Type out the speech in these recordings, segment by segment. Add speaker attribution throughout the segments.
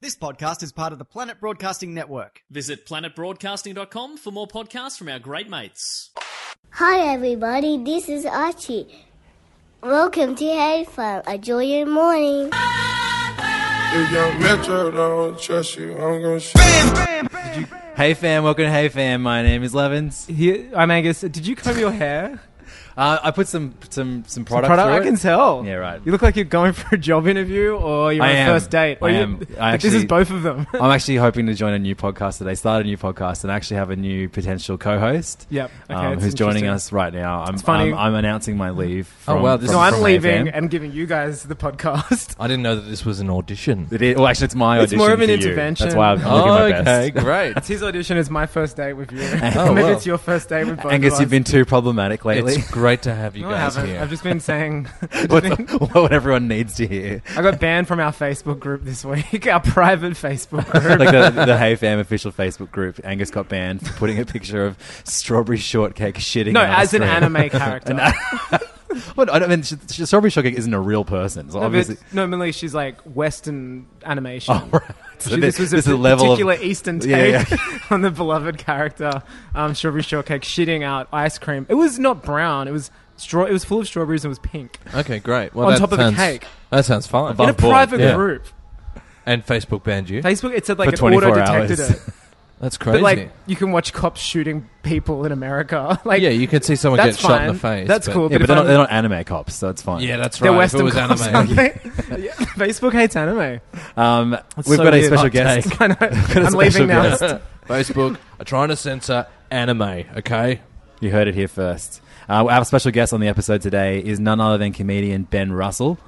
Speaker 1: This podcast is part of the Planet Broadcasting Network.
Speaker 2: Visit planetbroadcasting.com for more podcasts from our great mates.
Speaker 3: Hi, everybody. This is Archie. Welcome to Headphone. Enjoy your morning.
Speaker 4: If your metro don't trust you, I'm gonna shoot.
Speaker 5: Hey fam, welcome to Hey Fam. My name is Levins.
Speaker 6: Here, I'm Angus. Did you comb your hair?
Speaker 5: Uh, I put some some some product.
Speaker 6: Product,
Speaker 5: through
Speaker 6: I can
Speaker 5: it.
Speaker 6: tell.
Speaker 5: Yeah, right.
Speaker 6: You look like you're going for a job interview, or you're
Speaker 5: I
Speaker 6: on a
Speaker 5: am.
Speaker 6: first date. Or
Speaker 5: I
Speaker 6: you-
Speaker 5: am. I
Speaker 6: Like, this is
Speaker 5: actually-
Speaker 6: both of them.
Speaker 5: I'm actually hoping to join a new podcast today. Start a new podcast and actually have a new potential co-host.
Speaker 6: Yep. Okay,
Speaker 5: um,
Speaker 6: that's
Speaker 5: who's joining
Speaker 6: interesting.
Speaker 5: us right now? I'm,
Speaker 6: funny.
Speaker 5: I'm, I'm announcing my leave. From,
Speaker 7: Oh, wow, this
Speaker 5: from-
Speaker 6: no, I'm
Speaker 5: from Hey
Speaker 6: leaving
Speaker 5: Fam.
Speaker 6: and giving you guys the podcast.
Speaker 7: I didn't know that this was an audition.
Speaker 5: It is, well, actually, it's my
Speaker 6: It's
Speaker 5: audition.
Speaker 6: more of an
Speaker 5: for you.
Speaker 6: intervention.
Speaker 5: That's why I'm, I'm looking
Speaker 7: Oh,
Speaker 5: my
Speaker 7: okay,
Speaker 5: best.
Speaker 7: great.
Speaker 6: It's his audition. It's my first date with you.
Speaker 5: Oh,
Speaker 6: Maybe
Speaker 7: wow.
Speaker 6: it's your first date with both of
Speaker 5: Angus,
Speaker 6: us.
Speaker 5: you've been too problematic lately.
Speaker 7: It's great to have you
Speaker 6: No, I
Speaker 7: guys
Speaker 6: haven't.
Speaker 7: here.
Speaker 6: I've just been saying.
Speaker 5: what, what everyone needs to hear.
Speaker 6: I got banned from our Facebook group this week. Our private Facebook group.
Speaker 5: like the, the Hey Fam official Facebook group, Angus got banned for putting a picture of strawberry shortcake shitting.
Speaker 6: no,
Speaker 5: on our
Speaker 6: as an
Speaker 5: screen.
Speaker 6: anime character.
Speaker 5: An- What I don't mean, sh- sh- strawberry shortcake isn't a real person. So
Speaker 6: No, but
Speaker 5: obviously,
Speaker 6: normally she's like Western animation.
Speaker 5: Oh, right. So
Speaker 6: She-
Speaker 5: this-
Speaker 6: this was a
Speaker 5: this is a
Speaker 6: p-
Speaker 5: level of-
Speaker 6: particular Eastern take
Speaker 5: Yeah,
Speaker 6: on the beloved character, um, Strawberry Shortcake, shitting out ice cream. It was not brown. It was straw. It was full of strawberries and was pink
Speaker 7: okay, great. Well,
Speaker 6: On
Speaker 7: that
Speaker 6: top of a
Speaker 7: sounds-
Speaker 6: cake.
Speaker 7: That sounds fine.
Speaker 6: in a private
Speaker 7: yeah.
Speaker 6: group.
Speaker 7: And Facebook banned you.
Speaker 6: Facebook. It said like it
Speaker 5: For 24
Speaker 6: auto detected
Speaker 5: hours.
Speaker 6: it,
Speaker 7: That's crazy.
Speaker 6: but like you can watch cops shooting people in America. Like
Speaker 7: yeah, you could see someone get
Speaker 6: that's
Speaker 7: shot in the
Speaker 6: fine.
Speaker 7: face.
Speaker 6: That's
Speaker 7: but-
Speaker 6: cool.
Speaker 5: yeah,
Speaker 6: But
Speaker 5: but
Speaker 6: if
Speaker 5: they're not,
Speaker 6: I'm-
Speaker 5: they're not anime cops, so it's fine.
Speaker 7: Yeah, that's right.
Speaker 6: they're
Speaker 7: If
Speaker 6: Western
Speaker 7: it was
Speaker 6: cops,
Speaker 7: anime.
Speaker 6: aren't they? Yeah, Facebook hates anime.
Speaker 5: Um, we've
Speaker 6: so
Speaker 5: got a
Speaker 6: weird.
Speaker 5: special
Speaker 6: Hot
Speaker 5: guest.
Speaker 6: I know. I'm
Speaker 5: special
Speaker 6: leaving now.
Speaker 5: guest.
Speaker 7: Facebook are trying to censor anime, okay?
Speaker 5: You heard it here first. Uh, our special guest on the episode today is none other than comedian Ben Russell.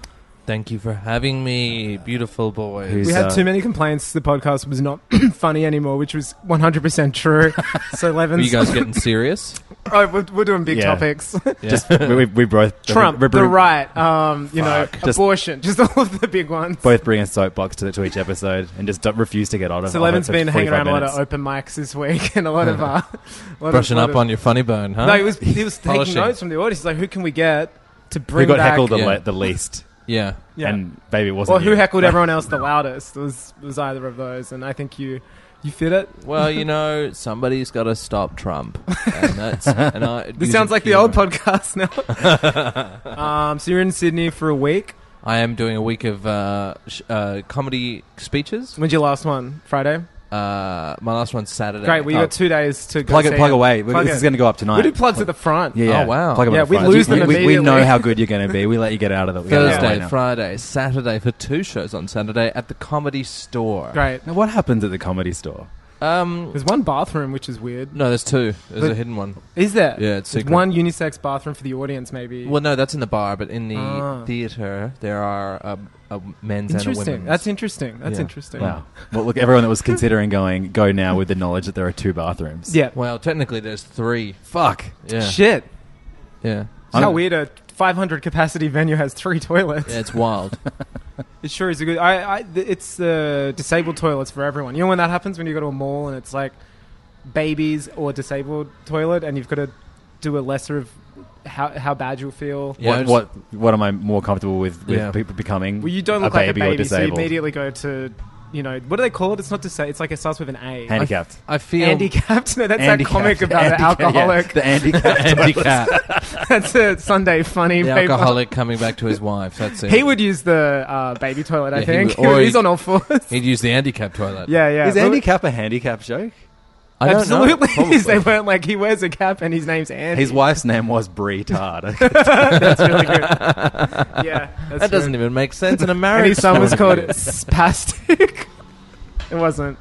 Speaker 7: Thank you for having me, beautiful boys.
Speaker 5: Who's-
Speaker 6: We had
Speaker 5: So-
Speaker 6: too many complaints. The podcast was not funny anymore, which was 100% true. so,
Speaker 7: Are
Speaker 6: Levin's.
Speaker 7: you guys getting serious?
Speaker 6: oh, we're, we're doing big
Speaker 5: Yeah.
Speaker 6: topics.
Speaker 5: Just we, we, we both
Speaker 6: Trump,
Speaker 5: we, we,
Speaker 6: the right, um, you know,
Speaker 5: Just-
Speaker 6: abortion, just all of the big ones.
Speaker 5: both bring a soapbox to, to each episode and just don't, refuse to get on.
Speaker 6: so, Levin's been hanging around a lot of open mics this week and a lot of. Uh, a lot
Speaker 7: Brushing
Speaker 6: of,
Speaker 7: up on your funny bone, huh?
Speaker 6: No, he was, he was taking
Speaker 7: Polishing.
Speaker 6: notes from the audience. He's like, who can we get to
Speaker 5: Who
Speaker 6: bring
Speaker 5: got
Speaker 6: back.
Speaker 5: heckled the,
Speaker 7: Yeah.
Speaker 5: le- the least?
Speaker 7: Yeah.
Speaker 6: Yeah.
Speaker 5: And baby, it wasn't
Speaker 6: or who
Speaker 5: you.
Speaker 6: heckled everyone else the loudest? It was, it was either of those. And I think you, you fit it.
Speaker 7: Well, you know, somebody's got to stop Trump. And that's, and I,
Speaker 6: This sounds like the old podcast now. um, so you're in Sydney for a week.
Speaker 7: I am doing a week of uh, sh- uh, comedy speeches.
Speaker 6: When's your last one? Friday.
Speaker 7: Uh, my last one's Saturday.
Speaker 6: Great. Well, you
Speaker 7: Oh,
Speaker 6: got two days to go
Speaker 5: Plug it,
Speaker 6: see
Speaker 5: plug
Speaker 6: him.
Speaker 5: away.
Speaker 6: Plug
Speaker 5: this
Speaker 6: it.
Speaker 5: is going to go up tonight.
Speaker 6: We do plugs at the front.
Speaker 5: Yeah, yeah.
Speaker 7: Oh, wow.
Speaker 5: Plug 'em
Speaker 6: Yeah,
Speaker 5: at the
Speaker 6: we
Speaker 5: front.
Speaker 6: lose them
Speaker 5: we, we, we
Speaker 6: immediately.
Speaker 5: know how good you're going to be. We let you get out of the we let you
Speaker 7: Thursday,
Speaker 5: get out of the way
Speaker 7: Friday, Saturday for two shows on Saturday at the Comedy Store.
Speaker 6: Great.
Speaker 5: now. Now, what happens at the comedy store?
Speaker 7: Um,
Speaker 6: There's one bathroom which is weird.
Speaker 7: no, there's two. There's
Speaker 6: But-
Speaker 7: a hidden one.
Speaker 6: Is there?
Speaker 7: Yeah, it's
Speaker 6: There's
Speaker 7: secret.
Speaker 6: one unisex bathroom for the audience, maybe.
Speaker 7: Well, no, that's in the bar, but in the
Speaker 6: Ah.
Speaker 7: theater there are a, a men's and a
Speaker 6: interesting.
Speaker 7: women's.
Speaker 6: That's interesting. That's
Speaker 7: Yeah.
Speaker 6: interesting.
Speaker 5: Wow. Well, look, everyone that was considering going, go now with the knowledge that there are two bathrooms.
Speaker 6: Yeah.
Speaker 7: well, technically there's three.
Speaker 5: Fuck.
Speaker 7: Yeah,
Speaker 6: Shit.
Speaker 7: yeah,
Speaker 6: It's how
Speaker 5: I'm-
Speaker 6: weird a 500 capacity venue has three toilets.
Speaker 7: yeah. It's wild.
Speaker 6: It sure is a good. I, I th- it's uh, disabled toilets for everyone. You know when that happens when you go to a mall and it's like babies or disabled toilet, and you've got to do a lesser of how how bad you'll feel.
Speaker 7: Yeah,
Speaker 5: What,
Speaker 7: it's-
Speaker 5: what what am I more comfortable with, with
Speaker 7: Yeah.
Speaker 5: people becoming?
Speaker 6: Well, you don't look
Speaker 5: a
Speaker 6: like a
Speaker 5: baby or
Speaker 6: baby, so you
Speaker 5: disabled.
Speaker 6: immediately go to you know, what do they call it? It's not to say. It's like it starts with an A.
Speaker 5: Handicapped.
Speaker 6: I, f- I feel handicapped. No, that's that
Speaker 5: Handicapped.
Speaker 6: comic about an
Speaker 5: Handicap- yeah,
Speaker 6: alcoholic.
Speaker 5: the handicapped
Speaker 7: handicapped.
Speaker 6: that's a Sunday funny.
Speaker 7: the
Speaker 6: paper.
Speaker 7: alcoholic coming back to his wife. That's it.
Speaker 6: He would use the uh, baby toilet. I
Speaker 7: Yeah, he
Speaker 6: think
Speaker 7: would- or
Speaker 6: he's
Speaker 7: he-
Speaker 6: on all fours.
Speaker 7: He'd use the handicap toilet.
Speaker 6: Yeah, yeah.
Speaker 5: Is
Speaker 6: But-
Speaker 5: Andy Cap a handicap joke? I don't know.
Speaker 6: Absolutely.
Speaker 5: Probably.
Speaker 6: they weren't like he wears a cap and his name's Andy.
Speaker 5: His wife's name was Brie Tard.
Speaker 6: that's really good. Yeah, that's
Speaker 7: that doesn't
Speaker 6: true.
Speaker 7: even make sense in a
Speaker 6: And
Speaker 7: marriage.
Speaker 6: his son was called
Speaker 7: story.
Speaker 6: Spastic. it wasn't.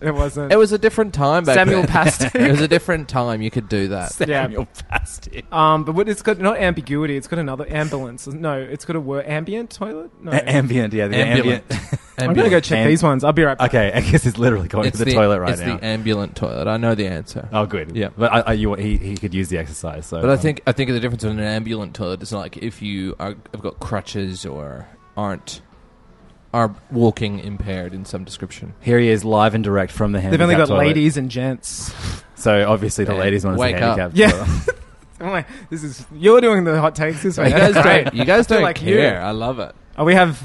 Speaker 6: It wasn't.
Speaker 7: It was a different time back
Speaker 6: Samuel
Speaker 7: then.
Speaker 6: Pastic.
Speaker 7: it was a different time. You could do that.
Speaker 6: Samuel
Speaker 5: Pastic.
Speaker 6: Um, but what, it's got not ambiguity. It's got another ambulance. No, it's got a word. Ambient toilet. No.
Speaker 5: A- ambient, yeah, the
Speaker 7: Ambulant.
Speaker 5: ambient.
Speaker 6: I'm gonna go check
Speaker 5: Am-
Speaker 6: these ones. I'll be right back.
Speaker 5: Okay, I guess it's literally going
Speaker 7: It's
Speaker 5: to the, toilet right
Speaker 7: it's
Speaker 5: now.
Speaker 7: the ambulant toilet. I know the answer.
Speaker 5: oh, good.
Speaker 7: Yeah.
Speaker 5: but I, I, you, he, he could use the exercise. So,
Speaker 7: But I
Speaker 5: um,
Speaker 7: think I think the difference in an ambulant toilet is like if you are, have got crutches or aren't are walking impaired in some description.
Speaker 5: here he is live and direct from the
Speaker 6: They've
Speaker 5: handicap
Speaker 6: only got
Speaker 5: toilet.
Speaker 6: ladies and gents.
Speaker 5: So obviously the
Speaker 7: Yeah.
Speaker 5: ladies one is the
Speaker 7: Wake up.
Speaker 5: handicap.
Speaker 6: Yeah.
Speaker 5: toilet.
Speaker 6: I'm like, this is you're doing the hot takes this
Speaker 7: You
Speaker 6: way.
Speaker 7: guys
Speaker 6: That's great.
Speaker 7: don't. You guys
Speaker 6: They're
Speaker 7: don't
Speaker 6: like you.
Speaker 7: care. I love it.
Speaker 6: Oh, we have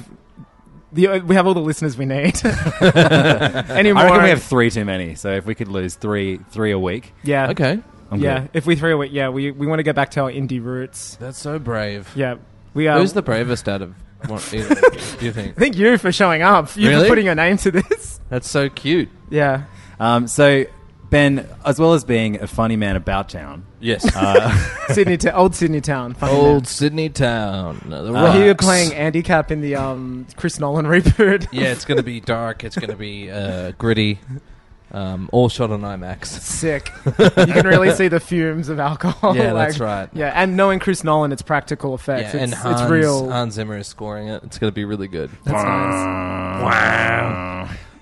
Speaker 6: the uh, we have all the listeners we need. Anymore?
Speaker 5: I reckon we have three too many. So if we could lose three, three a week,
Speaker 6: Yeah.
Speaker 7: Okay,
Speaker 5: I'm
Speaker 6: yeah.
Speaker 5: good.
Speaker 6: If we throw it, yeah, we we want to go back to our indie roots.
Speaker 7: that's so brave.
Speaker 6: Yeah. We are.
Speaker 7: Who's the bravest out of one, either, do you think?
Speaker 6: I think you for showing up. You for
Speaker 7: Really?
Speaker 6: putting your name to this.
Speaker 7: That's so cute.
Speaker 6: Yeah.
Speaker 5: Um, so Ben, as well as being a funny man about town,
Speaker 7: Yes.
Speaker 5: Uh,
Speaker 6: Sydney, to, old Sydney town. Funny
Speaker 7: Old Sydney town.
Speaker 5: Uh,
Speaker 7: The
Speaker 6: man. He was
Speaker 7: rocks.
Speaker 6: playing handicap in the um, Chris Nolan reboot.
Speaker 7: Yeah, it's going to be dark. It's going to be uh, gritty. Um, all shot on IMAX.
Speaker 6: Sick. you can really see the fumes of alcohol.
Speaker 7: Yeah,
Speaker 6: like-
Speaker 7: that's right.
Speaker 6: Yeah, and knowing Chris Nolan, it's practical
Speaker 7: Yeah,
Speaker 6: effects. it's,
Speaker 7: and Hans,
Speaker 6: it's real.
Speaker 7: Hans Zimmer is scoring it. It's going to be really good.
Speaker 6: That's nice.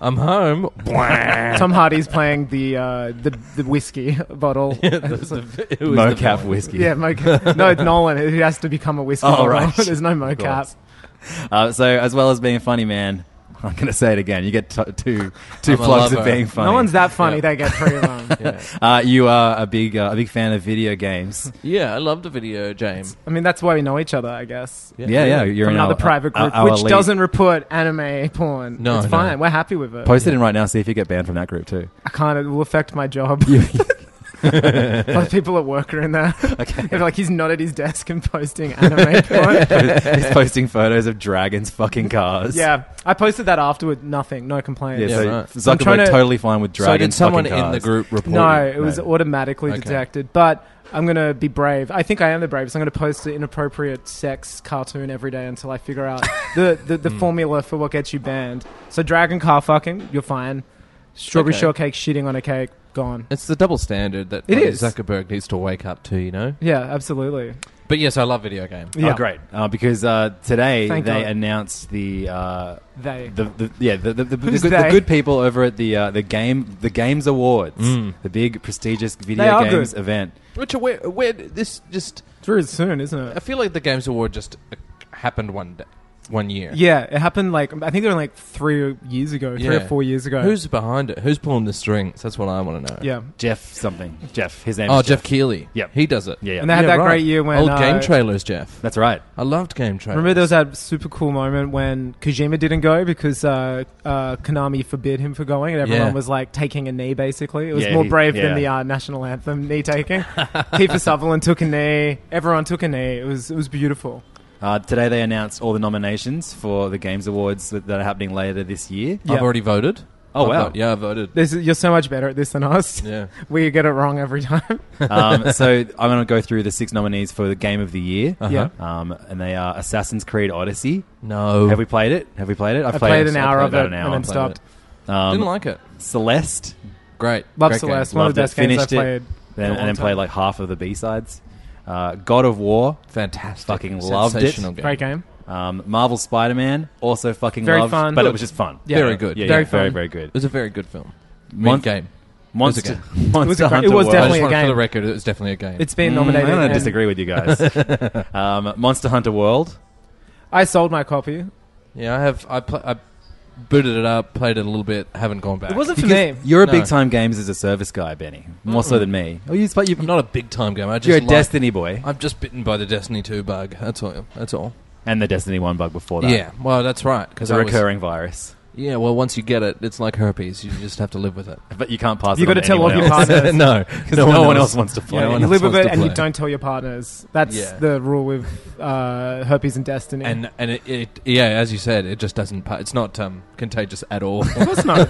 Speaker 7: I'm home. uh,
Speaker 6: Tom Hardy's playing the uh, the the whiskey bottle. yeah,
Speaker 7: Who is the
Speaker 5: mocap
Speaker 7: villain?
Speaker 5: whiskey.
Speaker 6: moca- no, it's Nolan. It has to become a whiskey. bottle.
Speaker 5: Oh, right.
Speaker 6: There's no
Speaker 5: Of
Speaker 6: mocap.
Speaker 5: course. Uh, so as well as being a funny man, I'm going to say it again. You get t- two two
Speaker 7: I'm a
Speaker 5: plugs of
Speaker 7: lover.
Speaker 5: being funny.
Speaker 6: No one's that funny.
Speaker 7: Yeah.
Speaker 6: They get three of them.
Speaker 5: uh, you are a big uh, a big fan of video games.
Speaker 7: Yeah, I love the video, James.
Speaker 6: I mean, that's why we know each other, I guess.
Speaker 5: Yeah, yeah. You're
Speaker 6: From
Speaker 5: in
Speaker 6: another
Speaker 5: our-
Speaker 6: private
Speaker 5: our-
Speaker 6: group,
Speaker 5: our
Speaker 6: which
Speaker 5: elite.
Speaker 6: doesn't report anime porn.
Speaker 7: No,
Speaker 6: it's
Speaker 7: no.
Speaker 6: fine. We're happy with it.
Speaker 5: Post it in right now. See if you get banned from that group too.
Speaker 6: I can't. It will affect my job. Those people at work are in there.
Speaker 5: Okay.
Speaker 6: They're like, he's not at his desk and posting anime porn.
Speaker 5: He's posting photos of dragons fucking cars.
Speaker 6: yeah, I posted that afterward. Nothing. No
Speaker 5: Yeah,
Speaker 6: complaints.
Speaker 5: so
Speaker 7: right.
Speaker 6: I'm trying
Speaker 5: Zuckerberg
Speaker 6: to-
Speaker 5: totally fine with
Speaker 7: So did
Speaker 5: dragons.
Speaker 7: someone
Speaker 5: fucking
Speaker 7: in the
Speaker 5: cars.
Speaker 7: group report?
Speaker 6: No,
Speaker 7: you?
Speaker 6: it was
Speaker 5: No.
Speaker 6: automatically
Speaker 7: Okay.
Speaker 6: detected. But I'm gonna be brave. I think I am the bravest. I'm gonna post an inappropriate sex cartoon every day until I figure out the the, the formula for what gets you banned. So dragon car fucking, you're fine. Strawberry
Speaker 7: Okay.
Speaker 6: shortcake shitting on a cake, gone.
Speaker 7: It's the double standard that
Speaker 6: It
Speaker 7: like,
Speaker 6: is.
Speaker 7: Zuckerberg needs to wake up to, you know.
Speaker 6: Yeah, absolutely.
Speaker 7: But yes, I love video games.
Speaker 6: Yeah,
Speaker 5: Oh, great! Uh, because uh, today
Speaker 6: Thank
Speaker 5: they
Speaker 6: God.
Speaker 5: announced the, uh,
Speaker 6: They.
Speaker 5: the, the yeah the, the, the, the,
Speaker 6: Who's
Speaker 5: good, the
Speaker 6: they?
Speaker 5: good people over at the uh, the game the games awards, the big prestigious
Speaker 6: They
Speaker 5: video
Speaker 6: are
Speaker 5: games
Speaker 6: good.
Speaker 5: event.
Speaker 7: Which Mm. where, where this just
Speaker 6: It's really soon, isn't
Speaker 7: I
Speaker 6: it?
Speaker 7: feel like the Games Award just uh, happened one day, one year.
Speaker 6: Yeah, it happened like I think it was like three years ago, three or
Speaker 7: Yeah.
Speaker 6: four years ago.
Speaker 7: Who's behind it? Who's pulling the strings? That's what I want to know.
Speaker 6: yeah?
Speaker 5: Jeff something Jeff his name.
Speaker 7: Oh,
Speaker 5: is
Speaker 7: Jeff Keeley.
Speaker 5: Yep.
Speaker 7: He does it.
Speaker 5: Yeah, yeah.
Speaker 6: And they had
Speaker 7: Yeah,
Speaker 6: that
Speaker 7: right.
Speaker 6: great year when
Speaker 7: old game
Speaker 6: uh,
Speaker 7: trailers, Jeff.
Speaker 5: That's right.
Speaker 7: I loved game trailers.
Speaker 6: Remember there was that super cool moment when Kojima didn't go because uh, uh, Konami forbid him for going, and everyone
Speaker 7: Yeah.
Speaker 6: was like taking a knee. Basically, it was
Speaker 5: Yeah,
Speaker 6: more
Speaker 5: he-
Speaker 6: brave than
Speaker 5: yeah.
Speaker 6: the uh, national anthem knee taking. Kiefer Sutherland took a knee. Everyone took a knee. It was it was beautiful.
Speaker 5: Uh, today they announced all the nominations for the games awards that, that are happening later this year.
Speaker 6: Yeah.
Speaker 7: I've already voted.
Speaker 5: Oh,
Speaker 7: I
Speaker 5: wow.
Speaker 7: vote- yeah, I voted.
Speaker 6: This is, you're so much better at this than us.
Speaker 7: Yeah.
Speaker 6: We get it wrong every time.
Speaker 5: um, so I'm going to go through the six nominees for the game of the year.
Speaker 6: Yeah.
Speaker 5: Um, and they are Assassin's Creed Odyssey.
Speaker 7: No,
Speaker 5: Have we played it? Have we played it? I've
Speaker 6: I played an
Speaker 5: I
Speaker 6: hour
Speaker 5: played
Speaker 6: of
Speaker 5: about
Speaker 6: it
Speaker 5: an
Speaker 6: and
Speaker 5: hour.
Speaker 6: then
Speaker 7: Played
Speaker 6: stopped.
Speaker 5: Um,
Speaker 7: didn't like it.
Speaker 5: Celeste.
Speaker 7: Great.
Speaker 6: Love
Speaker 7: Great game.
Speaker 6: Celeste, one of
Speaker 5: Loved
Speaker 6: the
Speaker 5: it.
Speaker 6: best games I've
Speaker 5: Finished it.
Speaker 6: played. in a
Speaker 5: Then, and
Speaker 6: long
Speaker 5: then played
Speaker 6: time.
Speaker 5: like half of the B sides. Uh, God of War.
Speaker 7: Fantastic.
Speaker 5: Fucking loved it.
Speaker 7: Sensational Game.
Speaker 6: great game.
Speaker 5: Um, Marvel Spider Man. Also fucking
Speaker 6: Very
Speaker 5: loved,
Speaker 6: fun.
Speaker 5: But it
Speaker 6: Good.
Speaker 5: was just fun.
Speaker 6: Yeah.
Speaker 7: Very good.
Speaker 5: Yeah,
Speaker 6: Very
Speaker 5: yeah, very,
Speaker 6: fun.
Speaker 5: very
Speaker 7: It
Speaker 5: good.
Speaker 7: was a very good film.
Speaker 5: Mon-
Speaker 7: Good game. a
Speaker 5: Monster,
Speaker 6: was
Speaker 5: Monster
Speaker 6: a great-
Speaker 5: Hunter
Speaker 6: it was
Speaker 5: World.
Speaker 7: I just
Speaker 6: Definitely a
Speaker 7: want-
Speaker 6: game.
Speaker 7: For the record, it was definitely a game.
Speaker 6: It's been
Speaker 5: Mm,
Speaker 6: nominated.
Speaker 5: I'm going
Speaker 6: and
Speaker 5: to disagree with you guys. um, Monster Hunter World.
Speaker 6: I sold my copy.
Speaker 7: yeah, I have. I, pl- I booted it up, played it a little bit, haven't gone back.
Speaker 6: It wasn't for me.
Speaker 5: Because You're a
Speaker 7: No.
Speaker 5: big time games as a service guy, Benny. More so than me. Oh, you, but you,
Speaker 7: I'm not a big time gamer. I just
Speaker 5: you're a
Speaker 7: like-
Speaker 5: Destiny boy.
Speaker 7: I'm just bitten by the Destiny 2 bug. That's all. That's all.
Speaker 5: And the Destiny 1 bug before that.
Speaker 7: Yeah. Well, that's right.
Speaker 5: It's
Speaker 7: Because
Speaker 5: a
Speaker 7: I was,
Speaker 5: recurring virus.
Speaker 7: Yeah, well, once you get it, it's like herpes. You just have to live with it.
Speaker 5: But you can't pass
Speaker 6: You
Speaker 5: got to
Speaker 6: tell all your partners.
Speaker 5: no, because no, one else wants to play.
Speaker 6: Yeah,
Speaker 5: No one
Speaker 6: you
Speaker 5: else
Speaker 6: live with
Speaker 5: wants
Speaker 6: it
Speaker 5: to
Speaker 6: and you
Speaker 5: play.
Speaker 6: don't tell your partners. That's
Speaker 5: Yeah.
Speaker 6: the rule with uh, herpes and destiny.
Speaker 7: And and it, it yeah, as you said, it just doesn't. Pa- it's not um, contagious at all.
Speaker 6: of course not.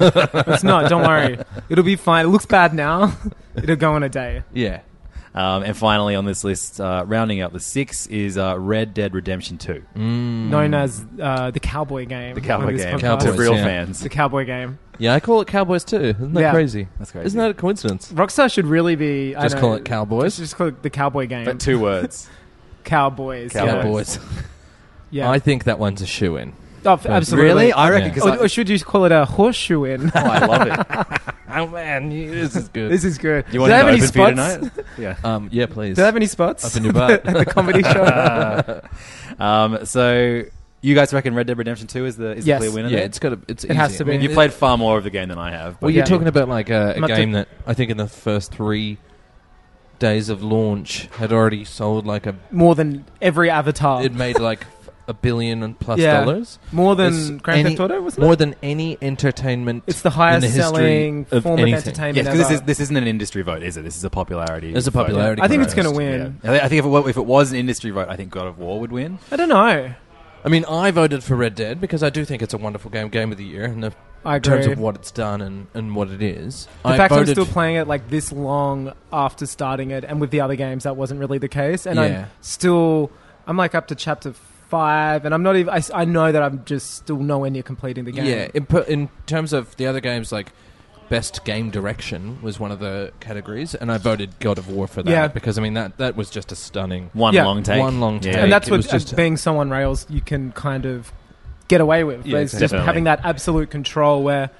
Speaker 6: it's not. Don't worry. It'll be fine. It looks bad now. It'll go in a day.
Speaker 7: Yeah.
Speaker 5: Um, and finally on this list, uh, rounding up the six is uh, Red Dead Redemption Two.
Speaker 6: Known as uh, the cowboy game.
Speaker 5: Hmm. The cowboy
Speaker 6: on this
Speaker 5: game.
Speaker 6: podcast.
Speaker 5: To real
Speaker 7: yeah.
Speaker 5: fans.
Speaker 6: The cowboy game.
Speaker 7: Yeah, I call it Cowboys too. Isn't that
Speaker 6: Yeah.
Speaker 7: crazy?
Speaker 5: That's crazy.
Speaker 7: Isn't that a coincidence?
Speaker 6: Rockstar should really be. I
Speaker 7: Just
Speaker 6: don't
Speaker 7: call
Speaker 6: know,
Speaker 7: it Cowboys.
Speaker 6: Just call it the cowboy game.
Speaker 5: But two words.
Speaker 6: Cowboys. yeah.
Speaker 7: Cowboys.
Speaker 6: Yeah.
Speaker 7: I think that one's a shoe in.
Speaker 6: Oh, f- absolutely.
Speaker 5: Really? I reckon
Speaker 7: Yeah.
Speaker 5: because
Speaker 6: Or, or should you just call it a horseshoe in?
Speaker 5: I, oh, I love it.
Speaker 7: Oh man, you- this is good.
Speaker 6: this is good.
Speaker 5: You
Speaker 6: Do
Speaker 5: want
Speaker 6: they
Speaker 5: it
Speaker 6: have any
Speaker 5: open for you
Speaker 6: spots? Do
Speaker 5: tonight? Yeah.
Speaker 7: um, yeah, please.
Speaker 6: they have any spots?
Speaker 7: Up in your butt.
Speaker 6: at the comedy show.
Speaker 5: Um, so you guys reckon Red Dead Redemption Two is the is
Speaker 6: Yes.
Speaker 5: the clear winner?
Speaker 7: yeah,
Speaker 5: there?
Speaker 7: it's got. A, it's
Speaker 6: It has
Speaker 7: easy.
Speaker 6: to
Speaker 7: I
Speaker 6: be.
Speaker 7: mean,
Speaker 5: you
Speaker 7: it-
Speaker 5: played far more of the game than I have. but-
Speaker 7: Well, you're
Speaker 6: Yeah.
Speaker 7: talking about like a, a
Speaker 6: Not to-
Speaker 7: game that I think in the first three days of launch had already sold like a.
Speaker 6: More than every avatar.
Speaker 7: It made like a billion and plus
Speaker 6: Um, Yeah.
Speaker 7: dollars.
Speaker 6: More
Speaker 7: It's
Speaker 6: than Grand
Speaker 7: any-
Speaker 6: Theft Auto, wasn't
Speaker 7: More
Speaker 6: it?
Speaker 7: than any entertainment.
Speaker 6: It's the
Speaker 7: in
Speaker 6: highest
Speaker 7: the history
Speaker 6: selling
Speaker 7: of
Speaker 6: form
Speaker 7: anything.
Speaker 6: of entertainment
Speaker 5: Yes,
Speaker 6: ever.
Speaker 5: because this, is, this isn't an industry vote, is it? This is a popularity.
Speaker 7: It's a
Speaker 5: vote.
Speaker 7: popularity
Speaker 6: I think it's
Speaker 7: contest.
Speaker 6: going to win.
Speaker 5: Yeah. I thi- I think if it, wa- if it was an industry vote, I think God of War would win.
Speaker 6: I don't know.
Speaker 7: I mean, I voted for Red Dead because I do think it's a wonderful game, game of the year, in, the,
Speaker 6: I
Speaker 7: in terms
Speaker 6: agree.
Speaker 7: of what it's done and, and what it is.
Speaker 6: The
Speaker 7: I
Speaker 6: fact I'm
Speaker 7: voted
Speaker 6: still
Speaker 7: f-
Speaker 6: playing it like this long after starting it, and with the other games, that wasn't really the case. And
Speaker 7: Yeah.
Speaker 6: I'm still, I'm like up to chapter five, and I'm not even. I, s- I know that I'm just still nowhere near completing the game.
Speaker 7: Yeah, in, per- in terms of the other games, like best game direction was one of the categories, and I voted God of War for that
Speaker 6: Yeah.
Speaker 7: because I mean that that was just a stunning
Speaker 5: One
Speaker 6: Yeah.
Speaker 5: long take.
Speaker 7: One long take.
Speaker 6: and that's
Speaker 7: it
Speaker 6: what
Speaker 7: was just-
Speaker 6: uh, being someone rails you can kind of get away with.
Speaker 7: Yeah,
Speaker 6: but it's just
Speaker 5: exactly.
Speaker 6: having that absolute control where.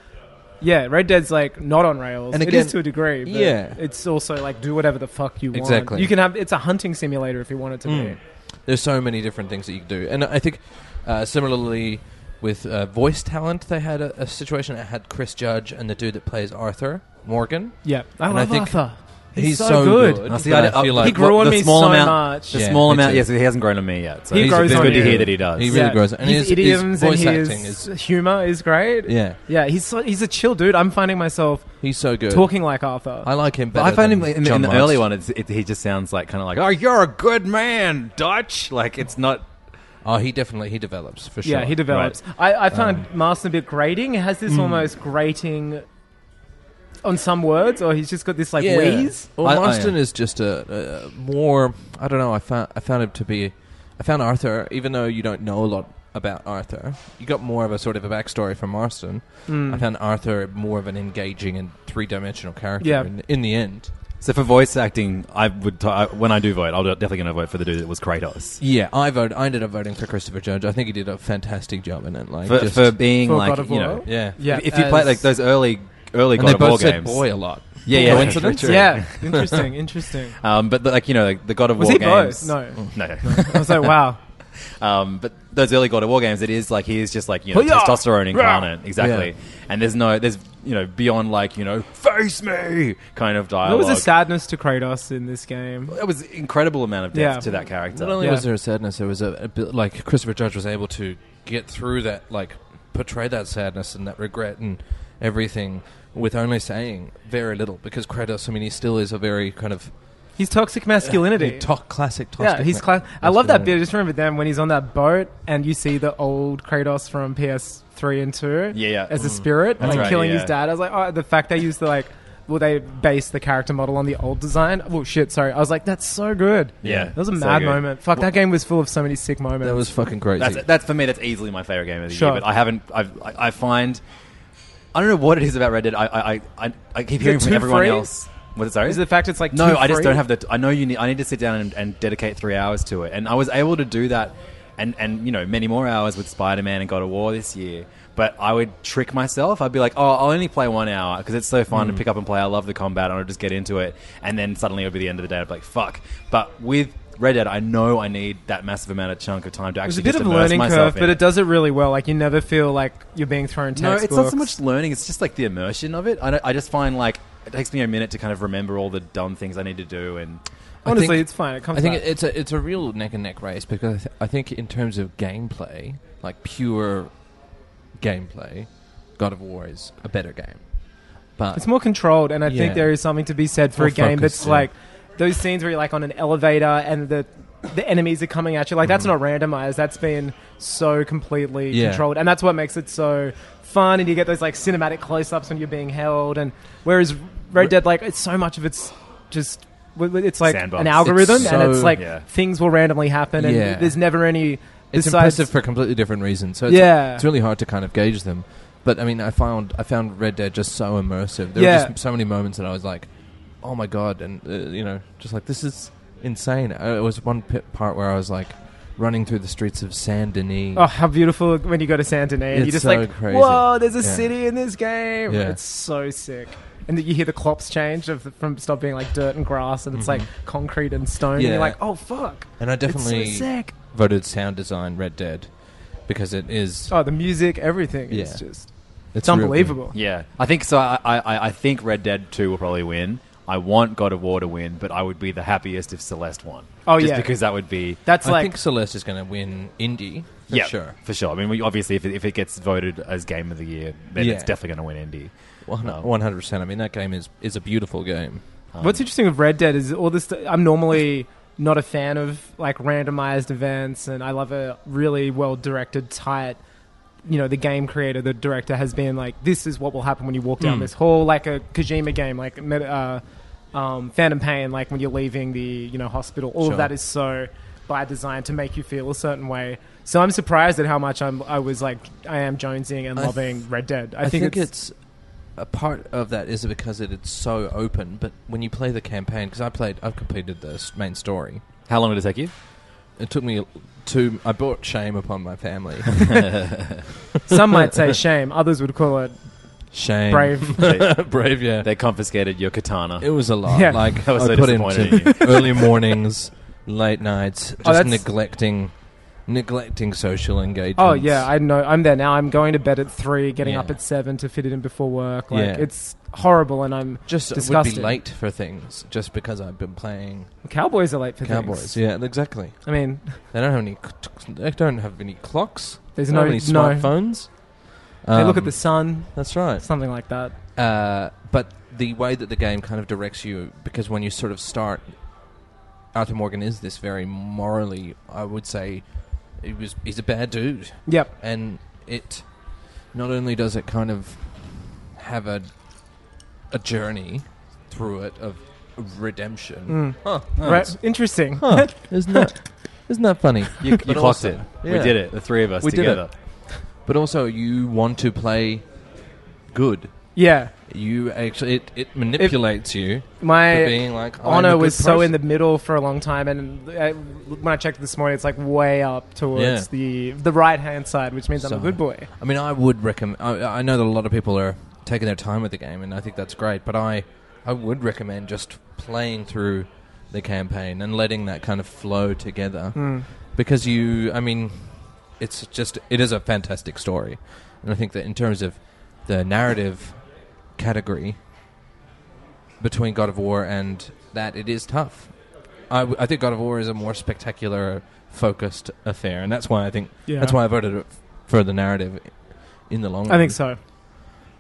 Speaker 6: Yeah, Red Dead's like not on rails.
Speaker 7: And
Speaker 6: it
Speaker 7: again-
Speaker 6: is to a degree. But
Speaker 7: Yeah.
Speaker 6: it's also like do whatever the fuck you want.
Speaker 7: Exactly. Mm.
Speaker 6: You can have it's a hunting simulator if you want it to be.
Speaker 7: Hmm. there's so many different things that you can do, and I think uh, similarly with uh, voice talent, they had a, a situation that had Chris Judge and the dude that plays Arthur Morgan.
Speaker 6: Yeah, I
Speaker 7: And I
Speaker 6: love
Speaker 7: think
Speaker 6: Arthur.
Speaker 7: He's,
Speaker 6: so
Speaker 7: good.
Speaker 6: good.
Speaker 5: I see,
Speaker 7: that
Speaker 5: I- I-
Speaker 7: feel
Speaker 5: he
Speaker 7: like
Speaker 6: he grew
Speaker 5: what-
Speaker 6: on
Speaker 5: the
Speaker 6: me
Speaker 5: small
Speaker 6: so
Speaker 5: amount-
Speaker 6: much.
Speaker 5: The
Speaker 7: Yeah,
Speaker 5: small
Speaker 7: me
Speaker 5: amount.
Speaker 7: too.
Speaker 5: Yes, he hasn't grown on me yet. So
Speaker 6: He
Speaker 5: it's
Speaker 6: grows
Speaker 5: good
Speaker 6: on
Speaker 5: to
Speaker 6: you.
Speaker 5: hear that he does.
Speaker 7: He really grows, and
Speaker 6: his,
Speaker 7: his, his
Speaker 6: idioms and
Speaker 7: voice
Speaker 6: his
Speaker 7: acting is
Speaker 6: humor is great.
Speaker 7: yeah,
Speaker 6: Yeah, he's so, he's a chill dude. I'm finding myself
Speaker 7: he's so good.
Speaker 6: talking like Arthur.
Speaker 7: I like him
Speaker 5: But
Speaker 7: better.
Speaker 5: I find him
Speaker 7: than
Speaker 5: in, the-
Speaker 7: John
Speaker 5: in the
Speaker 7: Lodge.
Speaker 5: early one. It's, it, he just sounds like kind of like, "Oh, you're a good man, Dutch." Like it's not.
Speaker 7: Oh, he definitely he develops for sure. Um, Hmm.
Speaker 6: yeah, he develops. I, I found Marston a bit grating. He has this almost grating on some words, or he's just got this like wheeze.
Speaker 7: Well,
Speaker 5: I- I
Speaker 7: Marston
Speaker 5: am.
Speaker 7: is just a, a more. I don't know. I found I found him to be. I found Arthur, even though you don't know a lot about Arthur, you got more of a sort of a backstory from Marston.
Speaker 6: Hmm.
Speaker 7: I found Arthur more of an engaging and three dimensional character.
Speaker 6: Yeah.
Speaker 7: In, in the end,
Speaker 5: So for voice acting, I would t- I, when I do vote, I'm definitely going to vote for the dude that was Kratos.
Speaker 7: yeah, I voted. I ended up voting for Christopher Judge. I think he did a fantastic job in it. Like
Speaker 5: For,
Speaker 7: just,
Speaker 5: for being
Speaker 6: For
Speaker 5: like
Speaker 6: God of
Speaker 5: you
Speaker 6: War?
Speaker 5: know,
Speaker 7: yeah,
Speaker 6: Yeah,
Speaker 5: if you
Speaker 6: as-
Speaker 5: play like those early early
Speaker 7: And
Speaker 5: God
Speaker 7: they
Speaker 5: of War
Speaker 7: both said
Speaker 5: games,
Speaker 7: boy a lot.
Speaker 5: yeah, yeah,
Speaker 7: Coincidence?
Speaker 5: true, true.
Speaker 6: Yeah, interesting, interesting.
Speaker 5: Um, but like you know, like the God of
Speaker 6: Was
Speaker 5: War
Speaker 6: he
Speaker 5: games.
Speaker 6: both? No,
Speaker 5: no.
Speaker 6: I was like, wow.
Speaker 5: um, but those early God of War games, it is like he is just like you know
Speaker 6: Hoo-yah!
Speaker 5: testosterone incarnate, exactly.
Speaker 7: Yeah.
Speaker 5: And there's no, there's you know beyond like you know face me kind of
Speaker 6: There
Speaker 5: dialogue.
Speaker 6: was a sadness to Kratos in this game.
Speaker 5: It was incredible amount of depth
Speaker 6: Yeah.
Speaker 5: to that character.
Speaker 7: Not only
Speaker 6: Yeah.
Speaker 7: was there a sadness, there was a, a bit like Christopher Judge was able to get through that, like portray that sadness and that regret and everything with only saying very little. Because Kratos, I mean, he still is a very kind of
Speaker 6: He's toxic masculinity.
Speaker 7: to- classic.
Speaker 6: Yeah,
Speaker 7: toxic
Speaker 6: he's
Speaker 7: ma-
Speaker 6: class. I love that bit. I
Speaker 7: masculinity.
Speaker 6: just remember them when he's on that boat and you see the old Kratos from PS3 and 2
Speaker 5: Yeah, yeah.
Speaker 6: as a spirit,
Speaker 5: That's
Speaker 6: like
Speaker 5: right,
Speaker 6: killing
Speaker 5: yeah.
Speaker 6: his dad. I was like, oh, the fact they used the like, well, they based the character model on the old design. Oh, shit, sorry. I was like, that's so good.
Speaker 5: Yeah,
Speaker 6: That was a
Speaker 5: so
Speaker 6: mad
Speaker 5: good.
Speaker 6: moment. Fuck, that game was full of so many sick moments.
Speaker 7: That was fucking crazy.
Speaker 5: That's, that's for me. That's easily my favorite game of the
Speaker 6: Sure.
Speaker 5: year. But I haven't. I've, I, I find. I don't know what it is about Red Dead. I I, I- I, I keep
Speaker 6: it
Speaker 5: hearing from
Speaker 6: too
Speaker 5: everyone
Speaker 6: free?
Speaker 5: else. What is sorry?
Speaker 6: Is it the fact it's, like,
Speaker 5: no?
Speaker 6: too
Speaker 5: I just
Speaker 6: free?
Speaker 5: don't have the. T- I know you need. I need to sit down and, and dedicate three hours to it. And I was able to do that, and and you know many more hours with Spider Man and God of War this year. But I would trick myself. I'd be like, oh, I'll only play one hour because it's so
Speaker 6: Hmm.
Speaker 5: fun to pick up and play. I love the combat. and I'll just get into it. And then suddenly it'll be the end of the day. I'd be like, fuck. But with Red Dead, I know I need that massive amount of chunk of time to actually.
Speaker 6: There's a bit
Speaker 5: actually just
Speaker 6: of a
Speaker 5: immerse
Speaker 6: learning
Speaker 5: myself
Speaker 6: curve,
Speaker 5: in
Speaker 6: but it does it really well. Like, you never feel like you're being thrown
Speaker 5: No,
Speaker 6: textbooks.
Speaker 5: it's not so much learning. It's just like the immersion of it. I, don't- I just find like it takes me a minute to kind of remember all the dumb things I need to do. And
Speaker 7: I
Speaker 6: Honestly,
Speaker 7: think-
Speaker 6: it's fine. It comes
Speaker 7: I think
Speaker 6: back.
Speaker 7: it's a it's a real neck and neck race because I, th- I think in terms of gameplay, like pure gameplay, God of War is a better game. But
Speaker 6: It's more controlled, and I
Speaker 7: Yeah.
Speaker 6: think there is something to be said for
Speaker 7: More
Speaker 6: a game
Speaker 7: focused,
Speaker 6: that's
Speaker 7: yeah.
Speaker 6: like those scenes where you're like on an elevator and the the enemies are coming at you. Like that's not randomized. That's been so completely
Speaker 7: Mm-hmm. Yeah.
Speaker 6: controlled, and that's what makes it so fun. And you get those like cinematic close-ups when you're being held, and whereas Red Dead, like it's so much of it's just w- w- it's like
Speaker 5: Sandbox.
Speaker 6: an algorithm,
Speaker 7: It's
Speaker 6: and it's
Speaker 7: so-
Speaker 6: like
Speaker 7: Yeah.
Speaker 6: things will randomly happen, and
Speaker 7: Yeah.
Speaker 6: there's never any.
Speaker 7: it's
Speaker 6: besides-
Speaker 7: impressive for completely different reasons. So it's,
Speaker 6: Yeah.
Speaker 7: it's really hard to kind of gauge them. But I mean, I found I found Red Dead just so immersive. There
Speaker 6: Yeah.
Speaker 7: were just so many moments that I was like, "Oh my god!" And uh, you know, just like this is insane. Uh, it was one p- part where I was like running through the streets of Saint Denis.
Speaker 6: Oh, how beautiful when you go to Saint Denis. and
Speaker 7: It's
Speaker 6: You're just
Speaker 7: so
Speaker 6: like,
Speaker 7: crazy.
Speaker 6: whoa, there's a
Speaker 7: Yeah.
Speaker 6: city in this game.
Speaker 7: Yeah.
Speaker 6: It's so sick. And that you hear the clops change of the, from stop being like dirt and grass, and it's like concrete and stone. And
Speaker 7: Mm-hmm. Yeah.
Speaker 6: you're like, oh fuck.
Speaker 7: And I
Speaker 6: It's so
Speaker 7: definitely
Speaker 6: sick.
Speaker 7: voted sound design Red Dead because it is.
Speaker 6: Oh, the music, everything
Speaker 7: Yeah.
Speaker 6: is just.
Speaker 7: It's
Speaker 6: It's,
Speaker 7: real good.
Speaker 6: unbelievable.
Speaker 5: Yeah, I think so. I, I, I think Red Dead Two will probably win. I want God of War to win, but I would be the happiest if Celeste won.
Speaker 6: Oh,
Speaker 5: just
Speaker 6: yeah.
Speaker 5: because that would be
Speaker 6: That's
Speaker 7: I
Speaker 6: like
Speaker 7: think Celeste is going to win indie for
Speaker 5: yeah,
Speaker 7: sure.
Speaker 5: for sure. I mean, we, obviously, if it, if it gets voted as Game of the Year, then it's
Speaker 7: Yeah.
Speaker 5: definitely going to win Indie. Um,
Speaker 7: One hundred percent. I mean, that game is is a beautiful game.
Speaker 6: What's interesting with Red Dead is all this. I'm normally not a fan of like randomized events, and I love a really well directed, tight. You know, the game creator, the director has been like, this is what will happen when you walk down
Speaker 7: Mm.
Speaker 6: this hall, like a Kojima game, like Met- uh, um, Phantom Pain, like when you're leaving the you know hospital. All
Speaker 7: Sure.
Speaker 6: of that is so by design to make you feel a certain way. So I'm surprised at how much I'm I was like I am jonesing and
Speaker 7: I th-
Speaker 6: loving Red Dead.
Speaker 7: I, think, it's, a part of that is because it, it's so open. But when you play the campaign, because I played, I've completed the s- main story.
Speaker 5: How long did it take you?
Speaker 7: It took me two. I brought shame upon my family.
Speaker 6: some might say shame, others would call it
Speaker 7: shame,
Speaker 6: brave.
Speaker 7: brave. Yeah,
Speaker 5: They confiscated your katana.
Speaker 7: it was a lot.
Speaker 6: Yeah.
Speaker 7: Like
Speaker 5: That was
Speaker 7: I
Speaker 5: so
Speaker 7: put
Speaker 5: disappointing
Speaker 7: into early mornings, late nights, just
Speaker 6: Oh, that's-
Speaker 7: neglecting, neglecting social engagement.
Speaker 6: Oh yeah, I know. I'm there now. I'm going to bed at three, getting up
Speaker 7: Yeah.
Speaker 6: at seven to fit it in before work. Like
Speaker 7: Yeah.
Speaker 6: it's horrible, and I'm
Speaker 7: just would be
Speaker 6: disgusted.
Speaker 7: late for things just because I've been playing
Speaker 6: Cowboys are late for
Speaker 7: Cowboys.
Speaker 6: things.
Speaker 7: Yeah, exactly.
Speaker 6: I mean,
Speaker 7: They don't have any. c- They don't have any clocks.
Speaker 6: There's
Speaker 7: They don't
Speaker 6: no-
Speaker 7: have any
Speaker 6: no.
Speaker 7: smartphones.
Speaker 6: they look at
Speaker 7: Um,
Speaker 6: the sun,
Speaker 7: That's right.
Speaker 6: something like that.
Speaker 7: Uh, but the way that the game kind of directs you, because when you sort of start, Arthur Morgan is this very morally, I would say, he was he's a bad dude,
Speaker 6: Yep.
Speaker 7: and it not only does it kind of have a a journey through it of redemption. Huh,
Speaker 6: Mm. Right. Interesting.
Speaker 7: huh, isn't that isn't that funny?
Speaker 5: You, you
Speaker 7: But
Speaker 5: clocked
Speaker 7: also-
Speaker 5: it. We
Speaker 7: yeah.
Speaker 5: did it. The three of us
Speaker 7: We did it.
Speaker 5: together.
Speaker 7: But also, you want to play good.
Speaker 6: Yeah.
Speaker 7: You actually, it, it manipulates you.
Speaker 6: My
Speaker 7: to being like I'm a
Speaker 6: honor
Speaker 7: Oh, good
Speaker 6: was so
Speaker 7: person.
Speaker 6: in the middle for a long time, and I, when I checked this morning, it's like way up towards
Speaker 7: Yeah.
Speaker 6: the the right hand side, which means I'm a
Speaker 7: So-
Speaker 6: good boy.
Speaker 7: I mean, I would recommend. I, I know that a lot of people are taking their time with the game, and I think that's great. But I, I would recommend just playing through the campaign and letting that kind of flow together, because you. I mean, it's just it is a fantastic story, and I think that in terms of the narrative category between God of War and that, it is tough. I, w- I think God of War is a more spectacular, focused affair, and that's why I think
Speaker 6: Yeah.
Speaker 7: that's why I voted it for the narrative in the long run.
Speaker 6: I think so.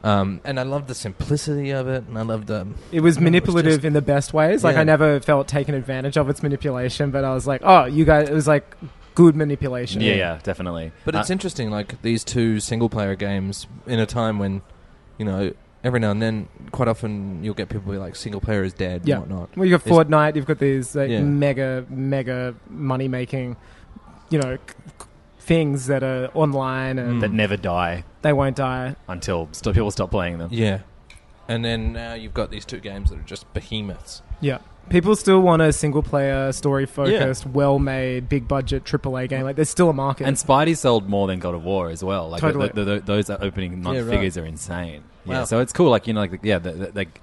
Speaker 7: Um, and I love the simplicity of it, and I love the.
Speaker 6: It was
Speaker 7: It was
Speaker 6: manipulative
Speaker 7: just-
Speaker 6: in the best ways. Like
Speaker 7: Yeah.
Speaker 6: I never felt taken advantage of its manipulation, but I was like, oh, you guys, it was like good manipulation.
Speaker 5: Yeah, yeah, definitely.
Speaker 7: But it's
Speaker 5: Uh,
Speaker 7: interesting, like these two single-player games in a time when, you know, every now and then, quite often you'll get people be like, "Single-player is dead"
Speaker 6: Yeah.
Speaker 7: and whatnot.
Speaker 6: Well, you got
Speaker 7: It's-
Speaker 6: Fortnite. You've got these like,
Speaker 7: Yeah.
Speaker 6: mega, mega money making, you know, c- c- things that are online and
Speaker 5: that never die
Speaker 6: they won't die.
Speaker 5: until st- people stop playing them.
Speaker 7: Yeah. And then now you've got these two games that are just behemoths.
Speaker 6: Yeah. People still want a single player, story focused, well made, big budget AAA game. Like there's still a market.
Speaker 5: And Spidey sold more than God of War as well. Like
Speaker 6: Totally.
Speaker 5: th- th- th- those opening month
Speaker 7: Yeah, right.
Speaker 5: figures are insane. Yeah,
Speaker 7: Wow.
Speaker 5: so it's cool. Like you know, like yeah, the, the, like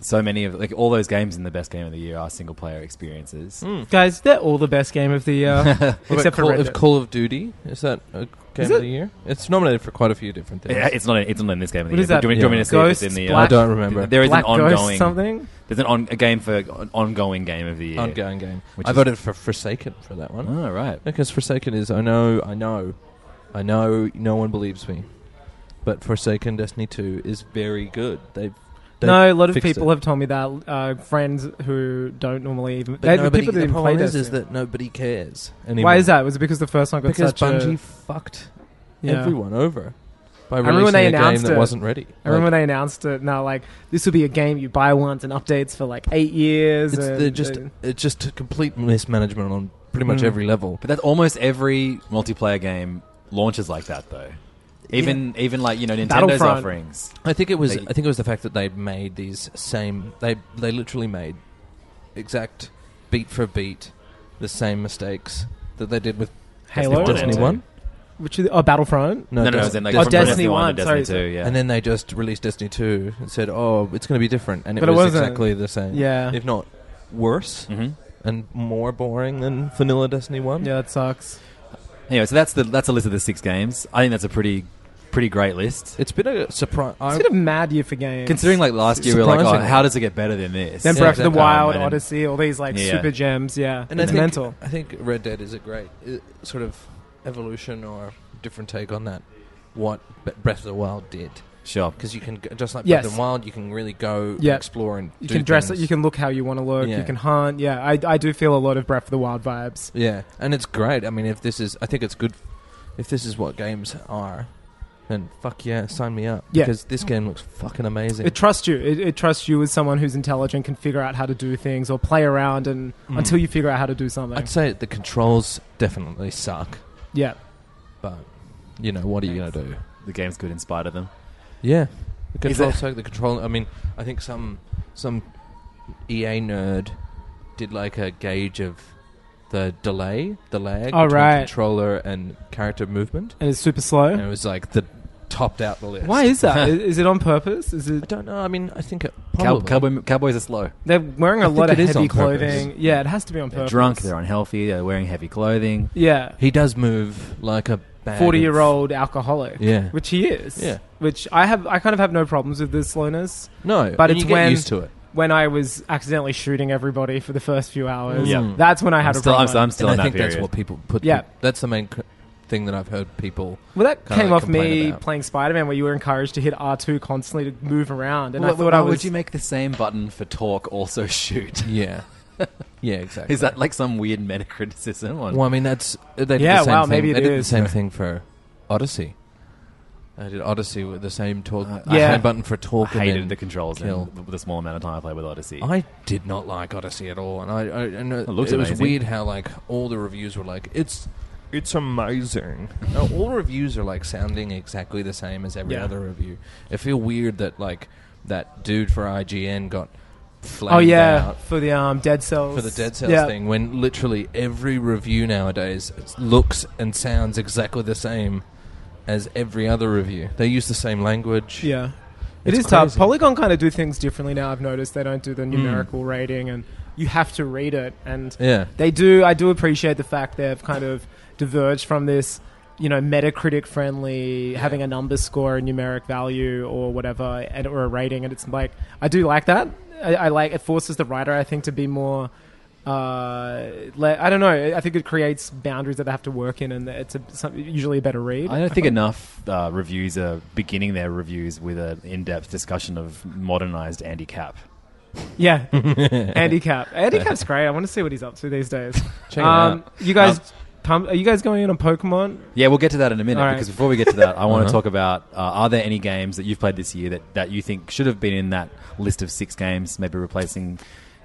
Speaker 5: so many of like all those games in the best game of the year are single player experiences.
Speaker 6: Guys, they're all the best game of the year,
Speaker 7: What about
Speaker 6: except for
Speaker 7: Call,
Speaker 6: Red
Speaker 7: if
Speaker 6: Dead.
Speaker 7: Call of Duty is that a game
Speaker 6: Is
Speaker 7: of
Speaker 6: it?
Speaker 7: the year? It's nominated for quite a few different things.
Speaker 5: Yeah, it's not. It's not in this game of the
Speaker 6: What
Speaker 5: year.
Speaker 6: is
Speaker 5: but
Speaker 6: that?
Speaker 5: Do, you- do you want me to see
Speaker 6: Ghosts,
Speaker 5: if it's in the? uh,
Speaker 7: I
Speaker 6: Black-
Speaker 7: don't remember.
Speaker 5: There is
Speaker 6: Black
Speaker 5: an ongoing.
Speaker 6: Ghost something.
Speaker 5: There's an on, a game for on, ongoing game of the year.
Speaker 7: ongoing game.
Speaker 5: Which
Speaker 7: I
Speaker 5: is-
Speaker 7: voted for Forsaken for that one
Speaker 5: Oh right.
Speaker 7: because Forsaken is I know, I know, I know. No one believes me. but Forsaken Destiny 2 is very good. They've, they've
Speaker 6: no, a lot of
Speaker 7: fixed
Speaker 6: people
Speaker 7: it.
Speaker 6: have told me that. Uh, friends who don't normally even.
Speaker 7: But
Speaker 6: the
Speaker 7: nobody-
Speaker 6: people that
Speaker 7: the
Speaker 6: even
Speaker 7: problem
Speaker 6: play
Speaker 7: is, is
Speaker 6: Destiny.
Speaker 7: that nobody cares
Speaker 6: Why
Speaker 7: anymore.
Speaker 6: is that? Was it because the first one got
Speaker 7: because
Speaker 6: such a-
Speaker 7: Bungie fucked
Speaker 6: Yeah.
Speaker 7: everyone over by
Speaker 6: I remember
Speaker 7: releasing
Speaker 6: when they
Speaker 7: a game
Speaker 6: announced
Speaker 7: that
Speaker 6: it.
Speaker 7: wasn't ready.
Speaker 6: I remember when
Speaker 7: Like,
Speaker 6: they announced it. Now, like this will be a game you buy once and updates for like eight years.
Speaker 7: it's
Speaker 6: and-
Speaker 7: they're just
Speaker 6: and-
Speaker 7: it's just a complete mismanagement on pretty much
Speaker 6: Mm.
Speaker 7: every level.
Speaker 5: But that's almost every multiplayer game launches like that, though. Even even like you know Nintendo's
Speaker 7: Battlefront.
Speaker 5: offerings.
Speaker 7: I think it was.
Speaker 5: They-
Speaker 7: I think it was the fact that they made these same. They they literally made exact beat for beat the same mistakes that they did with
Speaker 6: Halo?
Speaker 7: Destiny One.
Speaker 6: which is, oh Battlefront.
Speaker 5: No, no, it was in, like,
Speaker 6: oh,
Speaker 5: from
Speaker 6: Destiny,
Speaker 5: Destiny 1 to
Speaker 6: One. sorry,
Speaker 5: Destiny
Speaker 6: sorry.
Speaker 5: 2, yeah.
Speaker 7: And then they just released Destiny Two and said, "Oh, it's going to be different," and it
Speaker 6: But it
Speaker 7: was
Speaker 6: wasn't.
Speaker 7: exactly the same.
Speaker 6: Yeah.
Speaker 7: if not worse
Speaker 5: Mm-hmm.
Speaker 7: and more boring than vanilla Destiny One.
Speaker 6: Yeah, that sucks.
Speaker 5: Anyway, so that's the that's a list of the six games. I think that's a pretty pretty great list.
Speaker 7: It's been a surprise.
Speaker 6: It's been a mad year for games.
Speaker 5: Considering like last year we were like, oh,
Speaker 7: Surprising.
Speaker 5: how does it get better than this?
Speaker 6: then Breath of the
Speaker 5: Um,
Speaker 6: Wild,
Speaker 5: and then-
Speaker 6: Odyssey, all these like
Speaker 5: Yeah.
Speaker 6: super gems. Yeah,
Speaker 7: And
Speaker 6: it's
Speaker 7: I think,
Speaker 6: mental.
Speaker 7: I think Red Dead is a great uh, sort of evolution or different take on that. What Be- Breath of the Wild did.
Speaker 5: Sure.
Speaker 7: Because you can, go, just like
Speaker 6: Yes.
Speaker 7: Breath of the Wild, you can really go
Speaker 6: Yeah.
Speaker 7: explore and
Speaker 6: You
Speaker 7: do
Speaker 6: can dress
Speaker 7: things.
Speaker 6: it. You can look how you want to look.
Speaker 7: Yeah.
Speaker 6: You can hunt. Yeah, I, I do feel a lot of Breath of the Wild vibes.
Speaker 7: Yeah, and it's great. I mean, if this is, I think it's good. If this is what games are, then fuck yeah, sign me up.
Speaker 6: Yeah.
Speaker 7: Because this game looks fucking amazing.
Speaker 6: It trusts you. It, it trusts you as someone who's intelligent, can figure out how to do things or play around and
Speaker 7: Mm.
Speaker 6: until you figure out how to do something.
Speaker 7: I'd say the controls definitely suck,
Speaker 6: yeah.
Speaker 7: but you know what are you gonna do?
Speaker 5: the game's good in spite of them.
Speaker 7: Yeah, the
Speaker 5: Is
Speaker 7: control
Speaker 5: it-
Speaker 7: suck. The control. I mean, I think some some EA nerd did like a gauge of the delay, the lag
Speaker 6: Oh,
Speaker 7: between
Speaker 6: right.
Speaker 7: controller and character movement,
Speaker 6: And it's super slow.
Speaker 7: and it was like the topped out the list.
Speaker 6: Why is that? I- is, it on purpose? Is it?
Speaker 7: I don't know. I mean, I think it
Speaker 5: Cow-
Speaker 7: probably.
Speaker 5: cowboy, cowboys are slow.
Speaker 6: They're wearing
Speaker 7: I
Speaker 6: a
Speaker 7: think
Speaker 6: lot of
Speaker 7: it is
Speaker 6: heavy
Speaker 7: on purpose.
Speaker 6: clothing. Yeah, it has to be on
Speaker 5: They're
Speaker 6: purpose.
Speaker 5: drunk. They're unhealthy. They're wearing heavy clothing.
Speaker 6: Yeah,
Speaker 7: He does move like a bag of-
Speaker 6: forty-year-old alcoholic.
Speaker 7: Yeah.
Speaker 6: which he is.
Speaker 7: Yeah.
Speaker 6: which I have. I kind of have no problems with the slowness.
Speaker 7: No,
Speaker 6: but
Speaker 7: and
Speaker 6: it's
Speaker 7: you get
Speaker 6: when
Speaker 7: used to it.
Speaker 6: when I was accidentally shooting everybody for the first few hours.
Speaker 5: Yeah.
Speaker 6: that's when I had
Speaker 5: I'm
Speaker 6: a
Speaker 5: still- I'm
Speaker 6: problem.
Speaker 5: still- I'm still-
Speaker 7: and
Speaker 5: in
Speaker 7: I
Speaker 5: that
Speaker 7: think that's
Speaker 5: period.
Speaker 7: what people put.
Speaker 6: Yeah.
Speaker 7: that's the main c- thing that I've heard people.
Speaker 6: Well, that
Speaker 7: kinda
Speaker 6: came
Speaker 7: like
Speaker 6: off me
Speaker 7: complain about.
Speaker 6: playing Spider-Man, where you were encouraged to hit R two constantly to move around, and
Speaker 5: Why-
Speaker 6: I thought
Speaker 5: why
Speaker 6: I was.
Speaker 5: would you make the same button for talk also shoot?
Speaker 7: Yeah, yeah, exactly.
Speaker 5: Is that like some weird meta criticism? On
Speaker 7: Well, I mean, that's they did
Speaker 6: Yeah,
Speaker 7: the same
Speaker 6: wow,
Speaker 7: thing.
Speaker 6: maybe it
Speaker 7: they did
Speaker 6: is.
Speaker 7: the same thing for Odyssey. I did Odyssey with the same talk,
Speaker 5: I-
Speaker 7: the
Speaker 6: Yeah.
Speaker 7: same button for
Speaker 5: I
Speaker 7: talk. and
Speaker 5: hated
Speaker 7: then
Speaker 5: the controls
Speaker 7: kill.
Speaker 5: in the- the small amount of time I played with Odyssey.
Speaker 7: I did not like Odyssey at all, and I, I and it,
Speaker 5: looks
Speaker 7: it was
Speaker 5: amazing.
Speaker 7: weird how like all the reviews were like it's it's amazing. now, all reviews are like sounding exactly the same as every
Speaker 6: Yeah.
Speaker 7: other review. I feel weird that like that dude for IGN got flamed
Speaker 6: oh yeah,
Speaker 7: out
Speaker 6: for the um, Dead Cells.
Speaker 7: for the Dead Cells
Speaker 6: Yeah.
Speaker 7: thing when literally every review nowadays looks and sounds exactly the same as every other review. They use the same language.
Speaker 6: Yeah.
Speaker 7: It's
Speaker 6: it is tough.
Speaker 7: crazy. Mm.
Speaker 6: Polygon kind of do things differently now. I've noticed they don't do the numerical rating, and you have to read it. And
Speaker 7: Yeah.
Speaker 6: they do. I do appreciate the fact they've kind of diverged from this, you know, Metacritic friendly having a number score, a numeric value, or whatever, and or a rating. And it's like I do like that. I, I like it forces the writer, I think, to be more. Uh, le- I don't know. I think it creates boundaries that they have to work in, and it's a, some, usually a better read.
Speaker 5: I don't think enough uh, reviews are beginning their reviews with an in-depth discussion of modernized Andy Cap.
Speaker 6: Yeah, Andy Cap. Andy Cap's great. I want to see what he's up to these days.
Speaker 7: Check it
Speaker 6: um,
Speaker 7: out.
Speaker 6: you guys, pump, are you guys going in on Pokemon?
Speaker 5: Yeah, we'll get to that in a minute
Speaker 6: All right.
Speaker 5: because before we get to that, I want to
Speaker 7: Uh-huh.
Speaker 5: talk about uh, are there any games that you've played this year that, that you think should have been in that list of six games, maybe replacing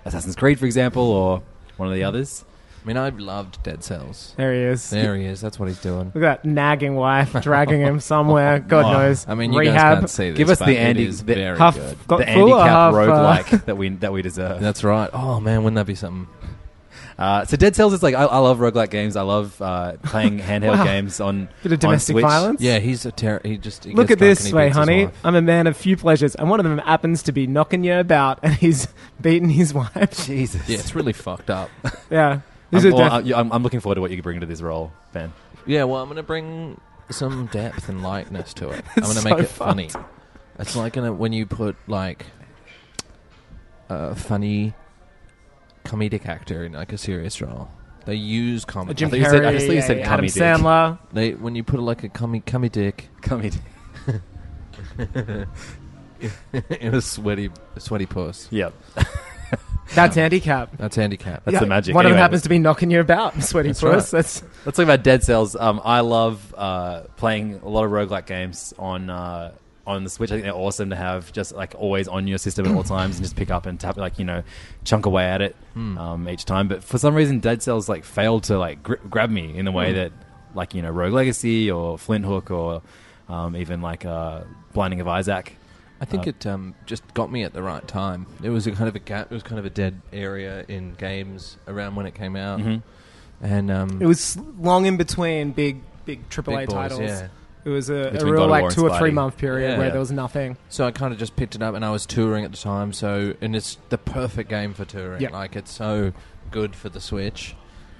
Speaker 5: Assassin's Creed, for example, or one of the others?
Speaker 7: I mean, I've loved Dead Cells.
Speaker 6: There he is.
Speaker 7: There he is. That's what he's doing.
Speaker 6: Look at that nagging wife dragging him somewhere. God
Speaker 5: Oh,
Speaker 6: knows.
Speaker 7: I mean, you guys
Speaker 6: rehab.
Speaker 7: can't see this.
Speaker 5: Give us
Speaker 7: but
Speaker 5: the
Speaker 7: it
Speaker 5: Andy-
Speaker 7: is
Speaker 5: the
Speaker 7: very
Speaker 6: half-
Speaker 7: good.
Speaker 6: got
Speaker 5: the
Speaker 6: full
Speaker 5: Andy
Speaker 6: or
Speaker 5: Cap
Speaker 6: half, uh,
Speaker 5: roguelike that we that we deserve.
Speaker 7: That's right. Oh man, wouldn't that be something?
Speaker 5: Uh, so Dead Cells is like I, I love roguelike games. I love uh, playing handheld
Speaker 6: Wow.
Speaker 5: games on
Speaker 6: Bit of
Speaker 5: on
Speaker 6: domestic
Speaker 5: Switch.
Speaker 6: violence.
Speaker 7: Yeah, he's a terror. He just he
Speaker 6: Look at
Speaker 7: gets drunk and
Speaker 6: this
Speaker 7: he
Speaker 6: way,
Speaker 7: beats his
Speaker 6: honey.
Speaker 7: wife.
Speaker 6: I'm a man of few pleasures, and one of them happens to be knocking you about, and he's beating his wife.
Speaker 5: Jesus.
Speaker 7: Yeah, it's really fucked up.
Speaker 6: Yeah. These
Speaker 5: I'm,
Speaker 6: are
Speaker 5: all-
Speaker 6: def-
Speaker 5: I- yeah, I'm, I'm looking forward to what you bring to this role, Ben.
Speaker 7: Yeah, well, I'm gonna bring some depth and lightness to it. I'm gonna
Speaker 6: It's so
Speaker 7: make it
Speaker 6: fucked.
Speaker 7: funny. It's like gonna, when you put like a funny comedic actor in like a serious role. They use comedy.
Speaker 6: Jim
Speaker 5: I thought you said- I
Speaker 6: Carrey, uh,
Speaker 5: thought you said
Speaker 6: Adam
Speaker 5: comedic.
Speaker 6: Sandler.
Speaker 7: They when you put like a comi comedic
Speaker 5: Come in.
Speaker 7: in a sweaty, sweaty puss.
Speaker 5: Yep.
Speaker 6: That's handicap.
Speaker 7: That's handicap.
Speaker 5: That's the magic.
Speaker 6: One of them
Speaker 5: Anyway.
Speaker 6: happens to be knocking you about, sweaty
Speaker 5: That's
Speaker 6: for us.
Speaker 5: right.
Speaker 6: That's
Speaker 5: Let's talk about Dead Cells. Um, I love uh, playing a lot of roguelike games on uh, on the Switch. I think they're awesome to have just like always on your system at all times and just pick up and tap like you know chunk away at it
Speaker 7: Hmm.
Speaker 5: um, each time. But for some reason, Dead Cells like failed to like gri grab me in the way
Speaker 7: Hmm.
Speaker 5: that like you know Rogue Legacy or Flint Hook or um, even like uh, Blinding of Isaac.
Speaker 7: I think
Speaker 5: Uh,
Speaker 7: it um, just got me at the right time. It was a kind of a gap. It was kind of a dead area in games around when it came out,
Speaker 5: Mhm.
Speaker 7: and um,
Speaker 6: it was long in between big big AAA
Speaker 7: Big boys,
Speaker 6: titles.
Speaker 7: yeah.
Speaker 6: It was a, a
Speaker 5: Between God
Speaker 6: real
Speaker 5: of
Speaker 6: like
Speaker 5: War and
Speaker 6: two or three
Speaker 5: Spidey.
Speaker 6: month period
Speaker 7: Yeah.
Speaker 6: where
Speaker 7: Yeah.
Speaker 6: there was nothing.
Speaker 7: So I kind of just picked it up, and I was touring at the time. So, and it's the perfect game for touring.
Speaker 6: Yeah.
Speaker 7: Like it's so good for the Switch,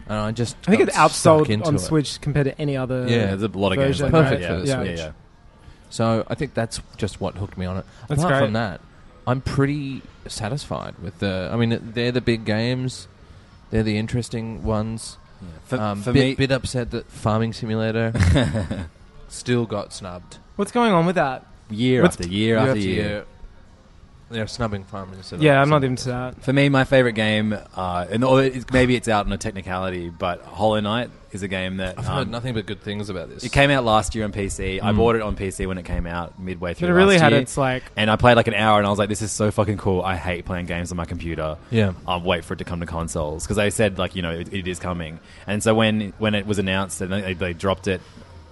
Speaker 7: and I just
Speaker 6: I think
Speaker 7: got
Speaker 6: it
Speaker 7: stuck
Speaker 6: outsold
Speaker 7: into
Speaker 6: on
Speaker 7: it.
Speaker 6: Switch compared to any other.
Speaker 7: Yeah,
Speaker 5: there's a lot of games
Speaker 6: version,
Speaker 5: like that.
Speaker 7: Perfect
Speaker 5: Yeah,
Speaker 7: for the
Speaker 6: yeah.
Speaker 7: Switch.
Speaker 5: Yeah, yeah.
Speaker 7: So I think that's just what hooked me on it.
Speaker 6: That's
Speaker 7: Apart
Speaker 6: great.
Speaker 7: from that, I'm pretty satisfied with the. I mean, they're the big games. They're the interesting ones.
Speaker 5: For-
Speaker 7: um,
Speaker 5: for
Speaker 7: bit,
Speaker 5: me-
Speaker 7: bit upset that Farming Simulator still got snubbed
Speaker 6: What's going on with that?
Speaker 5: year
Speaker 6: What's-
Speaker 5: after year after year.
Speaker 7: They're snubbing Farming Simulator.
Speaker 6: Yeah, I'm not into that.
Speaker 5: For me, my favorite game, uh, and or it's, maybe it's out on a technicality, but Hollow Knight is a game that
Speaker 7: I've heard
Speaker 5: um,
Speaker 7: nothing but good things about this.
Speaker 5: it came out last year on PC. I
Speaker 7: Mm.
Speaker 5: bought it on PC when it came out midway through.
Speaker 6: it really
Speaker 5: last
Speaker 6: had
Speaker 5: year,
Speaker 6: its, like-
Speaker 5: and I played like an hour, and I was like, "This is so fucking cool." I hate playing games on my computer.
Speaker 7: Yeah.
Speaker 5: I'll wait for it to come to consoles because they said like you know it, it is coming, and so when when it was announced and they, they dropped it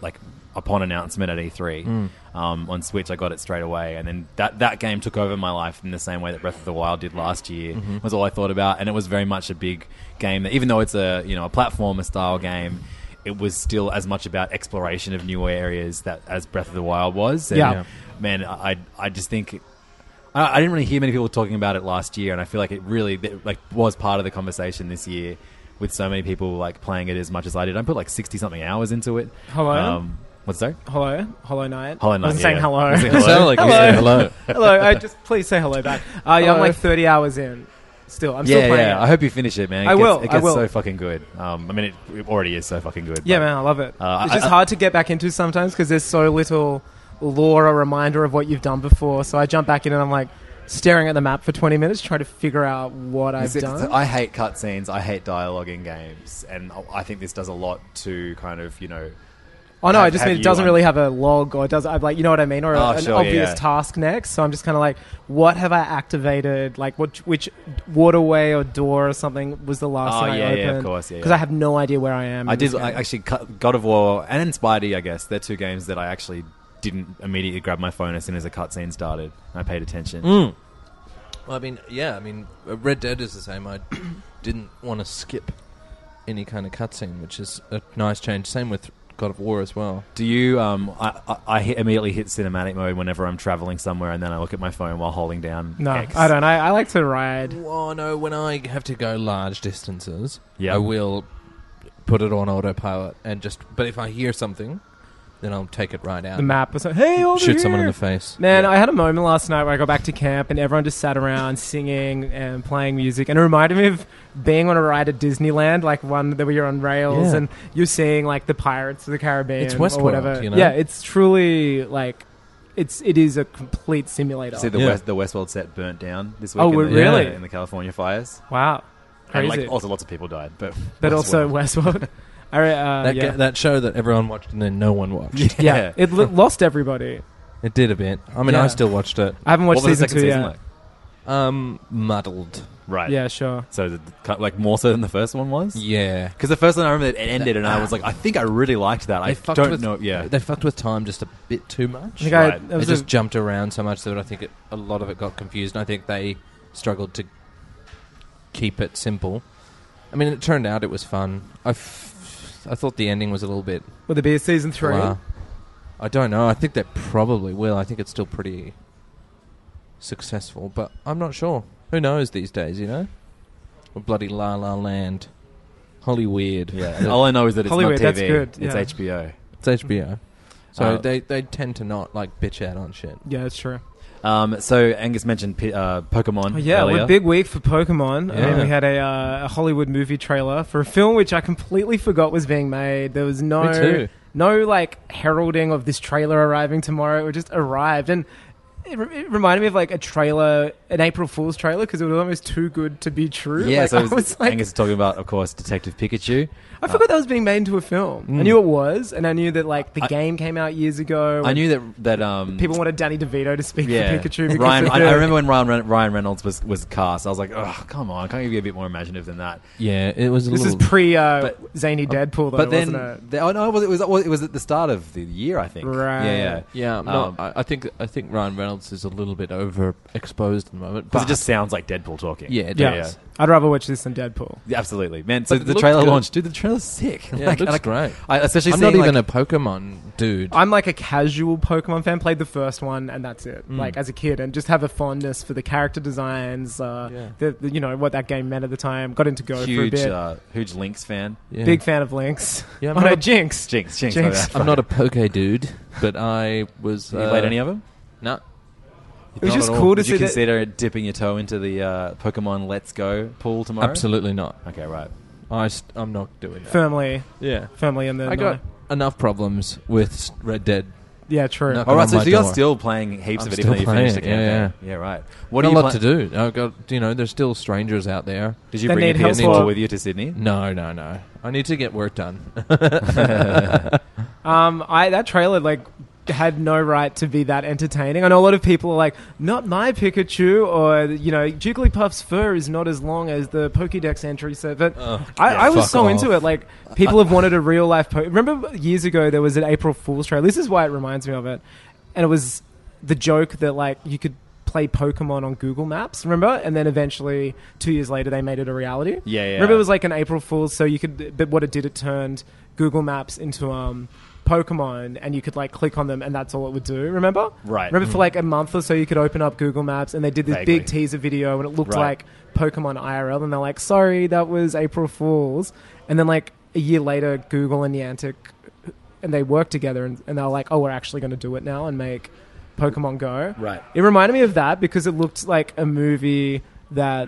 Speaker 5: like upon announcement at E3
Speaker 7: Mm.
Speaker 5: um, on Switch, I got it straight away, and then that that game took over my life in the same way that Breath of the Wild did last year.
Speaker 7: Mhm.
Speaker 5: Was all I thought about, and it was very much a big game that even though it's a you know a platformer style game. It was still as much about exploration of new areas that as Breath of the Wild was. And,
Speaker 6: Yeah. Yeah.
Speaker 5: man, I I just think I, I didn't really hear many people talking about it last year, and I feel like it really it, like was part of the conversation this year with so many people like playing it as much as I did. I put like sixty something hours into it.
Speaker 6: Hello?
Speaker 5: what's that?
Speaker 6: Hello, Hollow Knight.
Speaker 5: Hollow
Speaker 6: I was
Speaker 5: Knight,
Speaker 6: saying
Speaker 5: Um,
Speaker 6: hello.
Speaker 5: yeah. You said hello? Sounded like you said hello.
Speaker 6: hello. I just please say hello back. Uh, yeah, I'm
Speaker 5: Hello.
Speaker 6: like 30 hours in. Still, I'm
Speaker 5: yeah,
Speaker 6: still playing.
Speaker 5: yeah.
Speaker 6: it.
Speaker 5: I hope you finish it, man. It
Speaker 6: I
Speaker 5: gets,
Speaker 6: will,
Speaker 5: It gets
Speaker 6: I will.
Speaker 5: so fucking good. Um, I mean, it, it already is so fucking good.
Speaker 6: Yeah,
Speaker 5: but,
Speaker 6: man, I love it.
Speaker 5: uh,
Speaker 6: it's
Speaker 5: I-
Speaker 6: just
Speaker 5: I-
Speaker 6: hard to get back into sometimes because there's so little lore or reminder of what you've done before. So I jump back in and I'm like staring at the map for 20 minutes trying to figure out what I've
Speaker 5: It's- it's-
Speaker 6: done.
Speaker 5: I hate cutscenes. I hate dialogue in games, and I- I think this does a lot to kind of you know.
Speaker 6: oh no,
Speaker 5: have-
Speaker 6: I just
Speaker 5: have
Speaker 6: mean it
Speaker 5: you
Speaker 6: doesn't
Speaker 5: un-
Speaker 6: really have a log or it does I've like you know what I mean or a-
Speaker 5: Oh,
Speaker 6: an
Speaker 5: sure, yeah,
Speaker 6: obvious
Speaker 5: yeah.
Speaker 6: task next. So I'm just kind of like, what have I activated? Like what which waterway or door or something was the last
Speaker 5: Oh,
Speaker 6: thing I
Speaker 5: yeah,
Speaker 6: opened?
Speaker 5: yeah, of course, yeah,
Speaker 6: because
Speaker 5: yeah.
Speaker 6: I have no idea where I am.
Speaker 5: I
Speaker 6: in
Speaker 5: did
Speaker 6: this game.
Speaker 5: I actually cut God of War and Spidey. I guess they're two games that I actually didn't immediately grab my phone as soon as the cutscene started. I paid attention.
Speaker 7: Mm. Well, I mean, yeah, I mean, uh, Red Dead is the same. I didn't want to skip any kind of cutscene, which is a nice change. Same with God of War as well.
Speaker 5: Do you? Um, I, I, I hit, immediately hit cinematic mode whenever I'm traveling somewhere, and then I look at my phone while holding down.
Speaker 6: no,
Speaker 5: X.
Speaker 6: I don't. I, I like to ride.
Speaker 7: Oh no, when I have to go large distances,
Speaker 5: Yeah.
Speaker 7: I will put it on autopilot and just. But if I hear something, then I'll take it right out.
Speaker 6: the map was like, hey, over
Speaker 7: Shoot someone in
Speaker 6: here."
Speaker 7: the face.
Speaker 6: Man, I had a moment last night where I got back to camp and everyone just sat around singing and playing music, and it reminded me of being on a ride at Disneyland, like one that we were on rails,
Speaker 7: Yeah.
Speaker 6: and you're seeing like the Pirates of the Caribbean,
Speaker 7: It's
Speaker 6: or
Speaker 7: Westworld,
Speaker 6: whatever.
Speaker 7: you know?
Speaker 6: Yeah, it's truly like it's it is a complete simulator.
Speaker 5: See the
Speaker 7: Yeah.
Speaker 5: West, the Westworld set burnt down this week.
Speaker 6: Oh,
Speaker 5: in the,
Speaker 6: really?
Speaker 5: in the California fires.
Speaker 6: wow,
Speaker 5: And
Speaker 6: crazy!
Speaker 5: like, also, lots of people died, but
Speaker 6: but
Speaker 5: Westworld.
Speaker 6: also Westworld. I, re- uh,
Speaker 7: that,
Speaker 6: yeah.
Speaker 7: ga- that show that everyone watched and then no one watched.
Speaker 6: yeah, it l- lost everybody.
Speaker 7: It did a bit. I mean,
Speaker 6: Yeah.
Speaker 7: I still watched it.
Speaker 6: I haven't watched
Speaker 5: what was
Speaker 6: season
Speaker 5: the second
Speaker 6: two
Speaker 5: season
Speaker 6: yet.
Speaker 5: like?
Speaker 7: Um, muddled.
Speaker 5: Right.
Speaker 6: Yeah, sure.
Speaker 5: So the, cut- like more so than the first one was.
Speaker 7: Yeah.
Speaker 5: Because the first one I remember it ended, and I was like, I think I really liked that. I don't
Speaker 7: with,
Speaker 5: know. Yeah.
Speaker 7: they fucked with time just a bit too much.
Speaker 6: I think I,
Speaker 5: Right.
Speaker 6: that
Speaker 7: They
Speaker 6: was
Speaker 7: just
Speaker 6: a-
Speaker 7: jumped around so much that I think it, a lot of it got confused, and I think they struggled to keep it simple. I mean, it turned out it was fun. I, f- I thought the ending was a little bit.
Speaker 6: will there be a season three?
Speaker 7: blah. I don't know. I think they probably will. I think it's still pretty successful, but I'm not sure. Who knows these days? You know, Or bloody La La Land, Holly Weird.
Speaker 5: Yeah, and all I know is that it's
Speaker 6: Hollywood,
Speaker 5: not TV.
Speaker 6: that's good,
Speaker 5: It's
Speaker 6: yeah.
Speaker 5: HBO.
Speaker 7: It's HBO. So
Speaker 5: Uh,
Speaker 7: they, they tend to not like bitch out on shit.
Speaker 6: Yeah, that's true.
Speaker 5: Um, so Angus mentioned P- uh, Pokemon.
Speaker 6: Oh, yeah,
Speaker 5: earlier.
Speaker 6: well, big week for Pokemon. I mean,
Speaker 5: Yeah.
Speaker 6: we had a, uh, a Hollywood movie trailer for a film which I completely forgot was being made. There was no
Speaker 7: Me too.
Speaker 6: no like heralding of this trailer arriving tomorrow. It just arrived, and it, re- it reminded me of like a trailer, an April Fool's trailer, because it was almost too good to be true.
Speaker 5: Yeah,
Speaker 6: Like,
Speaker 5: so
Speaker 6: I
Speaker 5: it was,
Speaker 6: was like,
Speaker 5: Angus talking about, of course, Detective Pikachu.
Speaker 6: I forgot that was being made into a film. I
Speaker 5: Mm.
Speaker 6: knew it was, and I knew that like the
Speaker 5: I-
Speaker 6: game came out years ago.
Speaker 5: I
Speaker 6: and
Speaker 5: knew that that um,
Speaker 6: people wanted Danny DeVito to speak
Speaker 5: yeah,
Speaker 6: for Pikachu. Because
Speaker 5: Ryan,
Speaker 6: of
Speaker 5: I, I
Speaker 6: the-
Speaker 5: remember when Ryan, Ren- Ryan Reynolds was, was cast. I was like, oh, come on, can't you be a bit more imaginative than that?
Speaker 7: Yeah, it was a
Speaker 6: This is
Speaker 7: little.
Speaker 6: pre uh, zany Deadpool, though,
Speaker 5: but then,
Speaker 6: wasn't
Speaker 5: the- oh no, it was, it was it was at the start of the year, I
Speaker 6: it?
Speaker 5: think.
Speaker 6: Right.
Speaker 5: Yeah, yeah,
Speaker 7: yeah, I'm
Speaker 5: Um,
Speaker 7: not, I, I think I think Ryan Reynolds is a little bit overexposed at the moment.
Speaker 5: Because
Speaker 7: But
Speaker 5: it just sounds like Deadpool talking.
Speaker 7: Yeah, it
Speaker 6: Yeah.
Speaker 7: does.
Speaker 6: I'd rather watch this than Deadpool.
Speaker 5: Yeah, Absolutely, man.
Speaker 7: But
Speaker 5: So
Speaker 7: it
Speaker 5: the
Speaker 7: looked
Speaker 5: trailer
Speaker 7: good.
Speaker 5: launched, dude. The trailer's sick.
Speaker 7: Yeah,
Speaker 5: Like,
Speaker 7: it looks
Speaker 5: and I-
Speaker 7: great.
Speaker 5: I, especially
Speaker 7: I'm
Speaker 5: seeing,
Speaker 7: not even
Speaker 5: like,
Speaker 7: a Pokemon dude.
Speaker 6: I'm like a casual Pokemon fan. Played the first one, and that's it.
Speaker 7: Mm.
Speaker 6: Like as a kid, and just have a fondness for the character designs. Uh,
Speaker 7: Yeah.
Speaker 6: the, the- you know what that game meant at the time. Got into Go
Speaker 5: huge,
Speaker 6: for a bit.
Speaker 5: uh, huge Lynx fan.
Speaker 7: Yeah.
Speaker 6: Big fan of Links.
Speaker 7: Yeah,
Speaker 6: Yeah,
Speaker 7: I'm
Speaker 6: oh,
Speaker 7: not
Speaker 6: no,
Speaker 7: a-
Speaker 6: Jinx.
Speaker 5: Jinx, Jinx.
Speaker 6: Jinx.
Speaker 5: oh, yeah.
Speaker 7: I'm not a Poke dude, but I was.
Speaker 5: You
Speaker 7: uh,
Speaker 5: played any of them?
Speaker 7: No.
Speaker 6: It was
Speaker 7: Not
Speaker 6: just
Speaker 7: at all.
Speaker 6: cool to
Speaker 5: Would
Speaker 6: see
Speaker 5: you
Speaker 6: that.
Speaker 5: consider dipping your toe into the uh, Pokemon Let's Go pool tomorrow?
Speaker 7: Absolutely not.
Speaker 5: Okay, right.
Speaker 7: I st- I'm not doing that.
Speaker 6: Firmly,
Speaker 7: Yeah.
Speaker 6: firmly in the.
Speaker 7: I got enough problems with s- Red Dead.
Speaker 6: Yeah, true.
Speaker 7: No,
Speaker 5: All right,
Speaker 7: on
Speaker 5: so
Speaker 7: my
Speaker 5: you're
Speaker 7: door.
Speaker 5: still playing heaps
Speaker 7: I'm
Speaker 5: of it,
Speaker 7: still
Speaker 5: even though you finished the
Speaker 7: playing
Speaker 5: campaign.
Speaker 7: it, yeah,
Speaker 5: yeah, right. What
Speaker 7: not
Speaker 5: do
Speaker 7: a
Speaker 5: you
Speaker 7: lot
Speaker 5: pla-
Speaker 7: to do. I got you know, there's still strangers out there.
Speaker 5: Did you
Speaker 6: They
Speaker 5: bring
Speaker 6: need
Speaker 5: your
Speaker 6: help
Speaker 5: PS4
Speaker 6: for-
Speaker 5: with you to Sydney?
Speaker 7: No, no, no. I need to get work done.
Speaker 6: Um, I that trailer like had no right to be that entertaining. I know a lot of people are like, "Not my Pikachu," or you know, Jigglypuff's fur is not as long as the Pokédex entry said. But I,
Speaker 7: Oh, yeah,
Speaker 6: I was
Speaker 7: fuck
Speaker 6: so
Speaker 7: off.
Speaker 6: into it. Like people have wanted a real life. Po- Remember years ago there was an April Fool's trailer. This is why it reminds me of it, and it was the joke that like you could play Pokemon on Google Maps. Remember, and then eventually two years later they made it a reality.
Speaker 5: Yeah, yeah.
Speaker 6: Remember it was like an April Fool's, so you could. But what it did, it turned Google Maps into um, Pokemon, and you could like click on them, and that's all it would do. Remember?
Speaker 5: Right.
Speaker 6: Remember for like a month or so, you could open up Google Maps, and they did this
Speaker 5: Vaguely.
Speaker 6: big teaser video, and it looked
Speaker 5: Right.
Speaker 6: like Pokemon IRL, and they're like, "Sorry, that was April Fool's," and then like a year later, Google and Niantic, and they worked together, and, and they're like, "Oh, we're actually going to do it now and make Pokemon Go."
Speaker 5: Right.
Speaker 6: It reminded me of that because it looked like a movie that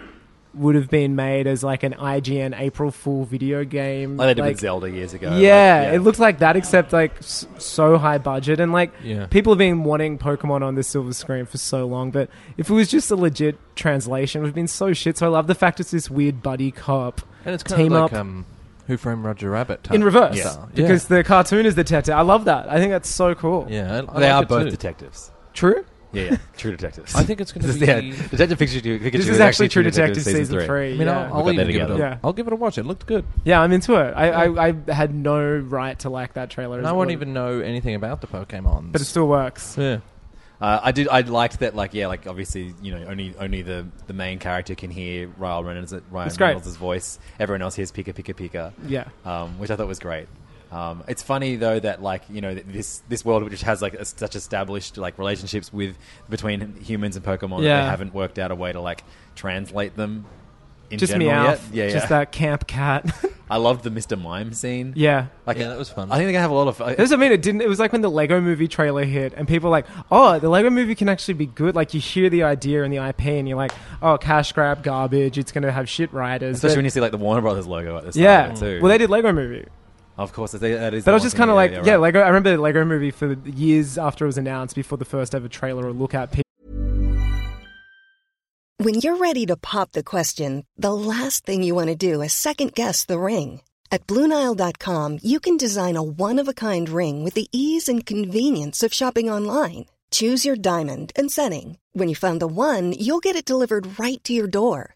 Speaker 6: would have been made as like an IGN April Fool video game.
Speaker 5: Like Oh, they did
Speaker 6: like-
Speaker 5: with Zelda years ago.
Speaker 6: Yeah,
Speaker 5: like,
Speaker 6: it looked like that, except like s- so high budget and like
Speaker 7: Yeah.
Speaker 6: people have been wanting Pokemon on the silver screen for so long. But if it was just a legit translation, it would have been so shit. So I love the fact it's this weird buddy cop
Speaker 7: and it's kind
Speaker 6: team
Speaker 7: of like
Speaker 6: up
Speaker 7: um, Who Framed Roger Rabbit? Type
Speaker 6: in reverse
Speaker 5: Yeah.
Speaker 7: style. Yeah.
Speaker 6: because the cartoon is the detective. I love that. I think that's so cool.
Speaker 7: yeah, I, I
Speaker 5: They
Speaker 7: like
Speaker 5: are
Speaker 7: it
Speaker 5: both
Speaker 7: too.
Speaker 5: detectives.
Speaker 6: True.
Speaker 5: Yeah, yeah, true detectives.
Speaker 7: I think it's going to be.
Speaker 5: yeah, Detective Pikachu. Pikachu
Speaker 6: This is actually
Speaker 5: E
Speaker 6: True Detective season, three.
Speaker 7: I mean,
Speaker 6: yeah.
Speaker 7: I'll, I'll
Speaker 5: got
Speaker 7: even
Speaker 5: that
Speaker 7: give it. A,
Speaker 6: together. Yeah.
Speaker 7: I'll give it a watch. It looked good.
Speaker 6: Yeah, I'm into it. I, I, I had no right to like that trailer.
Speaker 7: And
Speaker 6: as
Speaker 7: I
Speaker 6: it
Speaker 7: won't
Speaker 6: was.
Speaker 7: even know anything about the Pokemon.
Speaker 6: But it still works.
Speaker 7: yeah.
Speaker 5: Uh, I did. I liked that. Like, yeah, like obviously, you know, only only the, the main character can hear Ryan Reynolds Ryan
Speaker 6: That's great.
Speaker 5: Reynolds' voice. Everyone else hears Pika Pika Pika.
Speaker 6: Yeah.
Speaker 5: um, which I thought was great. Um, it's funny though that like you know that this this world which has like a, such established like relationships with between humans and Pokemon, that
Speaker 6: Yeah.
Speaker 5: they haven't worked out a way to like translate them. In
Speaker 6: Just
Speaker 5: general
Speaker 6: meow.
Speaker 5: yet. Yeah, yeah.
Speaker 6: Just that camp cat.
Speaker 5: I loved the Mr. Mime scene.
Speaker 6: yeah.
Speaker 5: Like, uh,
Speaker 7: Yeah, that was fun.
Speaker 5: I think they're gonna have a lot of. uh,
Speaker 6: That doesn't mean it didn't. It was like when the Lego Movie trailer hit, and people were like, "Oh, the Lego Movie can actually be good." Like you hear the idea and the IP, and you're like, "Oh, cash grab, garbage. It's going to have shit writers."
Speaker 5: especially
Speaker 6: But-
Speaker 5: when you see like the Warner Brothers logo at this.
Speaker 6: yeah.
Speaker 5: too.
Speaker 6: Well, they did Lego Movie,
Speaker 5: Of course, that that is.
Speaker 6: but I
Speaker 5: the one
Speaker 6: was just
Speaker 5: thing-
Speaker 6: kind of like, yeah,
Speaker 5: right.
Speaker 6: Lego. I remember the Lego Movie for years after it was announced, before the first ever trailer or look at.
Speaker 8: When you're ready to pop the question, the last thing you want to do is second guess the ring. At Bluenile.com, you can design a one of a kind ring with the ease and convenience of shopping online. Choose your diamond and setting. When you find the one, you'll get it delivered right to your door.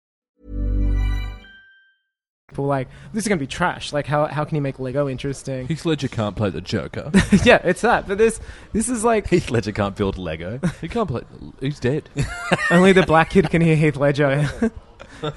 Speaker 6: People like this is gonna be trash. Like how how can you make Lego interesting?
Speaker 7: Heath Ledger can't play the Joker.
Speaker 6: yeah, it's that. But this this is like
Speaker 5: Heath Ledger can't build Lego.
Speaker 7: he can't play. He's dead.
Speaker 6: Only the black kid can hear Heath Ledger.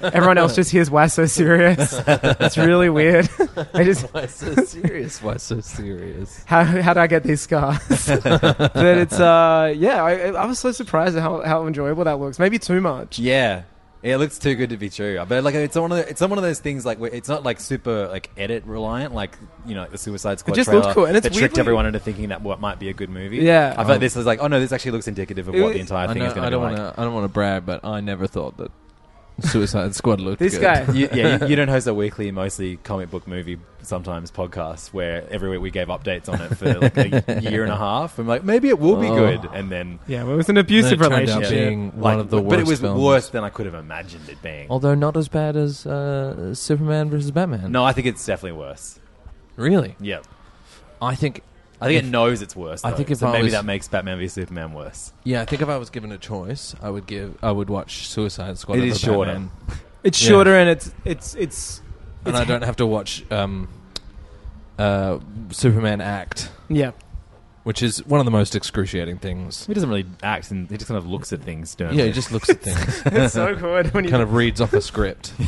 Speaker 6: Everyone else just hears why so serious. It's really weird. I just
Speaker 7: why so serious? Why so serious?
Speaker 6: how how do I get these scars? but it's uh yeah, I, I was so surprised at how, how enjoyable that looks. Maybe too much.
Speaker 5: Yeah. It looks too good to be true, but like it's one of the, it's one of those things like where it's not like super like edit reliant like you know like the Suicide Squad
Speaker 6: It just
Speaker 5: trailer
Speaker 6: looked cool, and it's
Speaker 5: that tricked
Speaker 6: weirdly-
Speaker 5: everyone into thinking that what might be a good movie.
Speaker 6: Yeah.
Speaker 5: I feel like
Speaker 6: Oh.
Speaker 5: this is like oh no, this actually looks indicative of
Speaker 6: It
Speaker 5: what the
Speaker 6: was-
Speaker 5: entire
Speaker 7: I,
Speaker 5: thing
Speaker 7: know,
Speaker 5: is going
Speaker 7: I
Speaker 5: to be
Speaker 7: don't
Speaker 5: like.
Speaker 7: want to. I don't want to brag, but I never thought that Suicide Squad looked
Speaker 6: This
Speaker 7: good.
Speaker 6: guy.
Speaker 5: you, yeah, you, you don't host a weekly, mostly comic book movie, sometimes podcast, where every week we gave updates on it for like a year and a half. I'm like, maybe it will be
Speaker 7: Oh.
Speaker 5: good, and then
Speaker 6: Yeah, well, it was an abusive
Speaker 7: Then it turned out
Speaker 6: relationship.
Speaker 7: being one
Speaker 5: like,
Speaker 7: of the
Speaker 5: but it
Speaker 7: worst
Speaker 5: was
Speaker 7: films.
Speaker 5: worse than I could have imagined it being.
Speaker 7: Although not as bad as uh, Superman versus Batman.
Speaker 5: No, I think it's definitely worse.
Speaker 7: Really?
Speaker 5: Yeah,
Speaker 7: I think.
Speaker 5: I think
Speaker 7: if-
Speaker 5: it knows it's worse.
Speaker 7: I
Speaker 5: though,
Speaker 7: think if
Speaker 5: so
Speaker 7: I
Speaker 5: maybe
Speaker 7: was-
Speaker 5: that makes Batman v Superman worse.
Speaker 7: Yeah, I think if I was given a choice, I would give. I would watch Suicide Squad.
Speaker 5: It
Speaker 7: over
Speaker 5: is shorter.
Speaker 7: Batman.
Speaker 6: It's
Speaker 7: Yeah.
Speaker 6: shorter and it's it's it's
Speaker 7: and I don't have to watch um, uh, Superman act,
Speaker 6: yeah.
Speaker 7: which is one of the most excruciating things.
Speaker 5: He doesn't really act, and he just kind of looks at things. Sternly.
Speaker 7: Yeah, he just looks at things,
Speaker 6: It's so good when you
Speaker 7: kind of reads off a script.
Speaker 6: um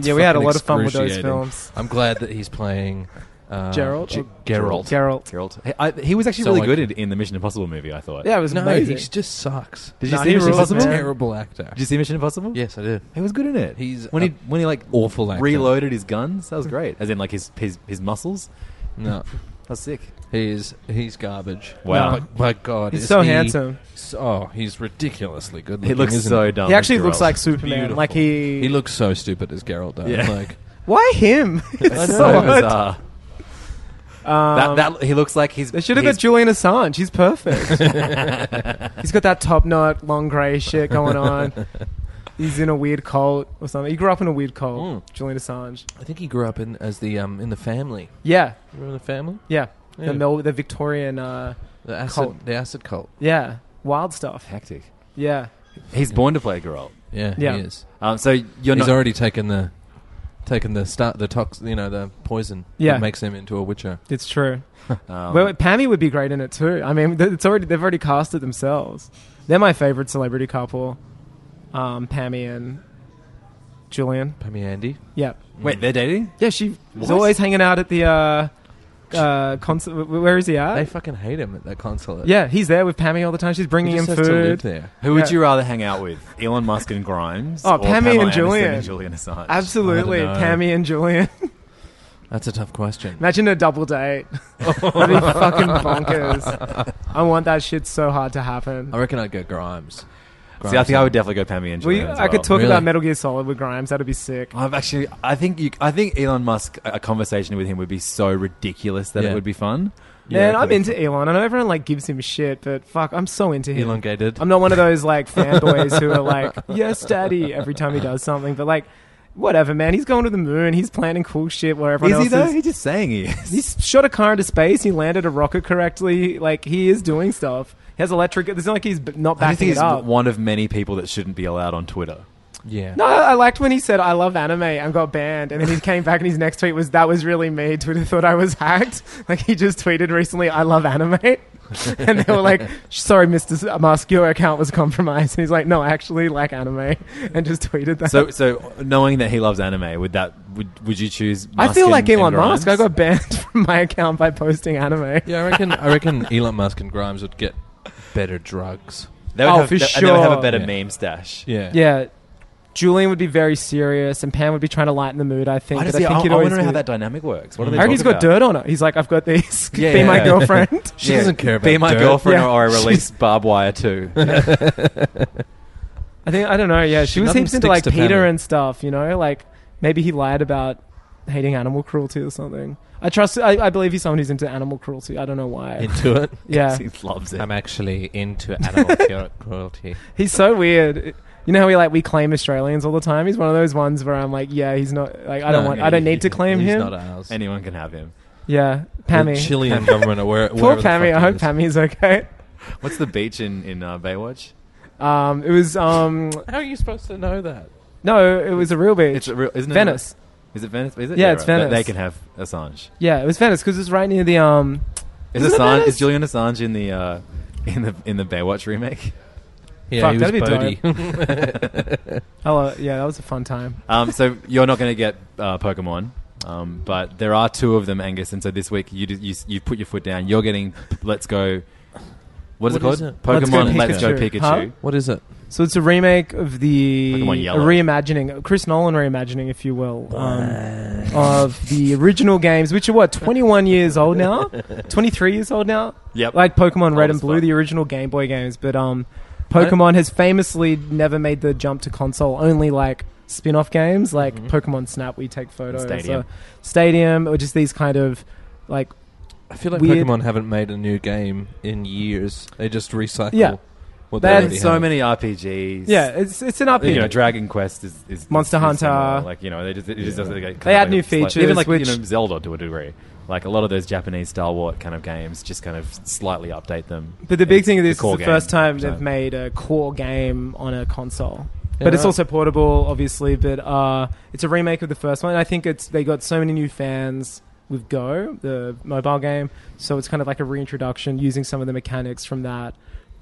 Speaker 7: It's
Speaker 6: yeah, we had a
Speaker 7: fucking
Speaker 6: lot of fun with those
Speaker 7: excruciating.
Speaker 6: films.
Speaker 7: I'm glad that he's playing uh,
Speaker 6: Geralt
Speaker 7: G-
Speaker 6: or-
Speaker 7: Geralt.
Speaker 6: Geralt.
Speaker 5: Geralt. He, I, he was actually
Speaker 7: So,
Speaker 5: really
Speaker 7: like-
Speaker 5: good in, in the Mission Impossible movie. I thought.
Speaker 6: Yeah, it was
Speaker 7: no,
Speaker 6: amazing.
Speaker 7: he just sucks.
Speaker 5: Did you
Speaker 6: Nah,
Speaker 5: see
Speaker 6: he
Speaker 5: Mission
Speaker 6: rules,
Speaker 5: Impossible?
Speaker 6: man.
Speaker 7: Terrible actor.
Speaker 5: Did you see Mission Impossible?
Speaker 7: Yes, I did.
Speaker 5: He was good in it.
Speaker 7: He's
Speaker 5: when
Speaker 7: a
Speaker 5: he when he like
Speaker 7: awful actor.
Speaker 5: reloaded his guns. That was great. As in like his his, his muscles.
Speaker 7: No,
Speaker 5: That's sick.
Speaker 7: he's he's garbage.
Speaker 5: Wow.
Speaker 7: my, my God,
Speaker 6: He's
Speaker 7: is
Speaker 6: so
Speaker 7: he-
Speaker 6: handsome.
Speaker 7: so- oh, he's ridiculously good.
Speaker 5: He looks
Speaker 7: isn't
Speaker 5: so dumb.
Speaker 6: He actually
Speaker 5: Geralt.
Speaker 6: looks like Superman.
Speaker 7: Oh, Beautiful.
Speaker 6: Like he,
Speaker 7: He looks so stupid as Geralt. Though.
Speaker 5: Yeah.
Speaker 7: Like
Speaker 6: Why him?
Speaker 5: That's
Speaker 6: It's
Speaker 5: so
Speaker 6: so hard.
Speaker 5: bizarre.
Speaker 6: Um,
Speaker 5: that, that he looks like he's.
Speaker 6: They should have
Speaker 5: he's-
Speaker 6: got Julian Assange. He's perfect. He's got that top knot, long grey shit going on. He's in a weird cult or something. He grew up in a weird cult. Julian Assange.
Speaker 7: I think he grew up in as the um in the family.
Speaker 6: Yeah,
Speaker 7: Remember the family?
Speaker 6: yeah.
Speaker 7: Yeah.
Speaker 6: The Mel- the Victorian. Uh,
Speaker 7: The acid,
Speaker 6: Cult.
Speaker 7: the acid cult.
Speaker 6: yeah, wild stuff.
Speaker 5: hectic.
Speaker 6: Yeah,
Speaker 5: He's born to play Geralt.
Speaker 7: Yeah,
Speaker 6: Yeah.
Speaker 7: he is.
Speaker 5: Um, so you're
Speaker 7: He's
Speaker 5: not.
Speaker 7: already taken the taken the start the tox you know the poison
Speaker 6: Yeah.
Speaker 7: that makes him into a witcher.
Speaker 6: it's true.
Speaker 5: um,
Speaker 6: well, Pammy would be great in it too. I mean, th- it's already they've already cast it themselves. They're my favorite celebrity couple, um, Pammy and Julian.
Speaker 7: Pammy Andy.
Speaker 6: Yeah.
Speaker 5: wait, they're dating.
Speaker 6: Yeah, she was
Speaker 5: What?
Speaker 6: always hanging out at the uh, uh, concert. wh- Where is he at?
Speaker 7: They fucking hate him at that consulate.
Speaker 6: yeah, he's there with Pammy all the time. She's
Speaker 7: he
Speaker 6: bringing him
Speaker 7: just has to
Speaker 6: food.
Speaker 7: live there.
Speaker 5: Who would
Speaker 6: Yeah.
Speaker 5: you rather hang out with, Elon Musk and Grimes?
Speaker 6: Oh,
Speaker 5: or
Speaker 6: Pammy and
Speaker 5: Pamela Anderson
Speaker 6: Julian.
Speaker 5: and Julian Assange.
Speaker 6: Absolutely,
Speaker 7: I don't know.
Speaker 6: Pammy and Julian.
Speaker 7: That's a tough question.
Speaker 6: Imagine a double date. That'd be fucking bonkers. I want that shit so hard to happen.
Speaker 7: I reckon I'd go Grimes. uh,
Speaker 5: See, I think I would definitely go Pammy and
Speaker 6: We,
Speaker 5: Julian. as
Speaker 6: I could
Speaker 5: well.
Speaker 6: talk
Speaker 7: Really?
Speaker 6: about Metal Gear Solid with Grimes. That'd be sick.
Speaker 5: I've actually, I think you, I think Elon Musk, a a conversation with him would be so ridiculous that
Speaker 7: Yeah.
Speaker 5: it would be fun.
Speaker 6: Man,
Speaker 7: Yeah,
Speaker 6: I'm
Speaker 7: but-
Speaker 6: into Elon. I know everyone like gives him shit, but fuck, I'm so into him.
Speaker 7: elongated.
Speaker 6: I'm not one of those like fanboys who are like, yes, daddy, every time he does something. But like, whatever, man. He's going to the moon. He's planning cool shit where everyone
Speaker 5: Is
Speaker 6: else
Speaker 5: he though?
Speaker 6: is.
Speaker 5: He's just saying he is.
Speaker 6: He's shot a car into space. He landed a rocket correctly. Like he is doing stuff. He has electric. It's not like he's b- not
Speaker 5: I just
Speaker 6: backing
Speaker 5: think
Speaker 6: it
Speaker 5: he's
Speaker 6: up.
Speaker 5: one of many people that shouldn't be allowed on Twitter.
Speaker 7: yeah.
Speaker 6: no, I I liked when he said, "I love anime," and got banned. And then he came back, and his next tweet was, "That was really me." Twitter thought I was hacked. Like he just tweeted recently, "I love anime," and they were like, "Sorry, Mister uh, Musk, your account was compromised." And he's like, "No, I actually like anime," and just tweeted that.
Speaker 5: So, so knowing that he loves anime, would that would would you choose? Musk
Speaker 6: I feel
Speaker 5: and-
Speaker 6: like
Speaker 5: and
Speaker 6: Elon
Speaker 5: Grimes?
Speaker 6: Musk. I got banned from my account by posting anime.
Speaker 7: Yeah, I reckon I reckon Elon Musk and Grimes would get better drugs.
Speaker 5: They would
Speaker 6: Oh,
Speaker 5: have,
Speaker 6: for
Speaker 5: they, and they would have a
Speaker 6: sure.
Speaker 5: better
Speaker 7: Yeah.
Speaker 5: meme stash.
Speaker 7: Yeah.
Speaker 6: Yeah. Julian would be very serious, and Pam would be trying to lighten the mood. I think.
Speaker 5: I
Speaker 6: but
Speaker 5: just- yeah,
Speaker 6: think
Speaker 5: I-
Speaker 6: he'd
Speaker 5: I
Speaker 6: always
Speaker 5: wonder how
Speaker 6: be-
Speaker 5: that dynamic works. What are they
Speaker 6: I reckon he's
Speaker 5: talking
Speaker 6: got
Speaker 5: about?
Speaker 6: dirt on it. He's like, I've got these.
Speaker 5: Yeah,
Speaker 6: be
Speaker 5: yeah,
Speaker 6: my
Speaker 5: yeah.
Speaker 6: girlfriend.
Speaker 5: Yeah. Be my girlfriend or I release barbed wire too.
Speaker 6: I think I don't know. Yeah, she,
Speaker 5: She-
Speaker 6: was
Speaker 5: nothing
Speaker 6: heaps into like
Speaker 5: sticks to
Speaker 6: Peter
Speaker 5: family.
Speaker 6: and stuff. You know, like maybe he lied about hating animal cruelty or something. I trust. I, I believe he's someone who's into animal cruelty. I don't know why.
Speaker 7: Into it?
Speaker 6: yeah,
Speaker 5: loves it.
Speaker 7: I'm actually into animal cru- cruelty.
Speaker 6: he's so weird. You know how we like we claim Australians all the time. He's one of those ones where I'm like, yeah, he's not. Like I don't
Speaker 7: No,
Speaker 6: want.
Speaker 7: yeah,
Speaker 6: I don't
Speaker 7: he-
Speaker 6: need to claim
Speaker 7: he's
Speaker 6: him.
Speaker 7: not ours.
Speaker 5: Anyone can have him.
Speaker 6: yeah, Pammy.
Speaker 7: The Chilean government or where-
Speaker 6: Poor
Speaker 7: wherever the
Speaker 6: Pammy.
Speaker 7: fuck
Speaker 6: I
Speaker 7: he
Speaker 6: hope
Speaker 7: is.
Speaker 6: Pammy is okay.
Speaker 5: What's the beach in in uh, Baywatch?
Speaker 6: Um, it was um,
Speaker 7: How are you supposed to know that?
Speaker 6: no, it was a real beach.
Speaker 5: It's a real, isn't it?
Speaker 6: Venice.
Speaker 5: Is it Venice? Is it?
Speaker 6: Yeah, it's
Speaker 5: They-
Speaker 6: Venice.
Speaker 5: They can have Assange.
Speaker 6: Yeah, it was Venice because it's right near the um.
Speaker 5: Is
Speaker 6: Isn't it
Speaker 5: Assange?
Speaker 6: Venice?
Speaker 5: Is Julian Assange in the uh, in the in the Baywatch remake?
Speaker 7: Yeah,
Speaker 6: Fuck,
Speaker 7: he was
Speaker 6: that'd be
Speaker 7: Bodhi.
Speaker 6: dope. Hello, yeah, that was a fun time.
Speaker 5: Um, so you're not going to get uh, Pokemon, um, but there are two of them, Angus. And so this week you did, you you put your foot down. You're getting Let's Go. What is it
Speaker 7: What
Speaker 5: called?
Speaker 7: is it?
Speaker 6: Let's Go
Speaker 5: Pokemon Let's Go Pikachu.
Speaker 6: Pikachu. Huh?
Speaker 7: What is it?
Speaker 6: So it's a remake of the
Speaker 5: Pokemon
Speaker 6: a
Speaker 5: Yellow.
Speaker 6: reimagining, Chris Nolan reimagining, if you will, um, of the original games, which are what 21 years old now, 23 years old now.
Speaker 5: Yep.
Speaker 6: like Pokemon
Speaker 5: Old
Speaker 6: Red and
Speaker 5: as
Speaker 6: Blue,
Speaker 5: fuck.
Speaker 6: the original Game Boy games. But um, Pokemon has famously never made the jump to console. Only like spin-off games, like Pokemon Snap, we take photos,
Speaker 5: Mm-hmm. Stadium.
Speaker 6: or Stadium, or just these kind of like
Speaker 7: I feel like
Speaker 6: Weird.
Speaker 7: Pokemon haven't made a new game in years. They just recycle.
Speaker 6: Yeah.
Speaker 7: What
Speaker 6: They
Speaker 7: they
Speaker 6: had
Speaker 7: already
Speaker 5: so
Speaker 7: have.
Speaker 5: many RPGs.
Speaker 6: yeah, it's it's an upbeat.
Speaker 5: You know, Dragon Quest is, is
Speaker 6: Monster
Speaker 5: is
Speaker 6: Hunter.
Speaker 5: similar. Like you know, they just, it just doesn't get-
Speaker 6: They add
Speaker 5: like,
Speaker 6: new
Speaker 5: slight-
Speaker 6: features,
Speaker 5: even like
Speaker 6: which-
Speaker 5: you know, Zelda to a degree. Like a lot of those Japanese Star Wars kind of games, just kind of slightly update them.
Speaker 6: But the big thing of this
Speaker 5: core
Speaker 6: is the
Speaker 5: game.
Speaker 6: first time
Speaker 5: So-
Speaker 6: they've made a core game on a console.
Speaker 7: Yeah,
Speaker 6: But it's
Speaker 7: right.
Speaker 6: also portable, obviously. But uh, it's a remake of the first one. I think it's they got so many new fans with Go, the mobile game. So it's kind of like a reintroduction using some of the mechanics from that.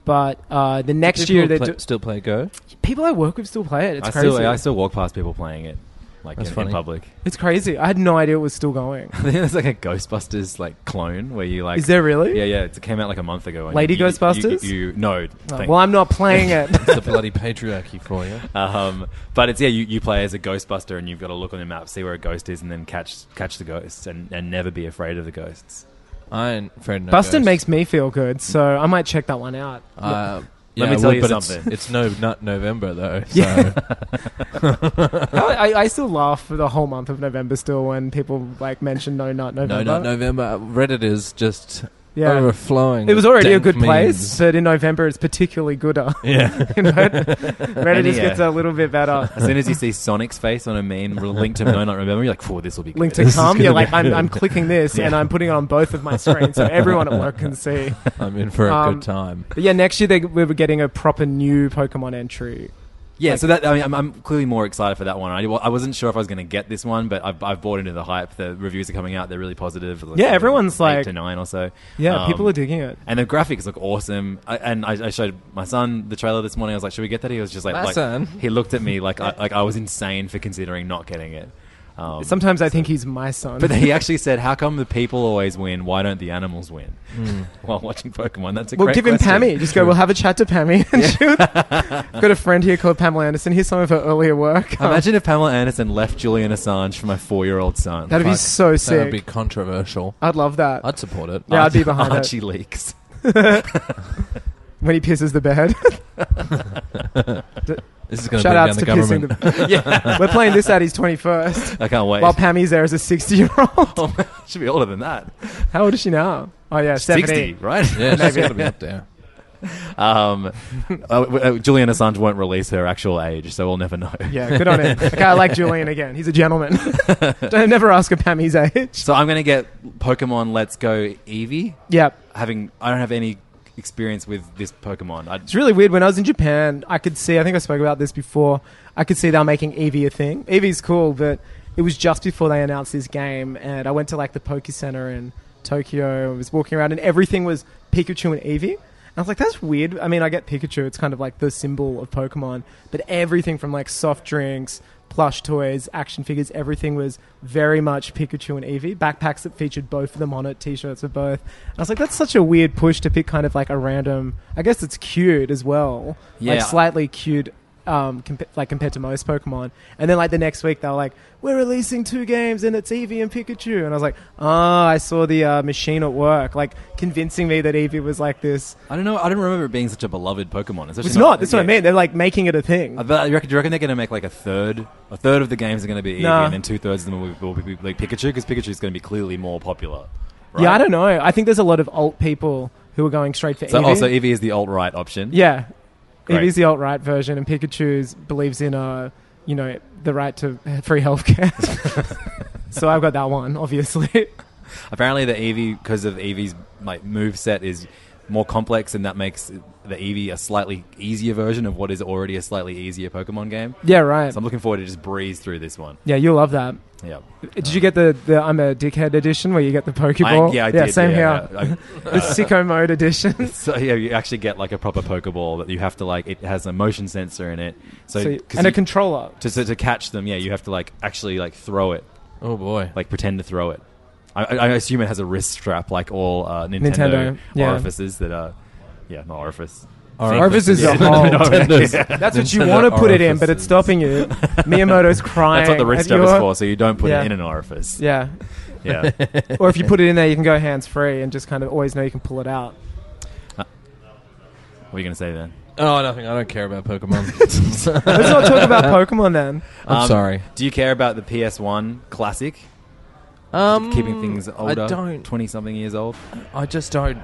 Speaker 6: But uh, the next
Speaker 7: People
Speaker 6: year, they
Speaker 7: pla-
Speaker 6: do,
Speaker 7: still play Go.
Speaker 6: people I work with still play it. It's
Speaker 5: I
Speaker 6: crazy.
Speaker 5: still I still walk past people playing it, like in,
Speaker 7: That's
Speaker 5: in
Speaker 7: funny.
Speaker 5: public.
Speaker 6: it's crazy. I had no idea it was still going.
Speaker 5: I think there's like a Ghostbusters like clone where you like.
Speaker 6: Is there really?
Speaker 5: Yeah, yeah. It came out like a month ago. and
Speaker 6: Lady
Speaker 5: you- you-
Speaker 6: Ghostbusters?
Speaker 5: You, you- no.
Speaker 6: Oh,
Speaker 5: thank-
Speaker 6: well, I'm not playing it.
Speaker 7: It's the bloody patriarchy for you.
Speaker 5: um, but it's yeah, you, you play as a Ghostbuster and you've got to look on the map, see where a ghost is, and then catch catch the ghosts and, and never be afraid of the ghosts.
Speaker 7: I ain't afraid of no
Speaker 6: Bustin
Speaker 7: ghosts.
Speaker 6: makes me feel good, so I might check that one out.
Speaker 7: Uh,
Speaker 5: Let
Speaker 7: yeah,
Speaker 5: me
Speaker 7: I
Speaker 5: tell
Speaker 7: would,
Speaker 5: you
Speaker 7: but it's-
Speaker 5: something.
Speaker 7: It's, no nut November though. So.
Speaker 6: Yeah. I, I still laugh for the whole month of November still when people like mention no not
Speaker 7: no
Speaker 6: November.
Speaker 7: nut November. Uh, Reddit is just
Speaker 6: Yeah.
Speaker 7: overflowing.
Speaker 6: It was
Speaker 7: with
Speaker 6: already a
Speaker 7: dank
Speaker 6: good place,
Speaker 7: memes.
Speaker 6: but in November it's particularly gooder.
Speaker 7: Yeah.
Speaker 6: You know, Reddit just
Speaker 5: yeah.
Speaker 6: gets a little bit better.
Speaker 5: As soon as you see Sonic's face on a meme linked to No Not Remember, you're like, "Oh, this will be good."
Speaker 6: Link to
Speaker 5: This is
Speaker 6: come,
Speaker 5: gonna
Speaker 6: you're
Speaker 5: be
Speaker 6: like, I'm,
Speaker 5: good."
Speaker 6: I'm clicking this and I'm putting it on both of my screens so everyone at work can see.
Speaker 7: I'm in for a
Speaker 6: Um,
Speaker 7: good time.
Speaker 6: But yeah, next year they, we were getting a proper new Pokemon entry.
Speaker 5: Yeah,
Speaker 6: Like-
Speaker 5: so that I mean, I'm, I'm clearly more excited for that one. I, well, I wasn't sure if I was going to get this one, but I've, I've bought into the hype. The reviews are coming out; they're really positive. Like,
Speaker 6: Yeah, everyone's
Speaker 5: eight
Speaker 6: like-
Speaker 5: to nine or so.
Speaker 6: Yeah,
Speaker 5: Um,
Speaker 6: people are digging it.
Speaker 5: and the graphics look awesome. I, and I, I showed my son the trailer this morning. I was like, "Should we get that?" He was just like,
Speaker 7: My
Speaker 5: like
Speaker 7: son.
Speaker 5: he looked at me like I, like I was insane for considering not getting it. Um,
Speaker 6: Sometimes I think he's my son.
Speaker 5: but he actually said, "How come the people always win? Why don't the animals win?" While watching Pokemon, that's a
Speaker 6: Hmm. Well,
Speaker 5: great
Speaker 6: give him
Speaker 5: question.
Speaker 6: Pammy. Just go. We'll have a chat to Pammy. And shoot. I've got a friend here called Pamela Anderson. Here's some of her earlier work. Um,
Speaker 5: Imagine if Pamela Anderson left Julian Assange for my four-year-old son.
Speaker 6: that'd be
Speaker 7: Fuck,
Speaker 6: so
Speaker 7: That would
Speaker 6: sick.
Speaker 7: be controversial.
Speaker 6: I'd love that.
Speaker 7: I'd support it.
Speaker 6: yeah, I'd be behind it
Speaker 5: Archie leaks.
Speaker 6: when he pisses the bed.
Speaker 7: This is
Speaker 6: Shout
Speaker 7: going to bring down
Speaker 6: outs
Speaker 7: the
Speaker 6: to pissing
Speaker 7: government.
Speaker 6: the. We're playing this at his twenty first.
Speaker 5: I can't wait.
Speaker 6: While Pammy's there as a sixty year old.
Speaker 5: Should be older than that.
Speaker 6: How old is she now? Oh yeah,
Speaker 5: 60,
Speaker 6: seventy.
Speaker 5: right?
Speaker 7: yeah, it's got to be up there.
Speaker 5: Um, uh, w- uh, Julian Assange won't release her actual age, so we'll never know.
Speaker 6: Yeah, good on him. Okay, I like Julian again. He's a gentleman. Don't never ask a Pammy's age.
Speaker 5: So I'm going to get Pokemon Let's Go Eevee.
Speaker 6: Yep.
Speaker 5: Having I don't have any experience with this Pokemon. I,
Speaker 6: It's really weird. When I was in Japan, I could see, I think I spoke about this before, I could see they were making Eevee a thing. Eevee's cool, but it was just before they announced this game, and I went to like the Poke Center in Tokyo and was walking around, and everything was Pikachu and Eevee. And I was like, that's weird. I mean, I get Pikachu, it's kind of like the symbol of Pokemon, but everything from like soft drinks, plush toys, action figures, everything was very much Pikachu and Eevee. Backpacks that featured both of them on it, t shirts of both. And I was like, that's such a weird push to pick kind of like a random, I guess it's cute as well.
Speaker 5: Yeah.
Speaker 6: Like slightly cute um, comp- like compared to most Pokemon. And then like the next week they're like, we're releasing two games and it's Eevee and Pikachu. And I was like, ah, I saw the uh, machine at work, like convincing me that Eevee was like this.
Speaker 5: I don't know. I don't remember it being such a beloved Pokemon.
Speaker 6: It's not. That's what I mean. They're like making it a thing.
Speaker 5: I bet- you reckon, do you reckon they're going to make like a third? A third of the games are going to be Eevee,
Speaker 6: Nah.
Speaker 5: and then two thirds of them will be, will be like Pikachu because Pikachu is going to be clearly more popular. Right?
Speaker 6: Yeah, I don't know. I think there's a lot of alt people who are going straight for
Speaker 5: So
Speaker 6: Eevee.
Speaker 5: also Eevee is the alt right option.
Speaker 6: Yeah.
Speaker 5: Great.
Speaker 6: Eevee's the alt right version, and Pikachu's believes in, uh, you know, the right to free healthcare. so I've got that one, obviously.
Speaker 5: Apparently, the Eevee because of Eevee's like move set is more complex, and that makes the Eevee a slightly easier version of what is already a slightly easier Pokemon game.
Speaker 6: Yeah, right.
Speaker 5: So I'm looking forward to just breeze through this one.
Speaker 6: yeah, you'll love that.
Speaker 5: Yeah.
Speaker 6: Did you get the, the I'm a dickhead edition where you get the Pokeball?
Speaker 5: I, yeah, I
Speaker 6: yeah,
Speaker 5: did.
Speaker 6: same
Speaker 5: yeah,
Speaker 6: here.
Speaker 5: yeah. I- uh,
Speaker 6: the sicko mode edition.
Speaker 5: So yeah, you actually get like a proper Pokeball that you have to like. It has a motion sensor in it, so,
Speaker 6: So you-
Speaker 5: 'cause
Speaker 6: and a
Speaker 5: you-
Speaker 6: controller.
Speaker 5: to, so to catch them. Yeah, you have to like actually like throw it.
Speaker 7: Oh boy!
Speaker 5: Like pretend to throw it. I, I I assume it has a wrist strap like all uh, Nintendo,
Speaker 6: Nintendo, yeah.
Speaker 5: orifices that are. Yeah, not orifice.
Speaker 6: Orifice is a
Speaker 5: Yeah.
Speaker 6: whole.
Speaker 5: No, yeah.
Speaker 6: That's what you want to put it in, but it's stopping you. Miyamoto's crying.
Speaker 5: That's what the wrist
Speaker 6: at
Speaker 5: strap is
Speaker 6: your-
Speaker 5: for, so you don't put
Speaker 6: Yeah.
Speaker 5: it in an orifice.
Speaker 6: Yeah.
Speaker 5: Yeah.
Speaker 6: or if you put it in there, you can go hands free and just kind of always know you can pull it out.
Speaker 5: What are you going to say then?
Speaker 7: Oh, nothing. I don't care about Pokemon. Um,
Speaker 6: Let's not talk about Pokemon then.
Speaker 7: I'm sorry.
Speaker 5: Do you care about the PS1 classic?
Speaker 7: Um,
Speaker 5: Keeping things older.
Speaker 7: I don't.
Speaker 5: 20 something years old.
Speaker 7: I just don't.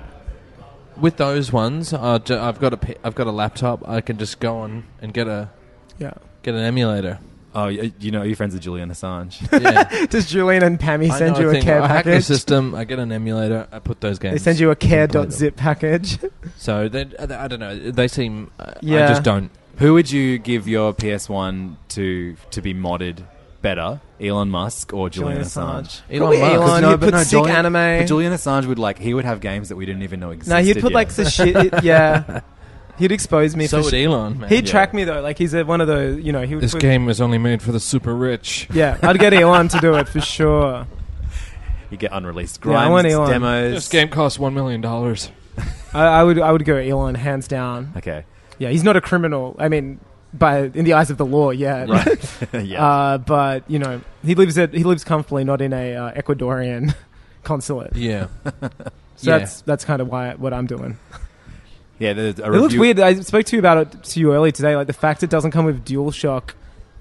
Speaker 7: With those ones, I ju- I've got a pe- I've got a laptop. I can just go on and get a
Speaker 6: Yeah.
Speaker 7: get an emulator.
Speaker 5: Oh, you, you know, your friends are Julian Assange.
Speaker 7: Yeah.
Speaker 6: Does Julian and Pammy
Speaker 7: I
Speaker 6: send
Speaker 7: know a
Speaker 6: you a
Speaker 7: thing.
Speaker 6: care
Speaker 7: I hack the
Speaker 6: package?
Speaker 7: system. I get an emulator. I put those games.
Speaker 6: They send you a
Speaker 7: and play them.
Speaker 6: care.zip package.
Speaker 7: So they, I don't know. They seem. I-
Speaker 6: Yeah.
Speaker 7: I just don't.
Speaker 5: Who would you give your PS1 to to be modded better, Elon Musk or Julian,
Speaker 6: Julian
Speaker 5: Assange?
Speaker 6: Assange. Probably Elon,
Speaker 5: 'Cause
Speaker 6: he'd put sick anime.
Speaker 5: But Julian Assange would like he would have games that we didn't even know
Speaker 6: No,
Speaker 5: existed.
Speaker 6: he'd put
Speaker 5: yet.
Speaker 6: like the shit. Yeah. He'd expose me.
Speaker 7: So
Speaker 6: for
Speaker 7: would
Speaker 6: shi-
Speaker 7: Elon, man.
Speaker 6: He'd
Speaker 7: Yeah.
Speaker 6: track me though. Like he's a, one of those. You know, he would.
Speaker 7: This
Speaker 6: put-
Speaker 7: game is only made for the super rich.
Speaker 6: Yeah, I'd get Elon to do it for sure.
Speaker 5: you get unreleased
Speaker 6: Yeah, I want
Speaker 5: grinds,
Speaker 6: Elon.
Speaker 5: demos.
Speaker 7: This game costs one million dollars.
Speaker 6: I, I would. I would go Elon hands down.
Speaker 5: Okay,
Speaker 6: Yeah, he's not a criminal. I mean, by in the eyes of the law, yeah.
Speaker 5: right, yeah.
Speaker 6: Uh, but you know, he lives at he lives comfortably, not in a uh, Ecuadorian consulate.
Speaker 7: Yeah.
Speaker 6: So
Speaker 7: Yeah.
Speaker 6: that's that's kind of why what I'm doing.
Speaker 5: yeah, there's a
Speaker 6: It looks
Speaker 5: review-
Speaker 6: weird. I spoke to you about it to you earlier today. Like the fact it doesn't come with DualShock,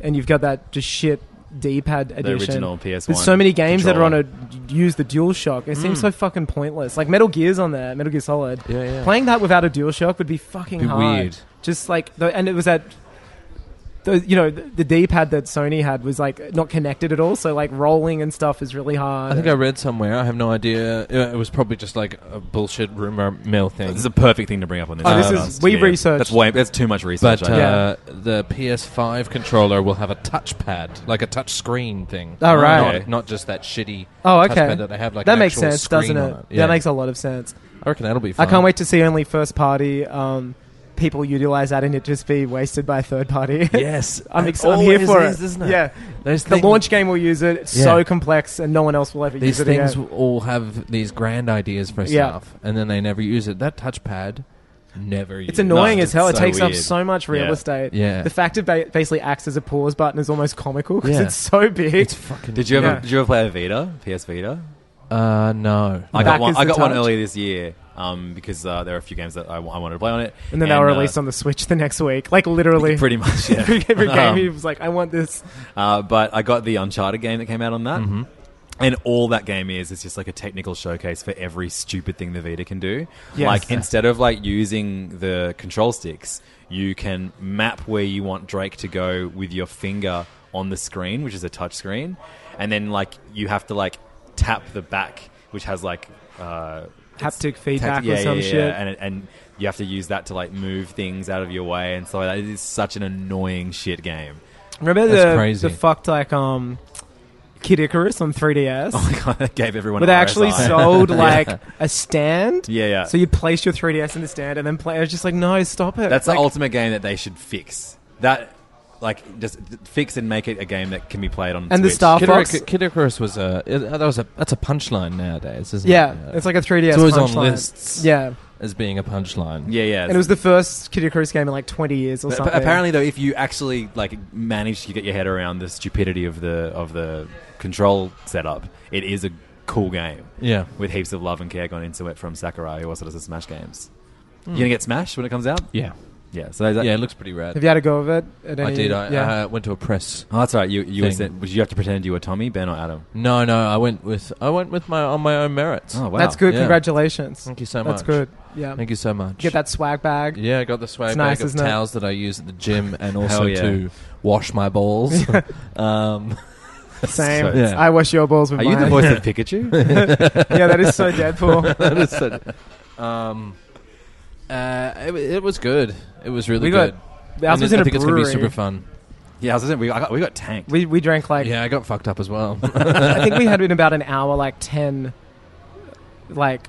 Speaker 6: and you've got that just shit D-pad
Speaker 5: The
Speaker 6: edition.
Speaker 5: original PS1.
Speaker 6: There's so many games that
Speaker 5: controller.
Speaker 6: are on a use the DualShock. It seems so fucking pointless. Like Metal Gear's on there, Metal Gear Solid.
Speaker 7: Mm. Yeah, yeah.
Speaker 6: Playing that without a DualShock would be fucking
Speaker 7: Be
Speaker 6: hard.
Speaker 7: weird.
Speaker 6: Just like, the, and it was that. The, you know the, the D-pad that Sony had was like not connected at all, so like rolling and stuff is really hard.
Speaker 7: I think I read somewhere. I have no idea. uh, It was probably just like a bullshit rumor mill thing.
Speaker 5: This is a perfect thing to bring up on this.
Speaker 6: Oh, this
Speaker 5: podcast.
Speaker 6: is- we researched-
Speaker 5: That's way. That's too much research.
Speaker 7: But
Speaker 5: I think.
Speaker 7: uh, the PS5 controller will have a touchpad, like a touch screen thing.
Speaker 6: Oh, right.
Speaker 7: Not, not just that shitty
Speaker 6: oh okay,
Speaker 7: touchpad that they have. Like
Speaker 6: that
Speaker 7: an
Speaker 6: makes
Speaker 7: actual
Speaker 6: sense,
Speaker 7: screen
Speaker 6: doesn't
Speaker 7: on
Speaker 6: it? That makes a lot of sense.
Speaker 7: I reckon that'll be
Speaker 6: I
Speaker 7: fun.
Speaker 6: can't wait to see only first party um, people utilize that and it just be wasted by third party.
Speaker 7: Yes.
Speaker 6: I'm,
Speaker 7: It
Speaker 6: ex- I'm here
Speaker 7: always
Speaker 6: for
Speaker 7: is,
Speaker 6: it.
Speaker 7: isn't it?
Speaker 6: Yeah,
Speaker 7: Those
Speaker 6: the
Speaker 7: thing-
Speaker 6: launch game will use it. It's
Speaker 7: Yeah.
Speaker 6: so complex and no one else will ever use
Speaker 7: These
Speaker 6: it
Speaker 7: things
Speaker 6: again.
Speaker 7: will all have these grand ideas for
Speaker 6: Yeah.
Speaker 7: stuff, and then they never use it. That touchpad, never used.
Speaker 6: It's annoying
Speaker 5: No,
Speaker 6: as hell.
Speaker 5: it's
Speaker 6: it
Speaker 5: so
Speaker 6: takes up
Speaker 5: weird.
Speaker 6: so much real
Speaker 5: Yeah.
Speaker 6: estate.
Speaker 7: Yeah.
Speaker 6: The fact it ba- basically acts as a pause button is almost comical because
Speaker 7: Yeah.
Speaker 6: it's so big.
Speaker 7: It's fucking.
Speaker 5: did you ever
Speaker 6: Yeah.
Speaker 5: did you ever play a Vita PS Vita?
Speaker 7: Uh, no.
Speaker 5: I
Speaker 6: Back
Speaker 5: got one.
Speaker 6: is
Speaker 5: I
Speaker 6: the
Speaker 5: got one
Speaker 6: touch.
Speaker 5: earlier this year um, because uh, there are a few games that I, wa- I wanted to play on it,
Speaker 6: and then they were
Speaker 5: uh,
Speaker 6: released on the Switch the next week. Like literally.
Speaker 5: pretty much. Yeah.
Speaker 6: every, every game
Speaker 5: Um,
Speaker 6: he was like, I want this.
Speaker 5: Uh, but I got the Uncharted game that came out on that.
Speaker 6: Mm-hmm.
Speaker 5: And all that game is is just like a technical showcase for every stupid thing the Vita can do.
Speaker 6: Yes.
Speaker 5: Like instead of like using the control sticks, you can map where you want Drake to go with your finger on the screen, which is a touch screen, and then like you have to like tap the back, which has like uh,
Speaker 6: Haptic
Speaker 5: Tact-
Speaker 6: feedback
Speaker 5: yeah,
Speaker 6: or some
Speaker 5: yeah,
Speaker 6: shit.
Speaker 5: Yeah. And, it- and you have to use that to like move things out of your way and so that is such an annoying shit game.
Speaker 6: Remember
Speaker 7: That's
Speaker 6: the
Speaker 7: crazy.
Speaker 6: the fucked like um Kid Icarus on 3DS?
Speaker 5: Oh my god, that gave everyone.
Speaker 6: where they actually
Speaker 5: RSI.
Speaker 6: sold
Speaker 5: Yeah.
Speaker 6: like a stand.
Speaker 5: Yeah, yeah.
Speaker 6: So you place your 3DS in the stand and then play. I was just like, no, stop it.
Speaker 5: That's
Speaker 6: like,
Speaker 5: the ultimate game that they should fix. That like just fix and make it a game that can be played on.
Speaker 6: And the
Speaker 5: Switch.
Speaker 6: Star
Speaker 7: Kid,
Speaker 6: Fox.
Speaker 7: Icar- Kid Icarus was a it- uh, that was a that's a punchline nowadays, isn't
Speaker 6: yeah,
Speaker 7: it?
Speaker 6: it's like a 3DS.
Speaker 7: It's always on
Speaker 6: punchline.
Speaker 7: lists.
Speaker 6: Yeah,
Speaker 7: as being a punchline.
Speaker 5: Yeah, yeah.
Speaker 6: And it was the first Kid Icarus game in like 20 years or
Speaker 5: But- but
Speaker 6: something.
Speaker 5: apparently, though, if you actually like manage to get your head around the stupidity of the of the control setup, it is a cool game.
Speaker 7: Yeah.
Speaker 5: with heaps of love and care gone into it from Sakurai, who also does the Smash games.
Speaker 7: Hmm.
Speaker 5: You gonna get Smash when it comes out?
Speaker 7: Yeah.
Speaker 5: yeah. So that,
Speaker 7: Yeah, it looks pretty rad.
Speaker 6: Have you had a go of it? At any,
Speaker 7: I did. I,
Speaker 6: yeah.
Speaker 7: I went to a press.
Speaker 5: Oh, that's right. You you were
Speaker 7: Thing.
Speaker 5: sent- would you have to pretend you were Tommy, Ben, or Adam?
Speaker 7: No, no, I went with I went with my on my own merits.
Speaker 5: Oh, wow.
Speaker 6: That's good.
Speaker 7: Yeah.
Speaker 6: Congratulations.
Speaker 7: Thank you so
Speaker 6: That's
Speaker 7: much.
Speaker 6: good. Yeah.
Speaker 7: Thank you so much.
Speaker 6: Get that swag bag.
Speaker 7: Yeah, I got the swag
Speaker 6: It's
Speaker 7: bag
Speaker 6: nice,
Speaker 7: of
Speaker 6: isn't it?
Speaker 7: towels that I use at the gym and
Speaker 5: Hell
Speaker 7: also
Speaker 5: yeah.
Speaker 7: to wash my balls. um,
Speaker 6: Same.
Speaker 7: so- Yeah.
Speaker 6: I wash your balls with
Speaker 5: Are you the
Speaker 6: mine.
Speaker 5: voice of Pikachu?
Speaker 6: yeah, that is so Deadpool.
Speaker 7: That is so- um, uh, it, wa- it was good. It was really
Speaker 6: We got-
Speaker 7: good.
Speaker 6: ours
Speaker 7: And
Speaker 6: was
Speaker 7: it-
Speaker 6: in
Speaker 7: I
Speaker 6: a
Speaker 7: think it's gonna be
Speaker 6: brewery.
Speaker 7: super fun.
Speaker 5: Yeah, I was saying, we, I got, we got tanked.
Speaker 6: We, we drank like
Speaker 7: Yeah, I got fucked up as well.
Speaker 6: I think we had in about an hour like ten, like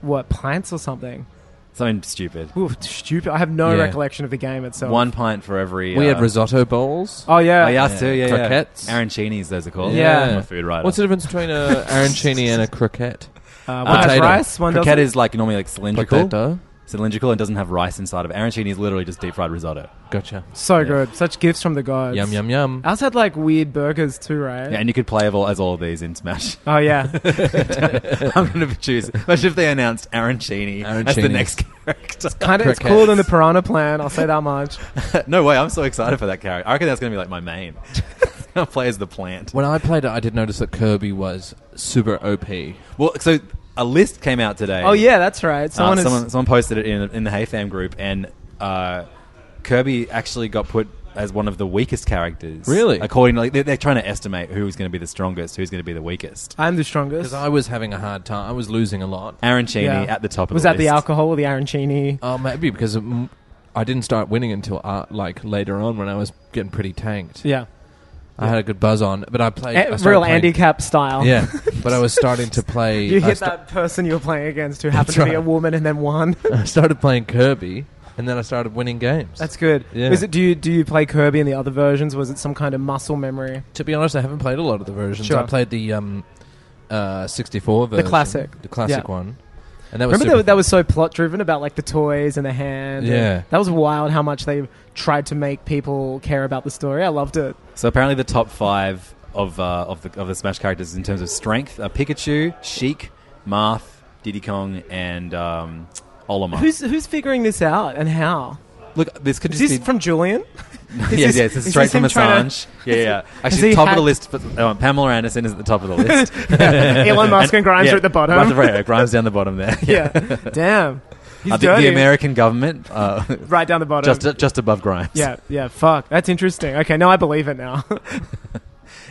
Speaker 6: what pints or something.
Speaker 5: Something stupid.
Speaker 6: We were stupid. I have no
Speaker 5: Yeah.
Speaker 6: recollection of the game itself.
Speaker 5: One pint for every.
Speaker 7: we
Speaker 5: uh,
Speaker 7: had risotto bowls.
Speaker 6: Oh yeah.
Speaker 5: Oh, yeah, us too. Yeah, yeah.
Speaker 7: Croquettes.
Speaker 5: Arancinis, those are called.
Speaker 6: Yeah.
Speaker 5: I'm a food writer.
Speaker 7: What's the difference between a arancini and a croquette?
Speaker 6: Uh,
Speaker 5: Uh,
Speaker 6: one has
Speaker 5: potato.
Speaker 6: rice. One
Speaker 5: Croquette
Speaker 6: doesn't.
Speaker 5: is like normally like cylindrical.
Speaker 7: Potato.
Speaker 5: Cylindrical and doesn't have rice inside of it. Arancini is literally just deep fried risotto.
Speaker 7: Gotcha.
Speaker 6: so good. Such gifts from the gods.
Speaker 7: Yum yum yum.
Speaker 6: Ours had like weird burgers too, right?
Speaker 5: Yeah, and you could play all, as all of these in Smash.
Speaker 6: Oh yeah.
Speaker 5: I'm going to choose. Imagine if they announced Arancini as the
Speaker 7: Arancini.
Speaker 5: next character.
Speaker 6: kind of. It's cooler than the Piranha Plan. I'll say that much.
Speaker 5: no way. I'm so excited for that character. I reckon that's going to be like my main. I'll play as the plant.
Speaker 7: When I played it, I did notice that Kirby was super OP.
Speaker 5: Well, so a list came out today.
Speaker 6: Oh yeah, that's right.
Speaker 5: Uh, Someone,
Speaker 6: Someone, is,
Speaker 5: someone, posted it in, in the HeyFam group, and uh, Kirby actually got put as one of the weakest characters.
Speaker 7: Really?
Speaker 5: According to, like, they're, they're trying to estimate who's going to be the strongest, who's going to be the weakest.
Speaker 6: I'm the
Speaker 7: Because
Speaker 6: strongest.
Speaker 7: I was having a hard time. I was losing a lot.
Speaker 5: Arancini
Speaker 6: Ah, Yeah.
Speaker 5: at the top of
Speaker 6: Was
Speaker 5: the
Speaker 6: that the
Speaker 5: list.
Speaker 6: alcohol or the arancini?
Speaker 7: Oh, maybe because um, I didn't start winning until uh, like later on when I was getting pretty tanked.
Speaker 6: Yeah.
Speaker 7: I had a good buzz on, but I played I
Speaker 6: A-
Speaker 7: started
Speaker 6: Eh, real
Speaker 7: playing-
Speaker 6: handicap style.
Speaker 7: Yeah, but I was starting to play.
Speaker 6: You
Speaker 7: I
Speaker 6: hit
Speaker 7: sta-
Speaker 6: that person you were playing against who happened to be
Speaker 7: right.
Speaker 6: a woman and then won.
Speaker 7: I started playing Kirby, and then I started winning games.
Speaker 6: That's good.
Speaker 7: Yeah.
Speaker 6: Is it? Do you do you play Kirby in the other versions? Was it some kind of muscle memory?
Speaker 7: to be honest, I haven't played a lot of the versions.
Speaker 6: Sure.
Speaker 7: I played the um, uh, 64 version,
Speaker 6: classic.
Speaker 7: the classic
Speaker 6: Yeah.
Speaker 7: one, and that was
Speaker 6: Remember
Speaker 7: super
Speaker 6: that, that
Speaker 7: fun.
Speaker 6: was so plot driven about like the toys and the hand.
Speaker 7: Yeah.
Speaker 6: that was wild. How much they tried to make people care about the story. I loved it.
Speaker 5: So apparently, the top five of uh, of the of the Smash characters in terms of strength are Pikachu, Sheik, Marth, Diddy Kong, and um, Olimar.
Speaker 6: Who's who's figuring this out and how?
Speaker 5: Look, this could
Speaker 6: Is
Speaker 5: just
Speaker 6: this
Speaker 5: be.
Speaker 6: from Julian? Is
Speaker 5: yeah,
Speaker 6: this-
Speaker 5: yeah, this is
Speaker 6: is
Speaker 5: straight
Speaker 6: this
Speaker 5: from
Speaker 6: him trying to-
Speaker 5: Assange. yeah, yeah.
Speaker 6: Is
Speaker 5: Actually,
Speaker 6: he
Speaker 5: top of
Speaker 6: hack-
Speaker 5: the list. For, um, Pamela Anderson is at the top of the list.
Speaker 6: Elon Musk and Grimes are at the bottom.
Speaker 5: Right, right, right. Grimes down the bottom there.
Speaker 6: yeah, damn. He's
Speaker 5: Uh, the,
Speaker 6: dirty.
Speaker 5: the American government, uh,
Speaker 6: right down the bottom.
Speaker 5: just just above Grimes.
Speaker 6: yeah, yeah. Fuck, that's interesting. Okay, now I believe it now.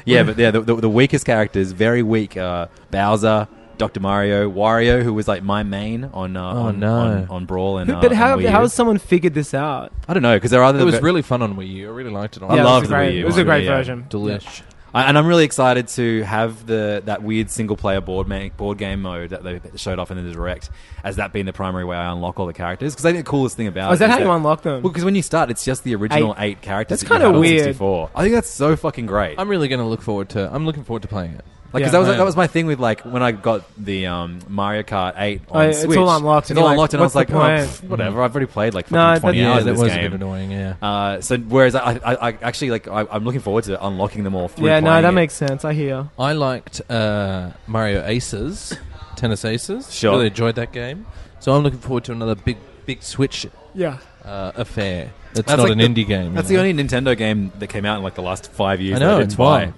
Speaker 5: yeah, but yeah, the, the, the weakest characters, very weak. Uh, Bowser, Doctor Mario, Wario, who was like my main on uh, on,
Speaker 7: Oh, no.
Speaker 5: on on Brawl and.
Speaker 6: Who-
Speaker 5: Uh,
Speaker 6: but how,
Speaker 5: and Wii U.
Speaker 6: how has someone figured this out?
Speaker 5: I don't know because there are other.
Speaker 7: It was
Speaker 5: ver-
Speaker 7: really fun on Wii U. I really liked it. On
Speaker 5: I
Speaker 6: Yeah, it was
Speaker 5: love
Speaker 6: a
Speaker 5: the
Speaker 6: great-
Speaker 5: Wii U
Speaker 6: it was
Speaker 5: one,
Speaker 6: a great
Speaker 5: yeah.
Speaker 6: version.
Speaker 7: Delish.
Speaker 5: I, and I'm really excited to have the that weird single player board ma- board game mode that they showed off in the direct as that being the primary way I unlock all the characters because I think the coolest thing about
Speaker 6: Oh, is that
Speaker 5: it
Speaker 6: how you unlock them?
Speaker 5: Well, because when you start, it's just the original eight, characters.
Speaker 6: That's
Speaker 5: that you
Speaker 6: kinda
Speaker 5: had on
Speaker 6: weird.
Speaker 5: 64. I think that's so fucking great.
Speaker 7: I'm really going to look forward to. I'm looking forward to playing it.
Speaker 5: Like,
Speaker 6: Yeah.
Speaker 5: cause that was
Speaker 7: Yeah.
Speaker 5: that was my thing with like when I got the um, Mario Kart Eight on
Speaker 6: Oh, it's
Speaker 5: Switch.
Speaker 6: all unlocked, and
Speaker 5: It's all
Speaker 6: you're like,
Speaker 5: unlocked, and I
Speaker 6: "What's
Speaker 5: was like,
Speaker 6: the
Speaker 5: oh,
Speaker 6: point?"
Speaker 5: pff, whatever. I've already played like fucking
Speaker 6: No,
Speaker 5: twenty
Speaker 6: that-
Speaker 5: hours
Speaker 7: Yeah,
Speaker 5: of
Speaker 7: that
Speaker 5: Oh, this
Speaker 7: was a
Speaker 5: game.
Speaker 7: bit annoying. Yeah.
Speaker 5: Uh, so whereas I, I, I actually like I, I'm looking forward to unlocking them all through.
Speaker 6: yeah, no,
Speaker 5: playing
Speaker 6: that
Speaker 5: it.
Speaker 6: makes sense. I hear.
Speaker 7: I liked uh, Mario Aces, Tennis Aces.
Speaker 5: Sure.
Speaker 7: Really enjoyed that game. So I'm looking forward to another big, big Switch
Speaker 6: Yeah.
Speaker 7: uh, affair. It's
Speaker 5: That's
Speaker 7: not
Speaker 5: like
Speaker 7: an
Speaker 5: the-
Speaker 7: indie game.
Speaker 5: That's
Speaker 7: you
Speaker 5: the
Speaker 7: know?
Speaker 5: only Nintendo game that came out in like the last five years.
Speaker 7: I
Speaker 5: that
Speaker 7: know.
Speaker 5: did
Speaker 7: It's
Speaker 5: why.
Speaker 7: wild.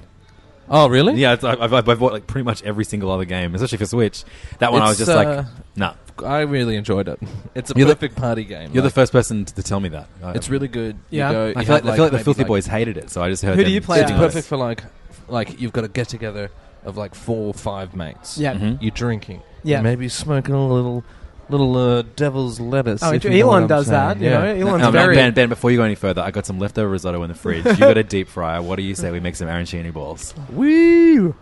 Speaker 7: Oh, really?
Speaker 5: Yeah, it's, I've, I've, I've bought like pretty much every single other game, especially for Switch. That one I was
Speaker 7: It's,
Speaker 5: just
Speaker 7: uh,
Speaker 5: like, nah.
Speaker 7: I really enjoyed it. It's a
Speaker 5: You're the-
Speaker 7: perfect party game.
Speaker 5: You're
Speaker 7: like,
Speaker 5: the first person to, to tell me that. I-
Speaker 7: It's really good. You
Speaker 6: Yeah.
Speaker 7: go-
Speaker 5: I
Speaker 7: you
Speaker 5: feel like,
Speaker 7: have,
Speaker 5: I feel like the
Speaker 7: maybe,
Speaker 5: Filthy
Speaker 7: like-
Speaker 5: Boys hated it, so I just heard.
Speaker 6: Who do
Speaker 5: them
Speaker 6: you play
Speaker 5: sitting
Speaker 7: It's
Speaker 6: as?
Speaker 5: on it.
Speaker 7: perfect for like, like you've got a get together of like four or five mates.
Speaker 6: Yeah.
Speaker 5: Mhm.
Speaker 7: You're drinking.
Speaker 6: Yeah.
Speaker 7: You're maybe smoking a little, little uh, devil's lettuce.
Speaker 6: Oh,
Speaker 7: if
Speaker 6: Elon
Speaker 7: you know what I'm
Speaker 6: does that.
Speaker 7: saying.
Speaker 6: You
Speaker 7: Yeah.
Speaker 6: know, Elon's
Speaker 5: Um,
Speaker 6: very.
Speaker 5: ben, ben, before you go any further, I got some leftover risotto in the fridge. You got a deep fryer. What do you say we make some arancini balls?
Speaker 7: Woo!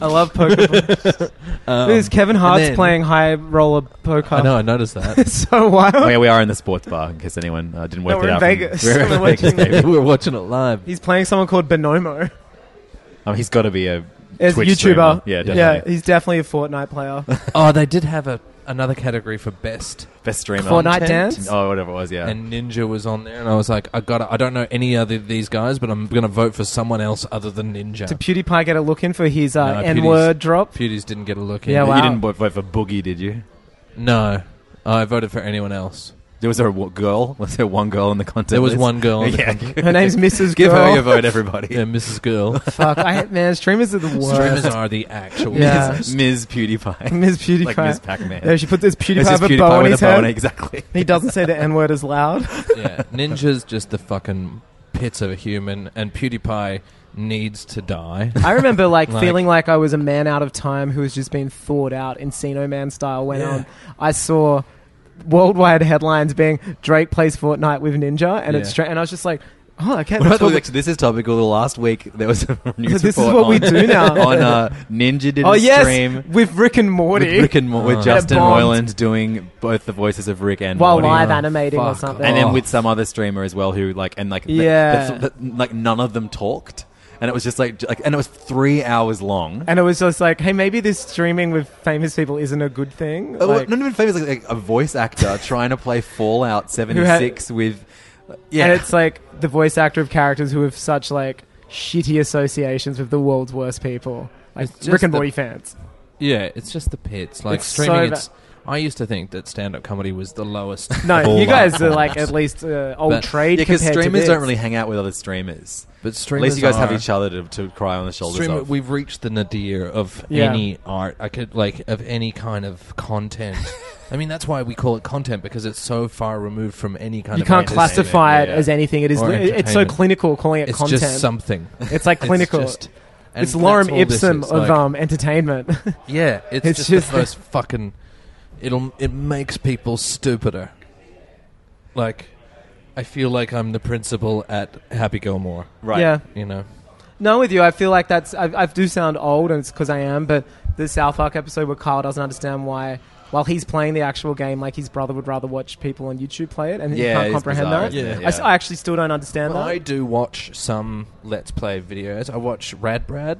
Speaker 6: I love poker.
Speaker 7: Um,
Speaker 6: This Kevin
Speaker 7: and
Speaker 6: Hart's
Speaker 7: then-
Speaker 6: playing high roller poker.
Speaker 7: I know. I noticed that.
Speaker 6: it's so wild.
Speaker 5: oh yeah, we are in the sports bar. In case anyone uh, didn't work
Speaker 6: No,
Speaker 5: it
Speaker 6: we're in
Speaker 5: out,
Speaker 6: Vegas.
Speaker 5: We're in
Speaker 6: We're
Speaker 5: Vegas.
Speaker 6: watching-
Speaker 5: baby.
Speaker 7: we were watching it live.
Speaker 6: He's playing someone called Bonomo.
Speaker 5: Um, he's got to be a
Speaker 6: As a
Speaker 5: Twitch
Speaker 6: YouTuber.
Speaker 5: streamer. Yeah, definitely.
Speaker 6: Yeah, he's definitely a Fortnite player.
Speaker 7: Oh, they did have a another category for best
Speaker 5: best streamer.
Speaker 6: Fortnite dance?
Speaker 5: Oh, whatever it was. Yeah.
Speaker 7: and Ninja was on there, and I was like, I got, I don't know any other these guys, but I'm gonna vote for someone else other than Ninja.
Speaker 6: Did PewDiePie get a look in for his uh,
Speaker 7: No,
Speaker 6: N word
Speaker 7: Pewdies-
Speaker 6: drop?
Speaker 7: Pewdies didn't get a look in.
Speaker 6: Yeah,
Speaker 5: But
Speaker 6: wow.
Speaker 5: You didn't vote vote for Boogie, did you?
Speaker 7: No, I voted for anyone else.
Speaker 5: There was there a w- girl? Was there one girl in the contest?
Speaker 7: There was
Speaker 5: list?
Speaker 7: one girl in the
Speaker 5: yeah.
Speaker 7: contest.
Speaker 6: Her name's Mrs.
Speaker 5: Give her
Speaker 6: Girl.
Speaker 5: your vote, everybody.
Speaker 7: Yeah, Mrs. Girl.
Speaker 6: Fuck, I, man, streamers are the worst.
Speaker 7: Streamers are the actual.
Speaker 6: Yeah.
Speaker 7: worst.
Speaker 5: Ms. PewDiePie.
Speaker 6: Ms. PewDiePie.
Speaker 5: Like Ms. Pac-Man.
Speaker 6: Yeah, she puts this
Speaker 5: It's
Speaker 6: PewDiePie,
Speaker 5: just
Speaker 6: with a bow on
Speaker 5: with
Speaker 6: his
Speaker 5: a bow
Speaker 6: head.
Speaker 5: on it, Exactly.
Speaker 6: He doesn't say the N word as loud.
Speaker 7: yeah, Ninja's just the fucking pits of a human, and PewDiePie needs to die.
Speaker 6: I remember like,
Speaker 7: Like-
Speaker 6: feeling like I was a man out of time who was just being thawed out Encino Man style when
Speaker 7: Yeah.
Speaker 6: um, I saw worldwide headlines being Drake plays Fortnite with Ninja and it's
Speaker 5: Yeah.
Speaker 6: stra- and I was just like, oh okay,
Speaker 5: What about
Speaker 6: that's
Speaker 5: the,
Speaker 6: what we-
Speaker 5: actually, this is topical. The last week there was a news
Speaker 6: This is
Speaker 5: report
Speaker 6: what we
Speaker 5: on-
Speaker 6: do now.
Speaker 5: on uh, Ninja did
Speaker 6: oh
Speaker 5: a
Speaker 6: yes,
Speaker 5: stream
Speaker 6: with Rick and Morty
Speaker 5: with Rick and Mo- with
Speaker 7: Oh.
Speaker 5: Justin
Speaker 6: They're bombed.
Speaker 5: Roiland doing both the voices of Rick and
Speaker 6: while
Speaker 5: Morty.
Speaker 6: live
Speaker 7: Oh,
Speaker 6: animating or
Speaker 7: fuck
Speaker 6: something.
Speaker 5: and
Speaker 7: Oh.
Speaker 5: then with some other streamer as well who like and like the-
Speaker 6: Yeah.
Speaker 5: the- the- like none of them talked and it was just like, j- like and it was three hours long
Speaker 6: And it was just like, hey, maybe this streaming with famous people isn't a good thing.
Speaker 5: Oh,
Speaker 6: Like-
Speaker 5: not even famous like, like a voice actor trying to play Fallout 76 with yeah
Speaker 6: And it's like the voice actor of characters who have such like shitty associations with the world's worst people, like
Speaker 7: It's just
Speaker 6: Rick and
Speaker 7: the-
Speaker 6: Morty fans.
Speaker 7: Yeah, it's just the pits. Like
Speaker 6: It's so
Speaker 7: streaming,
Speaker 6: ba-
Speaker 7: it's. I used to think that stand-up comedy was the lowest.
Speaker 6: No,
Speaker 7: of all
Speaker 6: you guys are
Speaker 7: platforms.
Speaker 6: like at least uh, old
Speaker 7: But-
Speaker 6: trade
Speaker 5: yeah, because
Speaker 6: compared to
Speaker 5: streamers
Speaker 6: this.
Speaker 5: don't really hang out with other streamers.
Speaker 7: But
Speaker 5: At
Speaker 7: streamers
Speaker 5: least you guys have
Speaker 7: are-
Speaker 5: each other to, to cry on the shoulders
Speaker 7: Streamer,
Speaker 5: of.
Speaker 7: we've reached the nadir of
Speaker 6: Yeah.
Speaker 7: any art. I could like of any kind of content. I mean, that's why we call it content because it's so far removed from any kind
Speaker 6: You
Speaker 7: of.
Speaker 6: can't
Speaker 7: entertainment.
Speaker 6: classify it
Speaker 5: yeah.
Speaker 6: as anything. It is.
Speaker 7: Or
Speaker 6: li- It's so
Speaker 7: entertainment.
Speaker 6: clinical calling it
Speaker 7: It's
Speaker 6: content.
Speaker 7: just something.
Speaker 6: It's like clinical. It's,
Speaker 7: just- and that's
Speaker 6: Lorem
Speaker 7: all this
Speaker 6: Ipsum
Speaker 7: is,
Speaker 6: of
Speaker 7: like-
Speaker 6: um, entertainment.
Speaker 7: Yeah, it's,
Speaker 6: It's
Speaker 7: just,
Speaker 6: just-
Speaker 7: the most fucking. It'll it makes people stupider. Like, I feel like I'm the principal at Happy Gilmore.
Speaker 5: Right.
Speaker 6: Yeah.
Speaker 7: You know,
Speaker 6: No, with you, I feel like that's. I, I do sound old, and it's because I am. But the South Park episode where Carl doesn't understand why, while he's playing the actual game, like his brother would rather watch people on YouTube play it, and
Speaker 5: Yeah,
Speaker 6: he can't
Speaker 5: it's
Speaker 6: comprehend
Speaker 5: bizarre,
Speaker 6: that.
Speaker 5: isn't it?
Speaker 6: I s-
Speaker 5: Yeah.
Speaker 6: I, actually still don't understand
Speaker 7: Well,
Speaker 6: that.
Speaker 7: I do watch some Let's Play videos. I watch Rad Brad,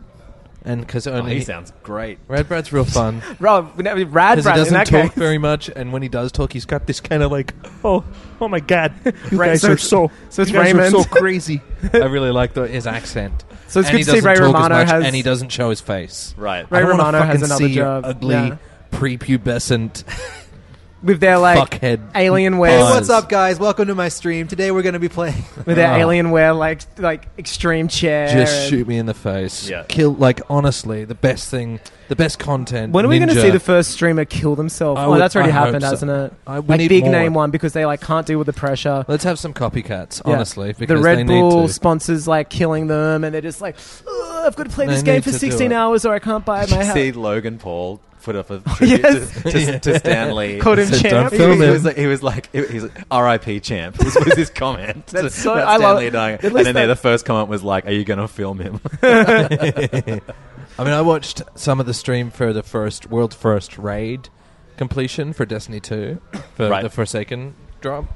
Speaker 7: and because
Speaker 5: Oh,
Speaker 7: only
Speaker 5: he sounds great.
Speaker 7: Rad Brad's real fun.
Speaker 6: Rob, we never- Rad
Speaker 7: Because he
Speaker 6: Brad in
Speaker 7: doesn't
Speaker 6: that
Speaker 7: talk
Speaker 6: case.
Speaker 7: very much, and when he does talk, he's got this kind of like, oh, oh my god, you
Speaker 6: Right,
Speaker 7: guys
Speaker 6: so
Speaker 7: are
Speaker 6: it's-
Speaker 7: so,
Speaker 6: so it's
Speaker 7: you guys
Speaker 6: Raymond.
Speaker 7: are so crazy. I really like the, his accent.
Speaker 6: So it's
Speaker 7: and
Speaker 6: good
Speaker 7: he
Speaker 6: to see
Speaker 7: doesn't
Speaker 6: Ray
Speaker 7: talk as
Speaker 6: Romano
Speaker 7: much,
Speaker 6: has-
Speaker 7: and he doesn't show his face.
Speaker 5: Right.
Speaker 6: Ray
Speaker 7: I don't wanna
Speaker 6: Romano has
Speaker 7: fucking
Speaker 6: another
Speaker 7: see your
Speaker 6: job.
Speaker 7: Ugly,
Speaker 6: Yeah.
Speaker 7: prepubescent
Speaker 6: with their like
Speaker 7: fuckhead.
Speaker 6: Alienware,
Speaker 7: Hey,
Speaker 5: What's up, guys? Welcome to my stream. Today we're going to be playing.
Speaker 6: with their
Speaker 7: Oh.
Speaker 6: Alienware like like extreme chair.
Speaker 7: Just
Speaker 6: and-
Speaker 7: shoot me in the face.
Speaker 5: Yeah.
Speaker 7: Kill. Like honestly, the best thing, the best content.
Speaker 6: When are we going to
Speaker 7: Ninja-
Speaker 6: see the first streamer kill themself?
Speaker 7: I
Speaker 6: Oh,
Speaker 7: would-
Speaker 6: that's already
Speaker 7: I hope
Speaker 6: happened,
Speaker 7: so.
Speaker 6: hasn't it?
Speaker 7: I- we
Speaker 6: like
Speaker 7: need
Speaker 6: big
Speaker 7: more.
Speaker 6: name one because they like can't deal with the pressure.
Speaker 7: Let's have some copycats,
Speaker 6: Yeah.
Speaker 7: honestly, because
Speaker 6: the Red
Speaker 7: they
Speaker 6: Bull
Speaker 7: need to.
Speaker 6: sponsors like killing them, and they're just like, "Ugh, I've got to play
Speaker 7: They
Speaker 6: this game
Speaker 7: need
Speaker 6: for
Speaker 7: to do
Speaker 6: 16
Speaker 7: it.
Speaker 6: hours, or I can't buy my house.
Speaker 5: see Logan Paul put up a tribute
Speaker 6: yes.
Speaker 5: to, to, to Stan Lee.
Speaker 6: Called him
Speaker 7: Said,
Speaker 6: champ.
Speaker 7: "Don't
Speaker 5: He,
Speaker 7: film
Speaker 5: was- he
Speaker 7: him."
Speaker 5: was like, he was like, he was like, "R.I.P. Champ." Was, was his comment?
Speaker 6: That's so-
Speaker 5: About
Speaker 6: I
Speaker 5: Stan
Speaker 6: love-
Speaker 5: Lee dying.
Speaker 6: at
Speaker 5: And
Speaker 6: least
Speaker 5: then their-
Speaker 6: that-
Speaker 5: the first comment was like, "Are you going to film him?"
Speaker 7: I mean, I watched some of the stream for the first world first raid completion for Destiny Two, for
Speaker 5: Right.
Speaker 7: the Forsaken drop,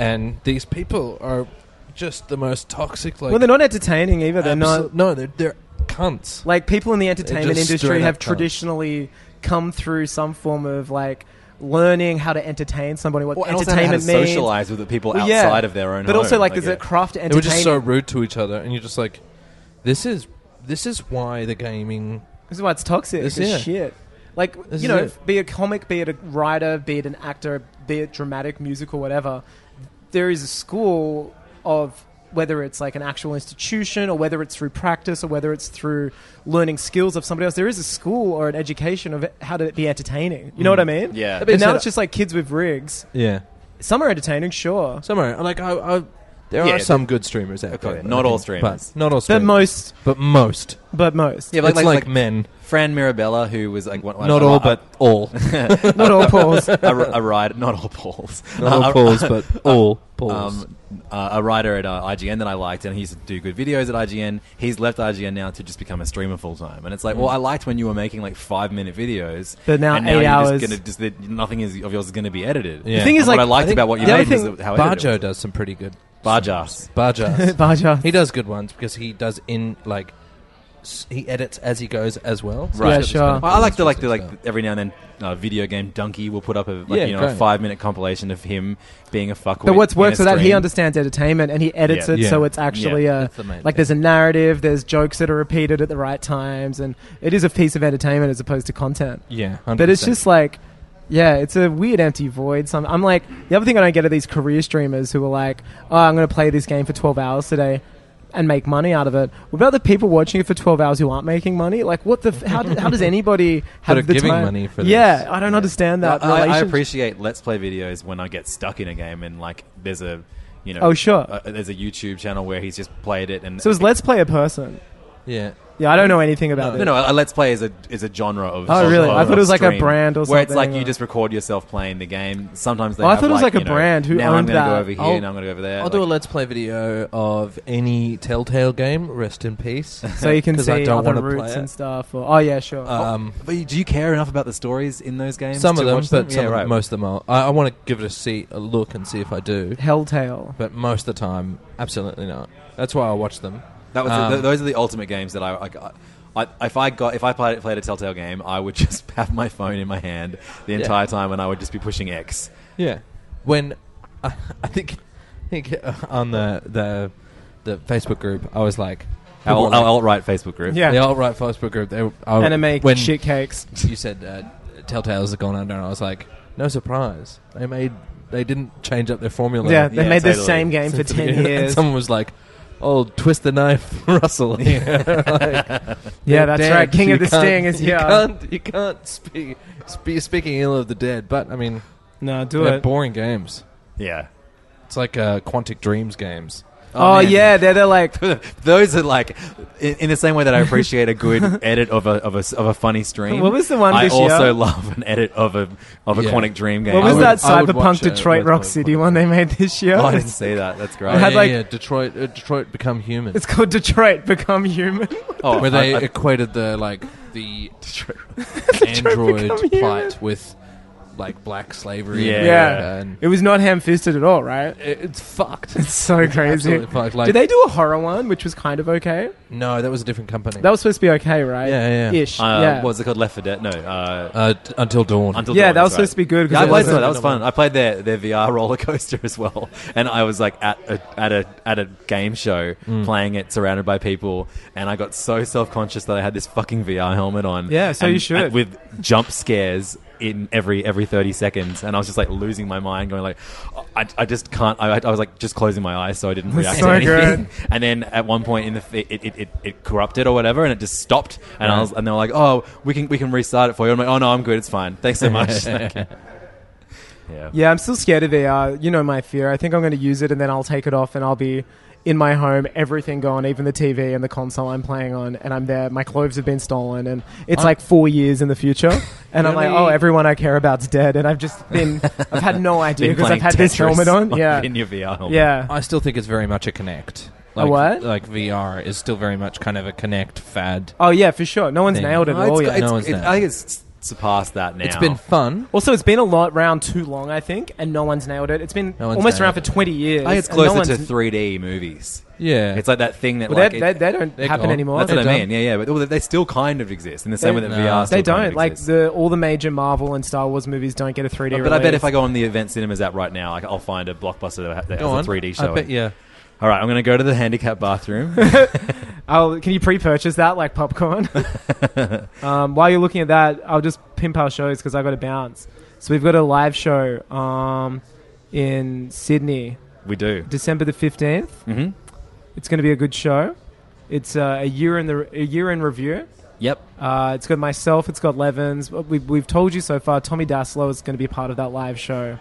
Speaker 7: and these people are just the most toxic. Like,
Speaker 6: Well, they're not entertaining either. They're not
Speaker 7: absolute- No, they're they're cunts.
Speaker 6: like people in the entertainment
Speaker 7: just
Speaker 6: industry
Speaker 7: straight
Speaker 6: have
Speaker 7: up cunts.
Speaker 6: traditionally come through some form of like learning how to entertain somebody. What
Speaker 5: Well, and also how to
Speaker 6: entertainment means.
Speaker 5: socialize with the people
Speaker 6: Well, yeah.
Speaker 5: outside of their own.
Speaker 6: But also,
Speaker 5: home.
Speaker 6: like, there's
Speaker 5: yeah.
Speaker 6: a craft to
Speaker 7: They were just so
Speaker 6: entertaining.
Speaker 7: rude to each other, and you're just like, this is this is why the gaming.
Speaker 6: This is why it's toxic.
Speaker 7: This-
Speaker 6: as
Speaker 7: yeah.
Speaker 6: shit. Like
Speaker 7: This
Speaker 6: you
Speaker 7: is
Speaker 6: know,
Speaker 7: it.
Speaker 6: be it a comic, be it a writer, be it an actor, be it dramatic, musical, whatever. There is a school of whether it's like an actual institution or whether it's through practice or whether it's through learning skills of somebody else. There is a school or an education of how to be entertaining. You know
Speaker 7: Mm.
Speaker 6: what I mean?
Speaker 5: Yeah.
Speaker 6: But now
Speaker 7: said-
Speaker 6: it's just like kids with rigs.
Speaker 7: Yeah,
Speaker 6: Some are entertaining, sure,
Speaker 7: somewhere like I. I there
Speaker 5: Yeah,
Speaker 7: are
Speaker 5: the-
Speaker 7: some good streamers out
Speaker 5: Okay,
Speaker 7: there.
Speaker 5: not
Speaker 7: I
Speaker 5: all
Speaker 7: think,
Speaker 5: streamers.
Speaker 7: But not all
Speaker 6: but
Speaker 7: streamers.
Speaker 6: most,
Speaker 7: But most.
Speaker 6: but most.
Speaker 5: Yeah, but
Speaker 7: It's
Speaker 5: like, like,
Speaker 7: men.
Speaker 5: Fran Mirabella, who was like one,
Speaker 7: Not
Speaker 5: a,
Speaker 7: all,
Speaker 5: a-
Speaker 7: but all.
Speaker 6: Not all Pauls.
Speaker 5: a, a writer, not all Pauls,
Speaker 7: Not all
Speaker 5: A-
Speaker 7: Pauls, but all Pauls.
Speaker 5: um, uh, a writer at uh, IGN that I liked, and he used to do good videos at IGN. He's left IGN now to just become a streamer full time, and it's like, well, I liked when you were making like five minute videos,
Speaker 6: But now
Speaker 5: and
Speaker 6: eight
Speaker 5: you're
Speaker 6: hours.
Speaker 5: Just gonna, just, that nothing is, of yours is going to be edited.
Speaker 7: Yeah. The thing
Speaker 6: is,
Speaker 5: And what
Speaker 6: like,
Speaker 5: I liked
Speaker 6: I think
Speaker 5: about what you
Speaker 6: the other
Speaker 5: made was
Speaker 6: thing-
Speaker 5: that- how edited
Speaker 7: Barjo
Speaker 5: it was.
Speaker 7: does some pretty good.
Speaker 5: Barjas.
Speaker 7: Barjas.
Speaker 6: Baja.
Speaker 7: he does good ones because he does in like s- he edits as he goes as well. So
Speaker 5: Right.
Speaker 7: he's got this kind of
Speaker 5: I, I like the
Speaker 7: cool
Speaker 5: like the
Speaker 7: stuff.
Speaker 5: like every now and then uh, video game donkey will put up a like
Speaker 7: Yeah,
Speaker 5: you know a
Speaker 7: great.
Speaker 5: five minute compilation of him being a fuckwit.
Speaker 6: But what's
Speaker 5: in
Speaker 6: works
Speaker 5: a
Speaker 6: with that, he
Speaker 5: stream.
Speaker 6: understands entertainment and he edits
Speaker 5: Yeah.
Speaker 6: it
Speaker 5: Yeah.
Speaker 6: so it's actually
Speaker 5: Yeah.
Speaker 6: uh
Speaker 5: That's the main
Speaker 6: like there's a narrative, there's jokes that are repeated at the right times, and it is a piece of entertainment as opposed to content.
Speaker 7: Yeah,
Speaker 6: but it's
Speaker 7: 100%.
Speaker 6: just like, yeah, it's a weird empty void. Some I'm like the other thing I don't get are these career streamers who are like, oh, I'm going to play this game for 12 hours today. And make money out of it. What about the people watching it for twelve hours who aren't making money? Like, what the? F- how, do, how does anybody have
Speaker 7: are
Speaker 6: the
Speaker 7: giving
Speaker 6: time?
Speaker 7: money for
Speaker 6: yeah, I don't understand that.
Speaker 5: I- I, I
Speaker 6: relationship.
Speaker 5: appreciate let's play videos when I get stuck in a game and like there's a you know
Speaker 6: Oh, sure.
Speaker 5: a, there's a YouTube channel where he's just played it and
Speaker 6: So it's let's play a person.
Speaker 7: Yeah.
Speaker 6: Yeah, I don't know anything about
Speaker 5: no,
Speaker 6: this.
Speaker 5: no, a let's play is a is a genre of.
Speaker 6: Oh,
Speaker 5: of-
Speaker 6: really? I
Speaker 5: of-
Speaker 6: thought it
Speaker 5: of
Speaker 6: was like a
Speaker 5: stream,
Speaker 6: brand or
Speaker 5: Where it's
Speaker 6: something
Speaker 5: like you
Speaker 6: like-
Speaker 5: just record yourself playing the game. Sometimes they.
Speaker 6: Oh, I
Speaker 5: have,
Speaker 6: thought it was like a
Speaker 5: you know,
Speaker 6: brand. Who
Speaker 5: now I'm
Speaker 6: owned
Speaker 5: gonna
Speaker 6: that? Oh.
Speaker 5: go over here. now I'm going to go over there.
Speaker 7: I'll do a let's play video of any Telltale game. Rest in peace.
Speaker 6: So you can
Speaker 7: 'Cause I
Speaker 6: see
Speaker 7: don't
Speaker 6: other
Speaker 7: wanna play
Speaker 6: roots
Speaker 7: it.
Speaker 6: and stuff. Or, oh yeah, sure.
Speaker 7: Um,
Speaker 5: But do you care enough about the stories in those games?
Speaker 7: some
Speaker 5: to
Speaker 7: of them,
Speaker 5: watch
Speaker 7: but some
Speaker 5: yeah,
Speaker 7: of them-
Speaker 5: right.
Speaker 7: most of them are. I, I want to give it a see, a look, and see if I do.
Speaker 6: Helltale.
Speaker 7: But most of the time, absolutely not. That's why I watch them.
Speaker 5: That was the-
Speaker 7: Um,
Speaker 5: th- those are the ultimate games that I, I, I if I got if I played, played a Telltale game, I would just have my phone in my hand the
Speaker 7: Yeah.
Speaker 5: entire time, and I would just be pushing X.
Speaker 7: Yeah, when I, I think, I think uh, on the the the Facebook group, I was like,
Speaker 5: Our-
Speaker 7: people were
Speaker 5: our alt-right Facebook group.
Speaker 6: Yeah.
Speaker 7: the alt right Facebook group. They, I,
Speaker 6: Anime
Speaker 7: uh, when
Speaker 6: shitcakes.
Speaker 7: You said uh, Telltale's have gone under, and I was like, no surprise. They made they didn't change up their formula.
Speaker 6: Yeah, they Yeah, made the totally. same game for
Speaker 7: Since the
Speaker 6: 10
Speaker 7: beginning. And
Speaker 6: years.
Speaker 7: someone was like. Oh, twist the knife, Russell! here." Like,
Speaker 6: Yeah,
Speaker 7: they're
Speaker 6: that's
Speaker 7: dead.
Speaker 6: right. King of
Speaker 7: You
Speaker 6: the
Speaker 7: can't-
Speaker 6: Sting is
Speaker 7: you
Speaker 6: here.
Speaker 7: Can't, you can't speak, speak speaking ill of the dead, but I mean,
Speaker 6: No, do
Speaker 7: they're
Speaker 6: it.
Speaker 7: Boring games.
Speaker 5: Yeah,
Speaker 7: it's like uh, Quantic Dreams games.
Speaker 6: Oh, yeah, they're, they're like
Speaker 5: those are like in, in the same way that I appreciate a good edit of a of a, s- of a funny stream.
Speaker 6: What was the one
Speaker 5: I
Speaker 6: this
Speaker 5: also
Speaker 6: year?
Speaker 5: love an edit of a of a
Speaker 7: Yeah.
Speaker 5: Quantic Dream game.
Speaker 6: what was
Speaker 5: I would-
Speaker 6: that
Speaker 5: I would watch
Speaker 6: cyberpunk
Speaker 5: it
Speaker 6: Detroit
Speaker 5: with
Speaker 6: Rock
Speaker 5: my-
Speaker 6: City one they made this year?
Speaker 5: Oh, I didn't see that. That's great.
Speaker 6: It had
Speaker 7: yeah,
Speaker 6: like
Speaker 7: yeah, Detroit, uh, Detroit become human.
Speaker 6: it's called Detroit Become Human.
Speaker 5: Oh,
Speaker 7: where they
Speaker 5: I- I-
Speaker 7: equated the like the
Speaker 6: Detroit
Speaker 7: android
Speaker 6: Become Human.
Speaker 7: plight with like black slavery.
Speaker 6: yeah,
Speaker 7: in America, and
Speaker 6: it was not ham-fisted at all, right?
Speaker 7: it's fucked.
Speaker 6: It's so crazy.
Speaker 7: absolutely fucked, like-
Speaker 6: Did they do a horror one, which was kind of okay?
Speaker 7: no, that was a different company.
Speaker 6: That was supposed to be okay, right?
Speaker 7: Yeah, yeah, yeah.
Speaker 6: Ish.
Speaker 5: Uh,
Speaker 6: yeah.
Speaker 5: What was it called? Left 4 Dead? No. Uh,
Speaker 7: uh, t- until dawn.
Speaker 5: Until
Speaker 6: Yeah,
Speaker 5: Dawn,
Speaker 6: that was
Speaker 5: that's
Speaker 6: supposed to be good 'cause
Speaker 5: Yeah, I
Speaker 6: it
Speaker 5: played
Speaker 6: wasn't-
Speaker 5: that. That was fun. I played their, their VR roller coaster as well, and I was like at a at a at a game show
Speaker 6: Hmm.
Speaker 7: Mm.
Speaker 5: playing it, surrounded by people, and I got so self conscious that I had this fucking VR helmet on.
Speaker 6: Yeah, so
Speaker 5: and-
Speaker 6: you should.
Speaker 5: and with jump scares. In every every thirty seconds, and I was just like losing my mind, going like, I, I just can't. I, I was like just closing my eyes so I didn't
Speaker 6: That's
Speaker 5: react
Speaker 6: so
Speaker 5: to anything.
Speaker 6: good.
Speaker 5: And then at one point in the f- it, it, it, it corrupted or whatever, and it just stopped. And I
Speaker 7: Right.
Speaker 5: was, and they were like, "Oh, we can we can restart it for you." I'm like, "Oh no, I'm good. It's fine. Thanks so much." Like, yeah.
Speaker 6: Yeah, I'm still scared of VR. You know my fear. I think I'm going to use it and then I'll take it off and I'll be in my home, everything gone, even the TV and the console I'm playing on, and I'm there. My clothes have been stolen, and it's
Speaker 5: Uh,
Speaker 7: I'm-
Speaker 6: like four years in the future. And I'm like,
Speaker 7: Really?
Speaker 6: oh, everyone I care about's dead, and I've just been, I've had no idea
Speaker 5: Been
Speaker 6: because I've
Speaker 5: playing
Speaker 6: had this
Speaker 5: Tetris
Speaker 6: helmet on. Yeah,
Speaker 5: in your VR helmet.
Speaker 6: yeah.
Speaker 7: I still think it's very much a connect.
Speaker 6: A
Speaker 7: Like,
Speaker 6: what?
Speaker 7: Like VR is still very much kind of a connect fad.
Speaker 6: Oh yeah, for sure. No one's
Speaker 7: Thing.
Speaker 6: nailed it
Speaker 7: No,
Speaker 6: at all
Speaker 7: it's
Speaker 6: yet.
Speaker 7: got- No one's
Speaker 5: It-
Speaker 7: nailed.
Speaker 5: I think it's surpassed that now.
Speaker 7: It's been fun.
Speaker 6: Also, it's been a lot round too long, I think, and no one's nailed it. It's been
Speaker 7: No one's
Speaker 6: almost around
Speaker 7: nailed
Speaker 6: for
Speaker 7: it.
Speaker 6: 20 years.
Speaker 5: I think it's
Speaker 6: and no
Speaker 5: closer to
Speaker 6: one's-
Speaker 5: 3D movies.
Speaker 7: Yeah.
Speaker 5: it's like that thing that
Speaker 6: Well,
Speaker 5: like
Speaker 6: they-
Speaker 5: it-
Speaker 6: they- they don't
Speaker 5: they're
Speaker 6: happen
Speaker 5: gone.
Speaker 6: anymore.
Speaker 5: That's what
Speaker 6: They're
Speaker 5: I mean. Yeah, yeah, but well, they still kind of exist in the same way that VR. Still
Speaker 6: They
Speaker 5: kind of
Speaker 6: don't like
Speaker 5: exists.
Speaker 6: the all the major Marvel and Star Wars movies don't get a 3D.
Speaker 5: But I bet if I go on the event cinemas app right now, like, I'll find a blockbuster that ha- that has
Speaker 7: Go on.
Speaker 5: a 3D
Speaker 7: I
Speaker 5: show.
Speaker 7: bet- yeah.
Speaker 5: All right, I'm going to go to the handicap bathroom.
Speaker 6: I'll, Oh, can you pre-purchase that like popcorn? um, while you're looking at that, I'll just pimp our shows because I got to bounce. So we've got a live show um, in Sydney,
Speaker 5: we do.
Speaker 6: December the 15th
Speaker 5: Mm-hmm.
Speaker 6: It's going to be a good show. It's uh, a year in the a year in review.
Speaker 5: Yep.
Speaker 6: Uh, it's got myself. It's got Levens. We've, we've told you so far. Tommy Daslow is going to be part of that live show.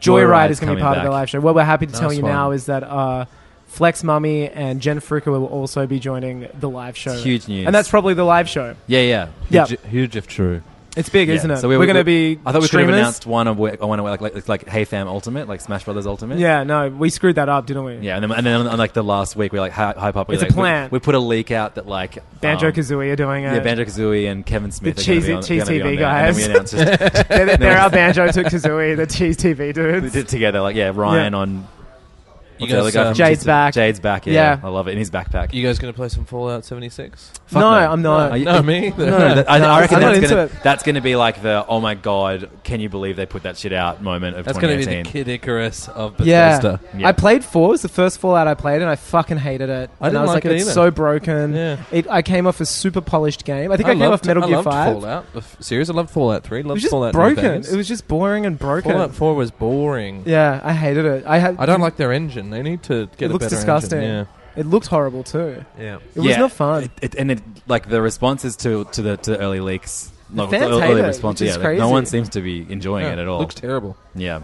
Speaker 6: Joyride
Speaker 5: Joyride's
Speaker 6: is going to be
Speaker 5: coming
Speaker 6: part of
Speaker 5: back.
Speaker 6: the live show. What we're happy to tell
Speaker 7: Nice
Speaker 6: you
Speaker 7: one.
Speaker 6: now is that uh, Flex Mummy and Jen Fricker will also be joining the live show.
Speaker 5: It's huge news.
Speaker 6: and that's probably the live show.
Speaker 5: Yeah, yeah.
Speaker 6: Yeah,
Speaker 7: Huge, huge if true.
Speaker 6: it's big,
Speaker 5: Yeah,
Speaker 6: isn't it?
Speaker 5: So
Speaker 6: we're
Speaker 5: we-
Speaker 6: going
Speaker 5: we-
Speaker 6: to be.
Speaker 5: I thought we
Speaker 6: streamers.
Speaker 5: could have announced one of one of like like, like Hey Fam Ultimate, like Smash Brothers Ultimate.
Speaker 6: Yeah, no, we screwed that up, didn't we?
Speaker 5: Yeah, and then, and then on, on, like the last week, we like hy- hype up. we,
Speaker 6: It's a
Speaker 5: like, we-
Speaker 6: plan.
Speaker 5: We, put a leak out that like um,
Speaker 6: Banjo Kazooie are doing it.
Speaker 5: Yeah, Banjo Kazooie and Kevin Smith.
Speaker 6: The
Speaker 5: are gonna
Speaker 6: cheesy-
Speaker 5: be on, gonna
Speaker 6: cheesy
Speaker 5: be on
Speaker 6: big
Speaker 5: there. And then
Speaker 6: eyes.
Speaker 5: we announced just
Speaker 6: they're, they're our Banjo took Kazooie, the Cheese TV dudes.
Speaker 5: we did it together. Like yeah, Ryan
Speaker 6: Yeah.
Speaker 5: on What's the
Speaker 7: guys,
Speaker 5: other guy from
Speaker 7: um,
Speaker 6: Jade's
Speaker 5: Jujitsu?
Speaker 6: back.
Speaker 5: Jade's back. Yeah,
Speaker 6: Yeah.
Speaker 5: I love it in his backpack.
Speaker 7: You guys gonna play some Fallout 76?
Speaker 6: No, I'm not.
Speaker 5: Are you-
Speaker 7: No, me either.
Speaker 5: No, that- I,
Speaker 7: No,
Speaker 5: I reckon
Speaker 7: I'm not
Speaker 5: that's
Speaker 7: into
Speaker 5: gonna
Speaker 7: it.
Speaker 5: that's gonna be like the oh my god, can you believe they put that shit out moment of
Speaker 7: That's gonna be
Speaker 5: 2018.
Speaker 7: the Kid Icarus of
Speaker 6: Yeah.
Speaker 7: Bethesda.
Speaker 6: I played four. It was the first Fallout I played, and I fucking hated it.
Speaker 7: I
Speaker 6: and
Speaker 7: didn't
Speaker 6: I was like,
Speaker 7: like it
Speaker 6: it's
Speaker 7: either.
Speaker 6: so broken.
Speaker 7: Yeah.
Speaker 6: It, I came off a super polished game. I think I, came
Speaker 7: loved-
Speaker 6: off Metal
Speaker 7: I
Speaker 6: Gear
Speaker 7: loved
Speaker 6: 5.
Speaker 7: Fallout, the f- series. I loved Fallout 3. Loved
Speaker 6: It was just
Speaker 7: Fallout New
Speaker 6: broken.
Speaker 7: Vegas.
Speaker 6: It was just boring and broken.
Speaker 7: Fallout 4 was boring.
Speaker 6: Yeah, I hated it. I had.
Speaker 7: I don't like their engine. They need to get
Speaker 6: It
Speaker 7: a
Speaker 6: looks
Speaker 7: better
Speaker 6: disgusting.
Speaker 7: engine.
Speaker 6: It looked horrible too.
Speaker 7: Yeah.
Speaker 6: It was
Speaker 5: Yeah.
Speaker 6: not fun.
Speaker 5: It, it, and it, like the responses to to the to early leaks,
Speaker 6: The
Speaker 5: like,
Speaker 6: fans
Speaker 5: early,
Speaker 6: hate it,
Speaker 5: responses.
Speaker 6: which is
Speaker 5: yeah,
Speaker 6: crazy.
Speaker 5: no one seems to be enjoying
Speaker 7: Yeah,
Speaker 5: it at all.
Speaker 7: looks terrible.
Speaker 5: Yeah,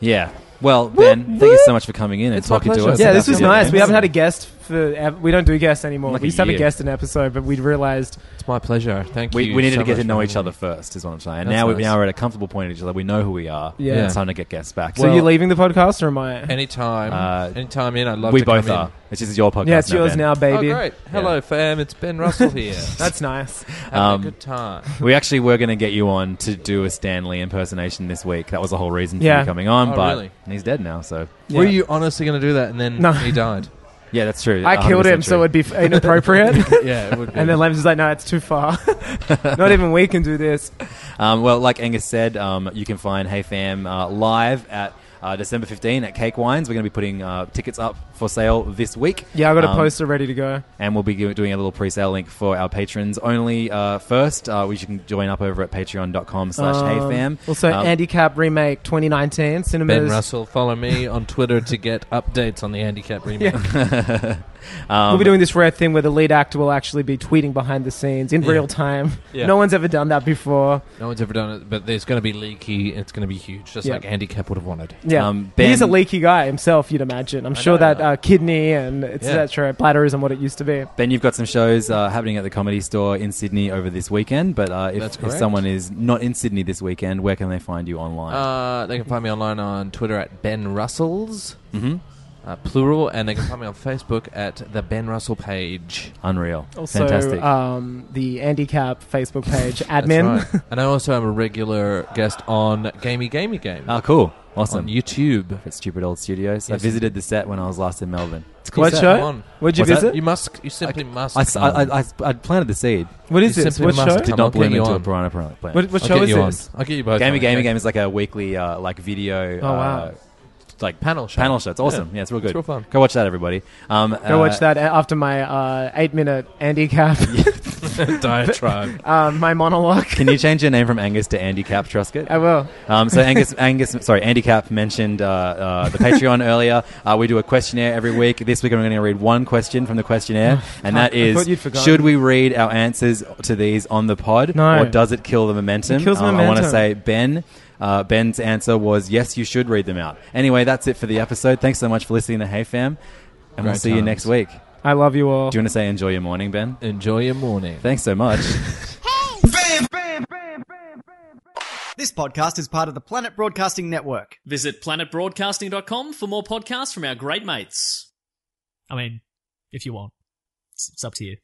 Speaker 5: yeah. Well, Ben, thank you so much for coming in and
Speaker 7: It's my
Speaker 5: talking to
Speaker 7: pleasure.
Speaker 5: us.
Speaker 6: yeah,
Speaker 5: about
Speaker 6: this was
Speaker 5: video
Speaker 6: nice.
Speaker 5: games.
Speaker 6: We haven't had a guest for. ev- We don't do guests anymore.
Speaker 5: Like
Speaker 6: we
Speaker 5: a
Speaker 6: used to have a
Speaker 5: year.
Speaker 6: guest in episode, but we'd realized
Speaker 7: It's my pleasure. Thank
Speaker 5: We,
Speaker 7: you.
Speaker 5: we needed
Speaker 7: so
Speaker 5: to get
Speaker 7: much
Speaker 5: to know
Speaker 7: for
Speaker 5: each
Speaker 7: having
Speaker 5: other
Speaker 7: me.
Speaker 5: first, is what I'm saying. And
Speaker 7: That's
Speaker 5: now, we,
Speaker 7: nice.
Speaker 5: now we're at a comfortable point at each other. We know who we are.
Speaker 6: Yeah.
Speaker 5: And It's time to get guests back.
Speaker 6: So you're leaving the podcast, or am I?
Speaker 7: Anytime.
Speaker 5: Uh,
Speaker 7: anytime in, I'd love
Speaker 5: we
Speaker 7: to
Speaker 5: both
Speaker 7: come
Speaker 5: are.
Speaker 7: in.
Speaker 5: This is your podcast.
Speaker 6: yeah, it's yours
Speaker 5: Ben.
Speaker 6: now, baby.
Speaker 7: Oh, great. Hello, fam. It's Ben Russell here.
Speaker 6: That's nice.
Speaker 7: Having
Speaker 5: Um,
Speaker 7: a good time.
Speaker 5: we actually were going to get you on to do a Stanley impersonation this week. That was the whole reason for
Speaker 6: Yeah.
Speaker 5: you coming on,
Speaker 7: Oh,
Speaker 5: but
Speaker 7: really?
Speaker 5: and he's dead now. So
Speaker 7: Were you honestly going to do that and then
Speaker 6: No.
Speaker 7: he died?
Speaker 5: yeah, that's true.
Speaker 6: I killed
Speaker 5: 100%
Speaker 6: him, so
Speaker 5: true.
Speaker 6: it'd be f- inappropriate.
Speaker 7: Yeah, it would be.
Speaker 6: and then Lambs is like, "No, it's too far. Not even we can do this."
Speaker 5: Um, well, like Angus said, um, you can find Hey Fam uh, live at uh, December 15 at Cake Wines. We're going to be putting uh, tickets up for sale this week.
Speaker 6: Yeah, I got a
Speaker 5: Um,
Speaker 6: poster ready to go.
Speaker 5: And we'll be gi- doing a little pre-sale link for our patrons only uh, first, uh, which you can join up over at patreon.com slash
Speaker 6: Um,
Speaker 5: heyfam.
Speaker 6: Also,
Speaker 5: Um,
Speaker 6: handicap remake 2019
Speaker 7: Ben
Speaker 6: cinemas.
Speaker 7: Russell, follow me on Twitter to get updates on the handicap remake.
Speaker 5: um,
Speaker 6: we'll be doing this rare thing where the lead actor will actually be tweeting behind the scenes in
Speaker 7: Yeah.
Speaker 6: real time.
Speaker 7: Yeah.
Speaker 6: No one's ever done that before.
Speaker 7: No one's ever done it, but there's going to be leaky. It's going to be huge, just
Speaker 6: Yeah.
Speaker 7: like handicap would have wanted.
Speaker 6: Yeah,
Speaker 5: Um, Ben-
Speaker 6: he's a leaky guy himself. You'd imagine. I'm
Speaker 7: I
Speaker 6: sure
Speaker 7: know,
Speaker 6: that
Speaker 7: yeah.
Speaker 6: uh, kidney and etc. Bladder isn't what it used to be.
Speaker 5: Ben, you've got some shows uh, happening at the Comedy Store in Sydney over this weekend, but uh, if,
Speaker 7: That's
Speaker 5: if
Speaker 7: correct.
Speaker 5: someone is not in Sydney this weekend, where can they find you online?
Speaker 7: Uh, they can find me online on Twitter at Ben Russells,
Speaker 5: hmm
Speaker 7: uh, plural, and they can find me on Facebook at the Ben Russell page.
Speaker 5: Unreal.
Speaker 6: Also,
Speaker 5: Fantastic.
Speaker 6: um, the handicap Facebook page
Speaker 7: That's
Speaker 6: admin.
Speaker 7: right. and I also am a regular guest on Gamey Gamey Game
Speaker 5: oh, cool.
Speaker 7: on
Speaker 5: Awesome.
Speaker 7: YouTube.
Speaker 5: at Stupid Old Studios. I
Speaker 7: Yes.
Speaker 5: visited the set when I was last in Melbourne.
Speaker 7: It's
Speaker 6: What show? What'd you
Speaker 5: What's that?
Speaker 6: visit?
Speaker 7: You must. You simply must.
Speaker 5: I, s- I-
Speaker 7: come.
Speaker 5: I- I s- I planted the seed.
Speaker 6: What
Speaker 7: You
Speaker 6: is this?
Speaker 7: simply
Speaker 6: What
Speaker 7: must
Speaker 6: show?
Speaker 7: come.
Speaker 5: Did
Speaker 7: I'll
Speaker 5: not bloom
Speaker 7: get you
Speaker 5: into a
Speaker 7: on.
Speaker 5: piranha plant. plant.
Speaker 6: What, what
Speaker 7: I'll
Speaker 6: show
Speaker 7: get
Speaker 6: is
Speaker 7: you on.
Speaker 6: this?
Speaker 7: I'll get you both.
Speaker 5: Gamey
Speaker 7: on,
Speaker 5: Gamey
Speaker 7: okay?
Speaker 5: Game is like a weekly uh, like video.
Speaker 6: Oh, wow.
Speaker 5: uh, like
Speaker 7: Panel show.
Speaker 5: Panel show. It's awesome. Yeah, it's real good.
Speaker 7: It's real fun.
Speaker 5: Go watch that, everybody. Um,
Speaker 6: Go
Speaker 5: uh,
Speaker 6: watch that a- after my uh, eight-minute handicap,
Speaker 7: Diatribe.
Speaker 6: um, my monologue.
Speaker 5: Can you change your name from Angus to Andy Cap Truscott?
Speaker 6: I will.
Speaker 5: Um, so Angus, Angus, sorry, Andy Cap mentioned uh, uh, the Patreon earlier. Uh, we do a questionnaire every week. This week I'm going to read one question from the questionnaire, and that
Speaker 6: Oh, I
Speaker 5: is:
Speaker 6: thought you'd forgotten.
Speaker 5: Should we read our answers to these on the pod,
Speaker 6: No.
Speaker 5: or does it kill the momentum?
Speaker 6: It kills the
Speaker 5: Um, I want to
Speaker 6: momentum.
Speaker 5: say Ben. Uh, Ben's answer was yes, you should read them out. Anyway, that's it for the episode. Thanks so much for listening to Hey Fam, and we'll
Speaker 7: Great
Speaker 5: see you
Speaker 7: times.
Speaker 5: next week. Do
Speaker 6: I love you all.
Speaker 5: you want to say enjoy your morning, Ben?
Speaker 7: Enjoy your morning.
Speaker 5: Thanks so much.
Speaker 1: This podcast is part of the Planet Broadcasting Network.
Speaker 2: Visit planetbroadcasting.com for more podcasts from our great mates. I mean, if you want, it's it's up to you.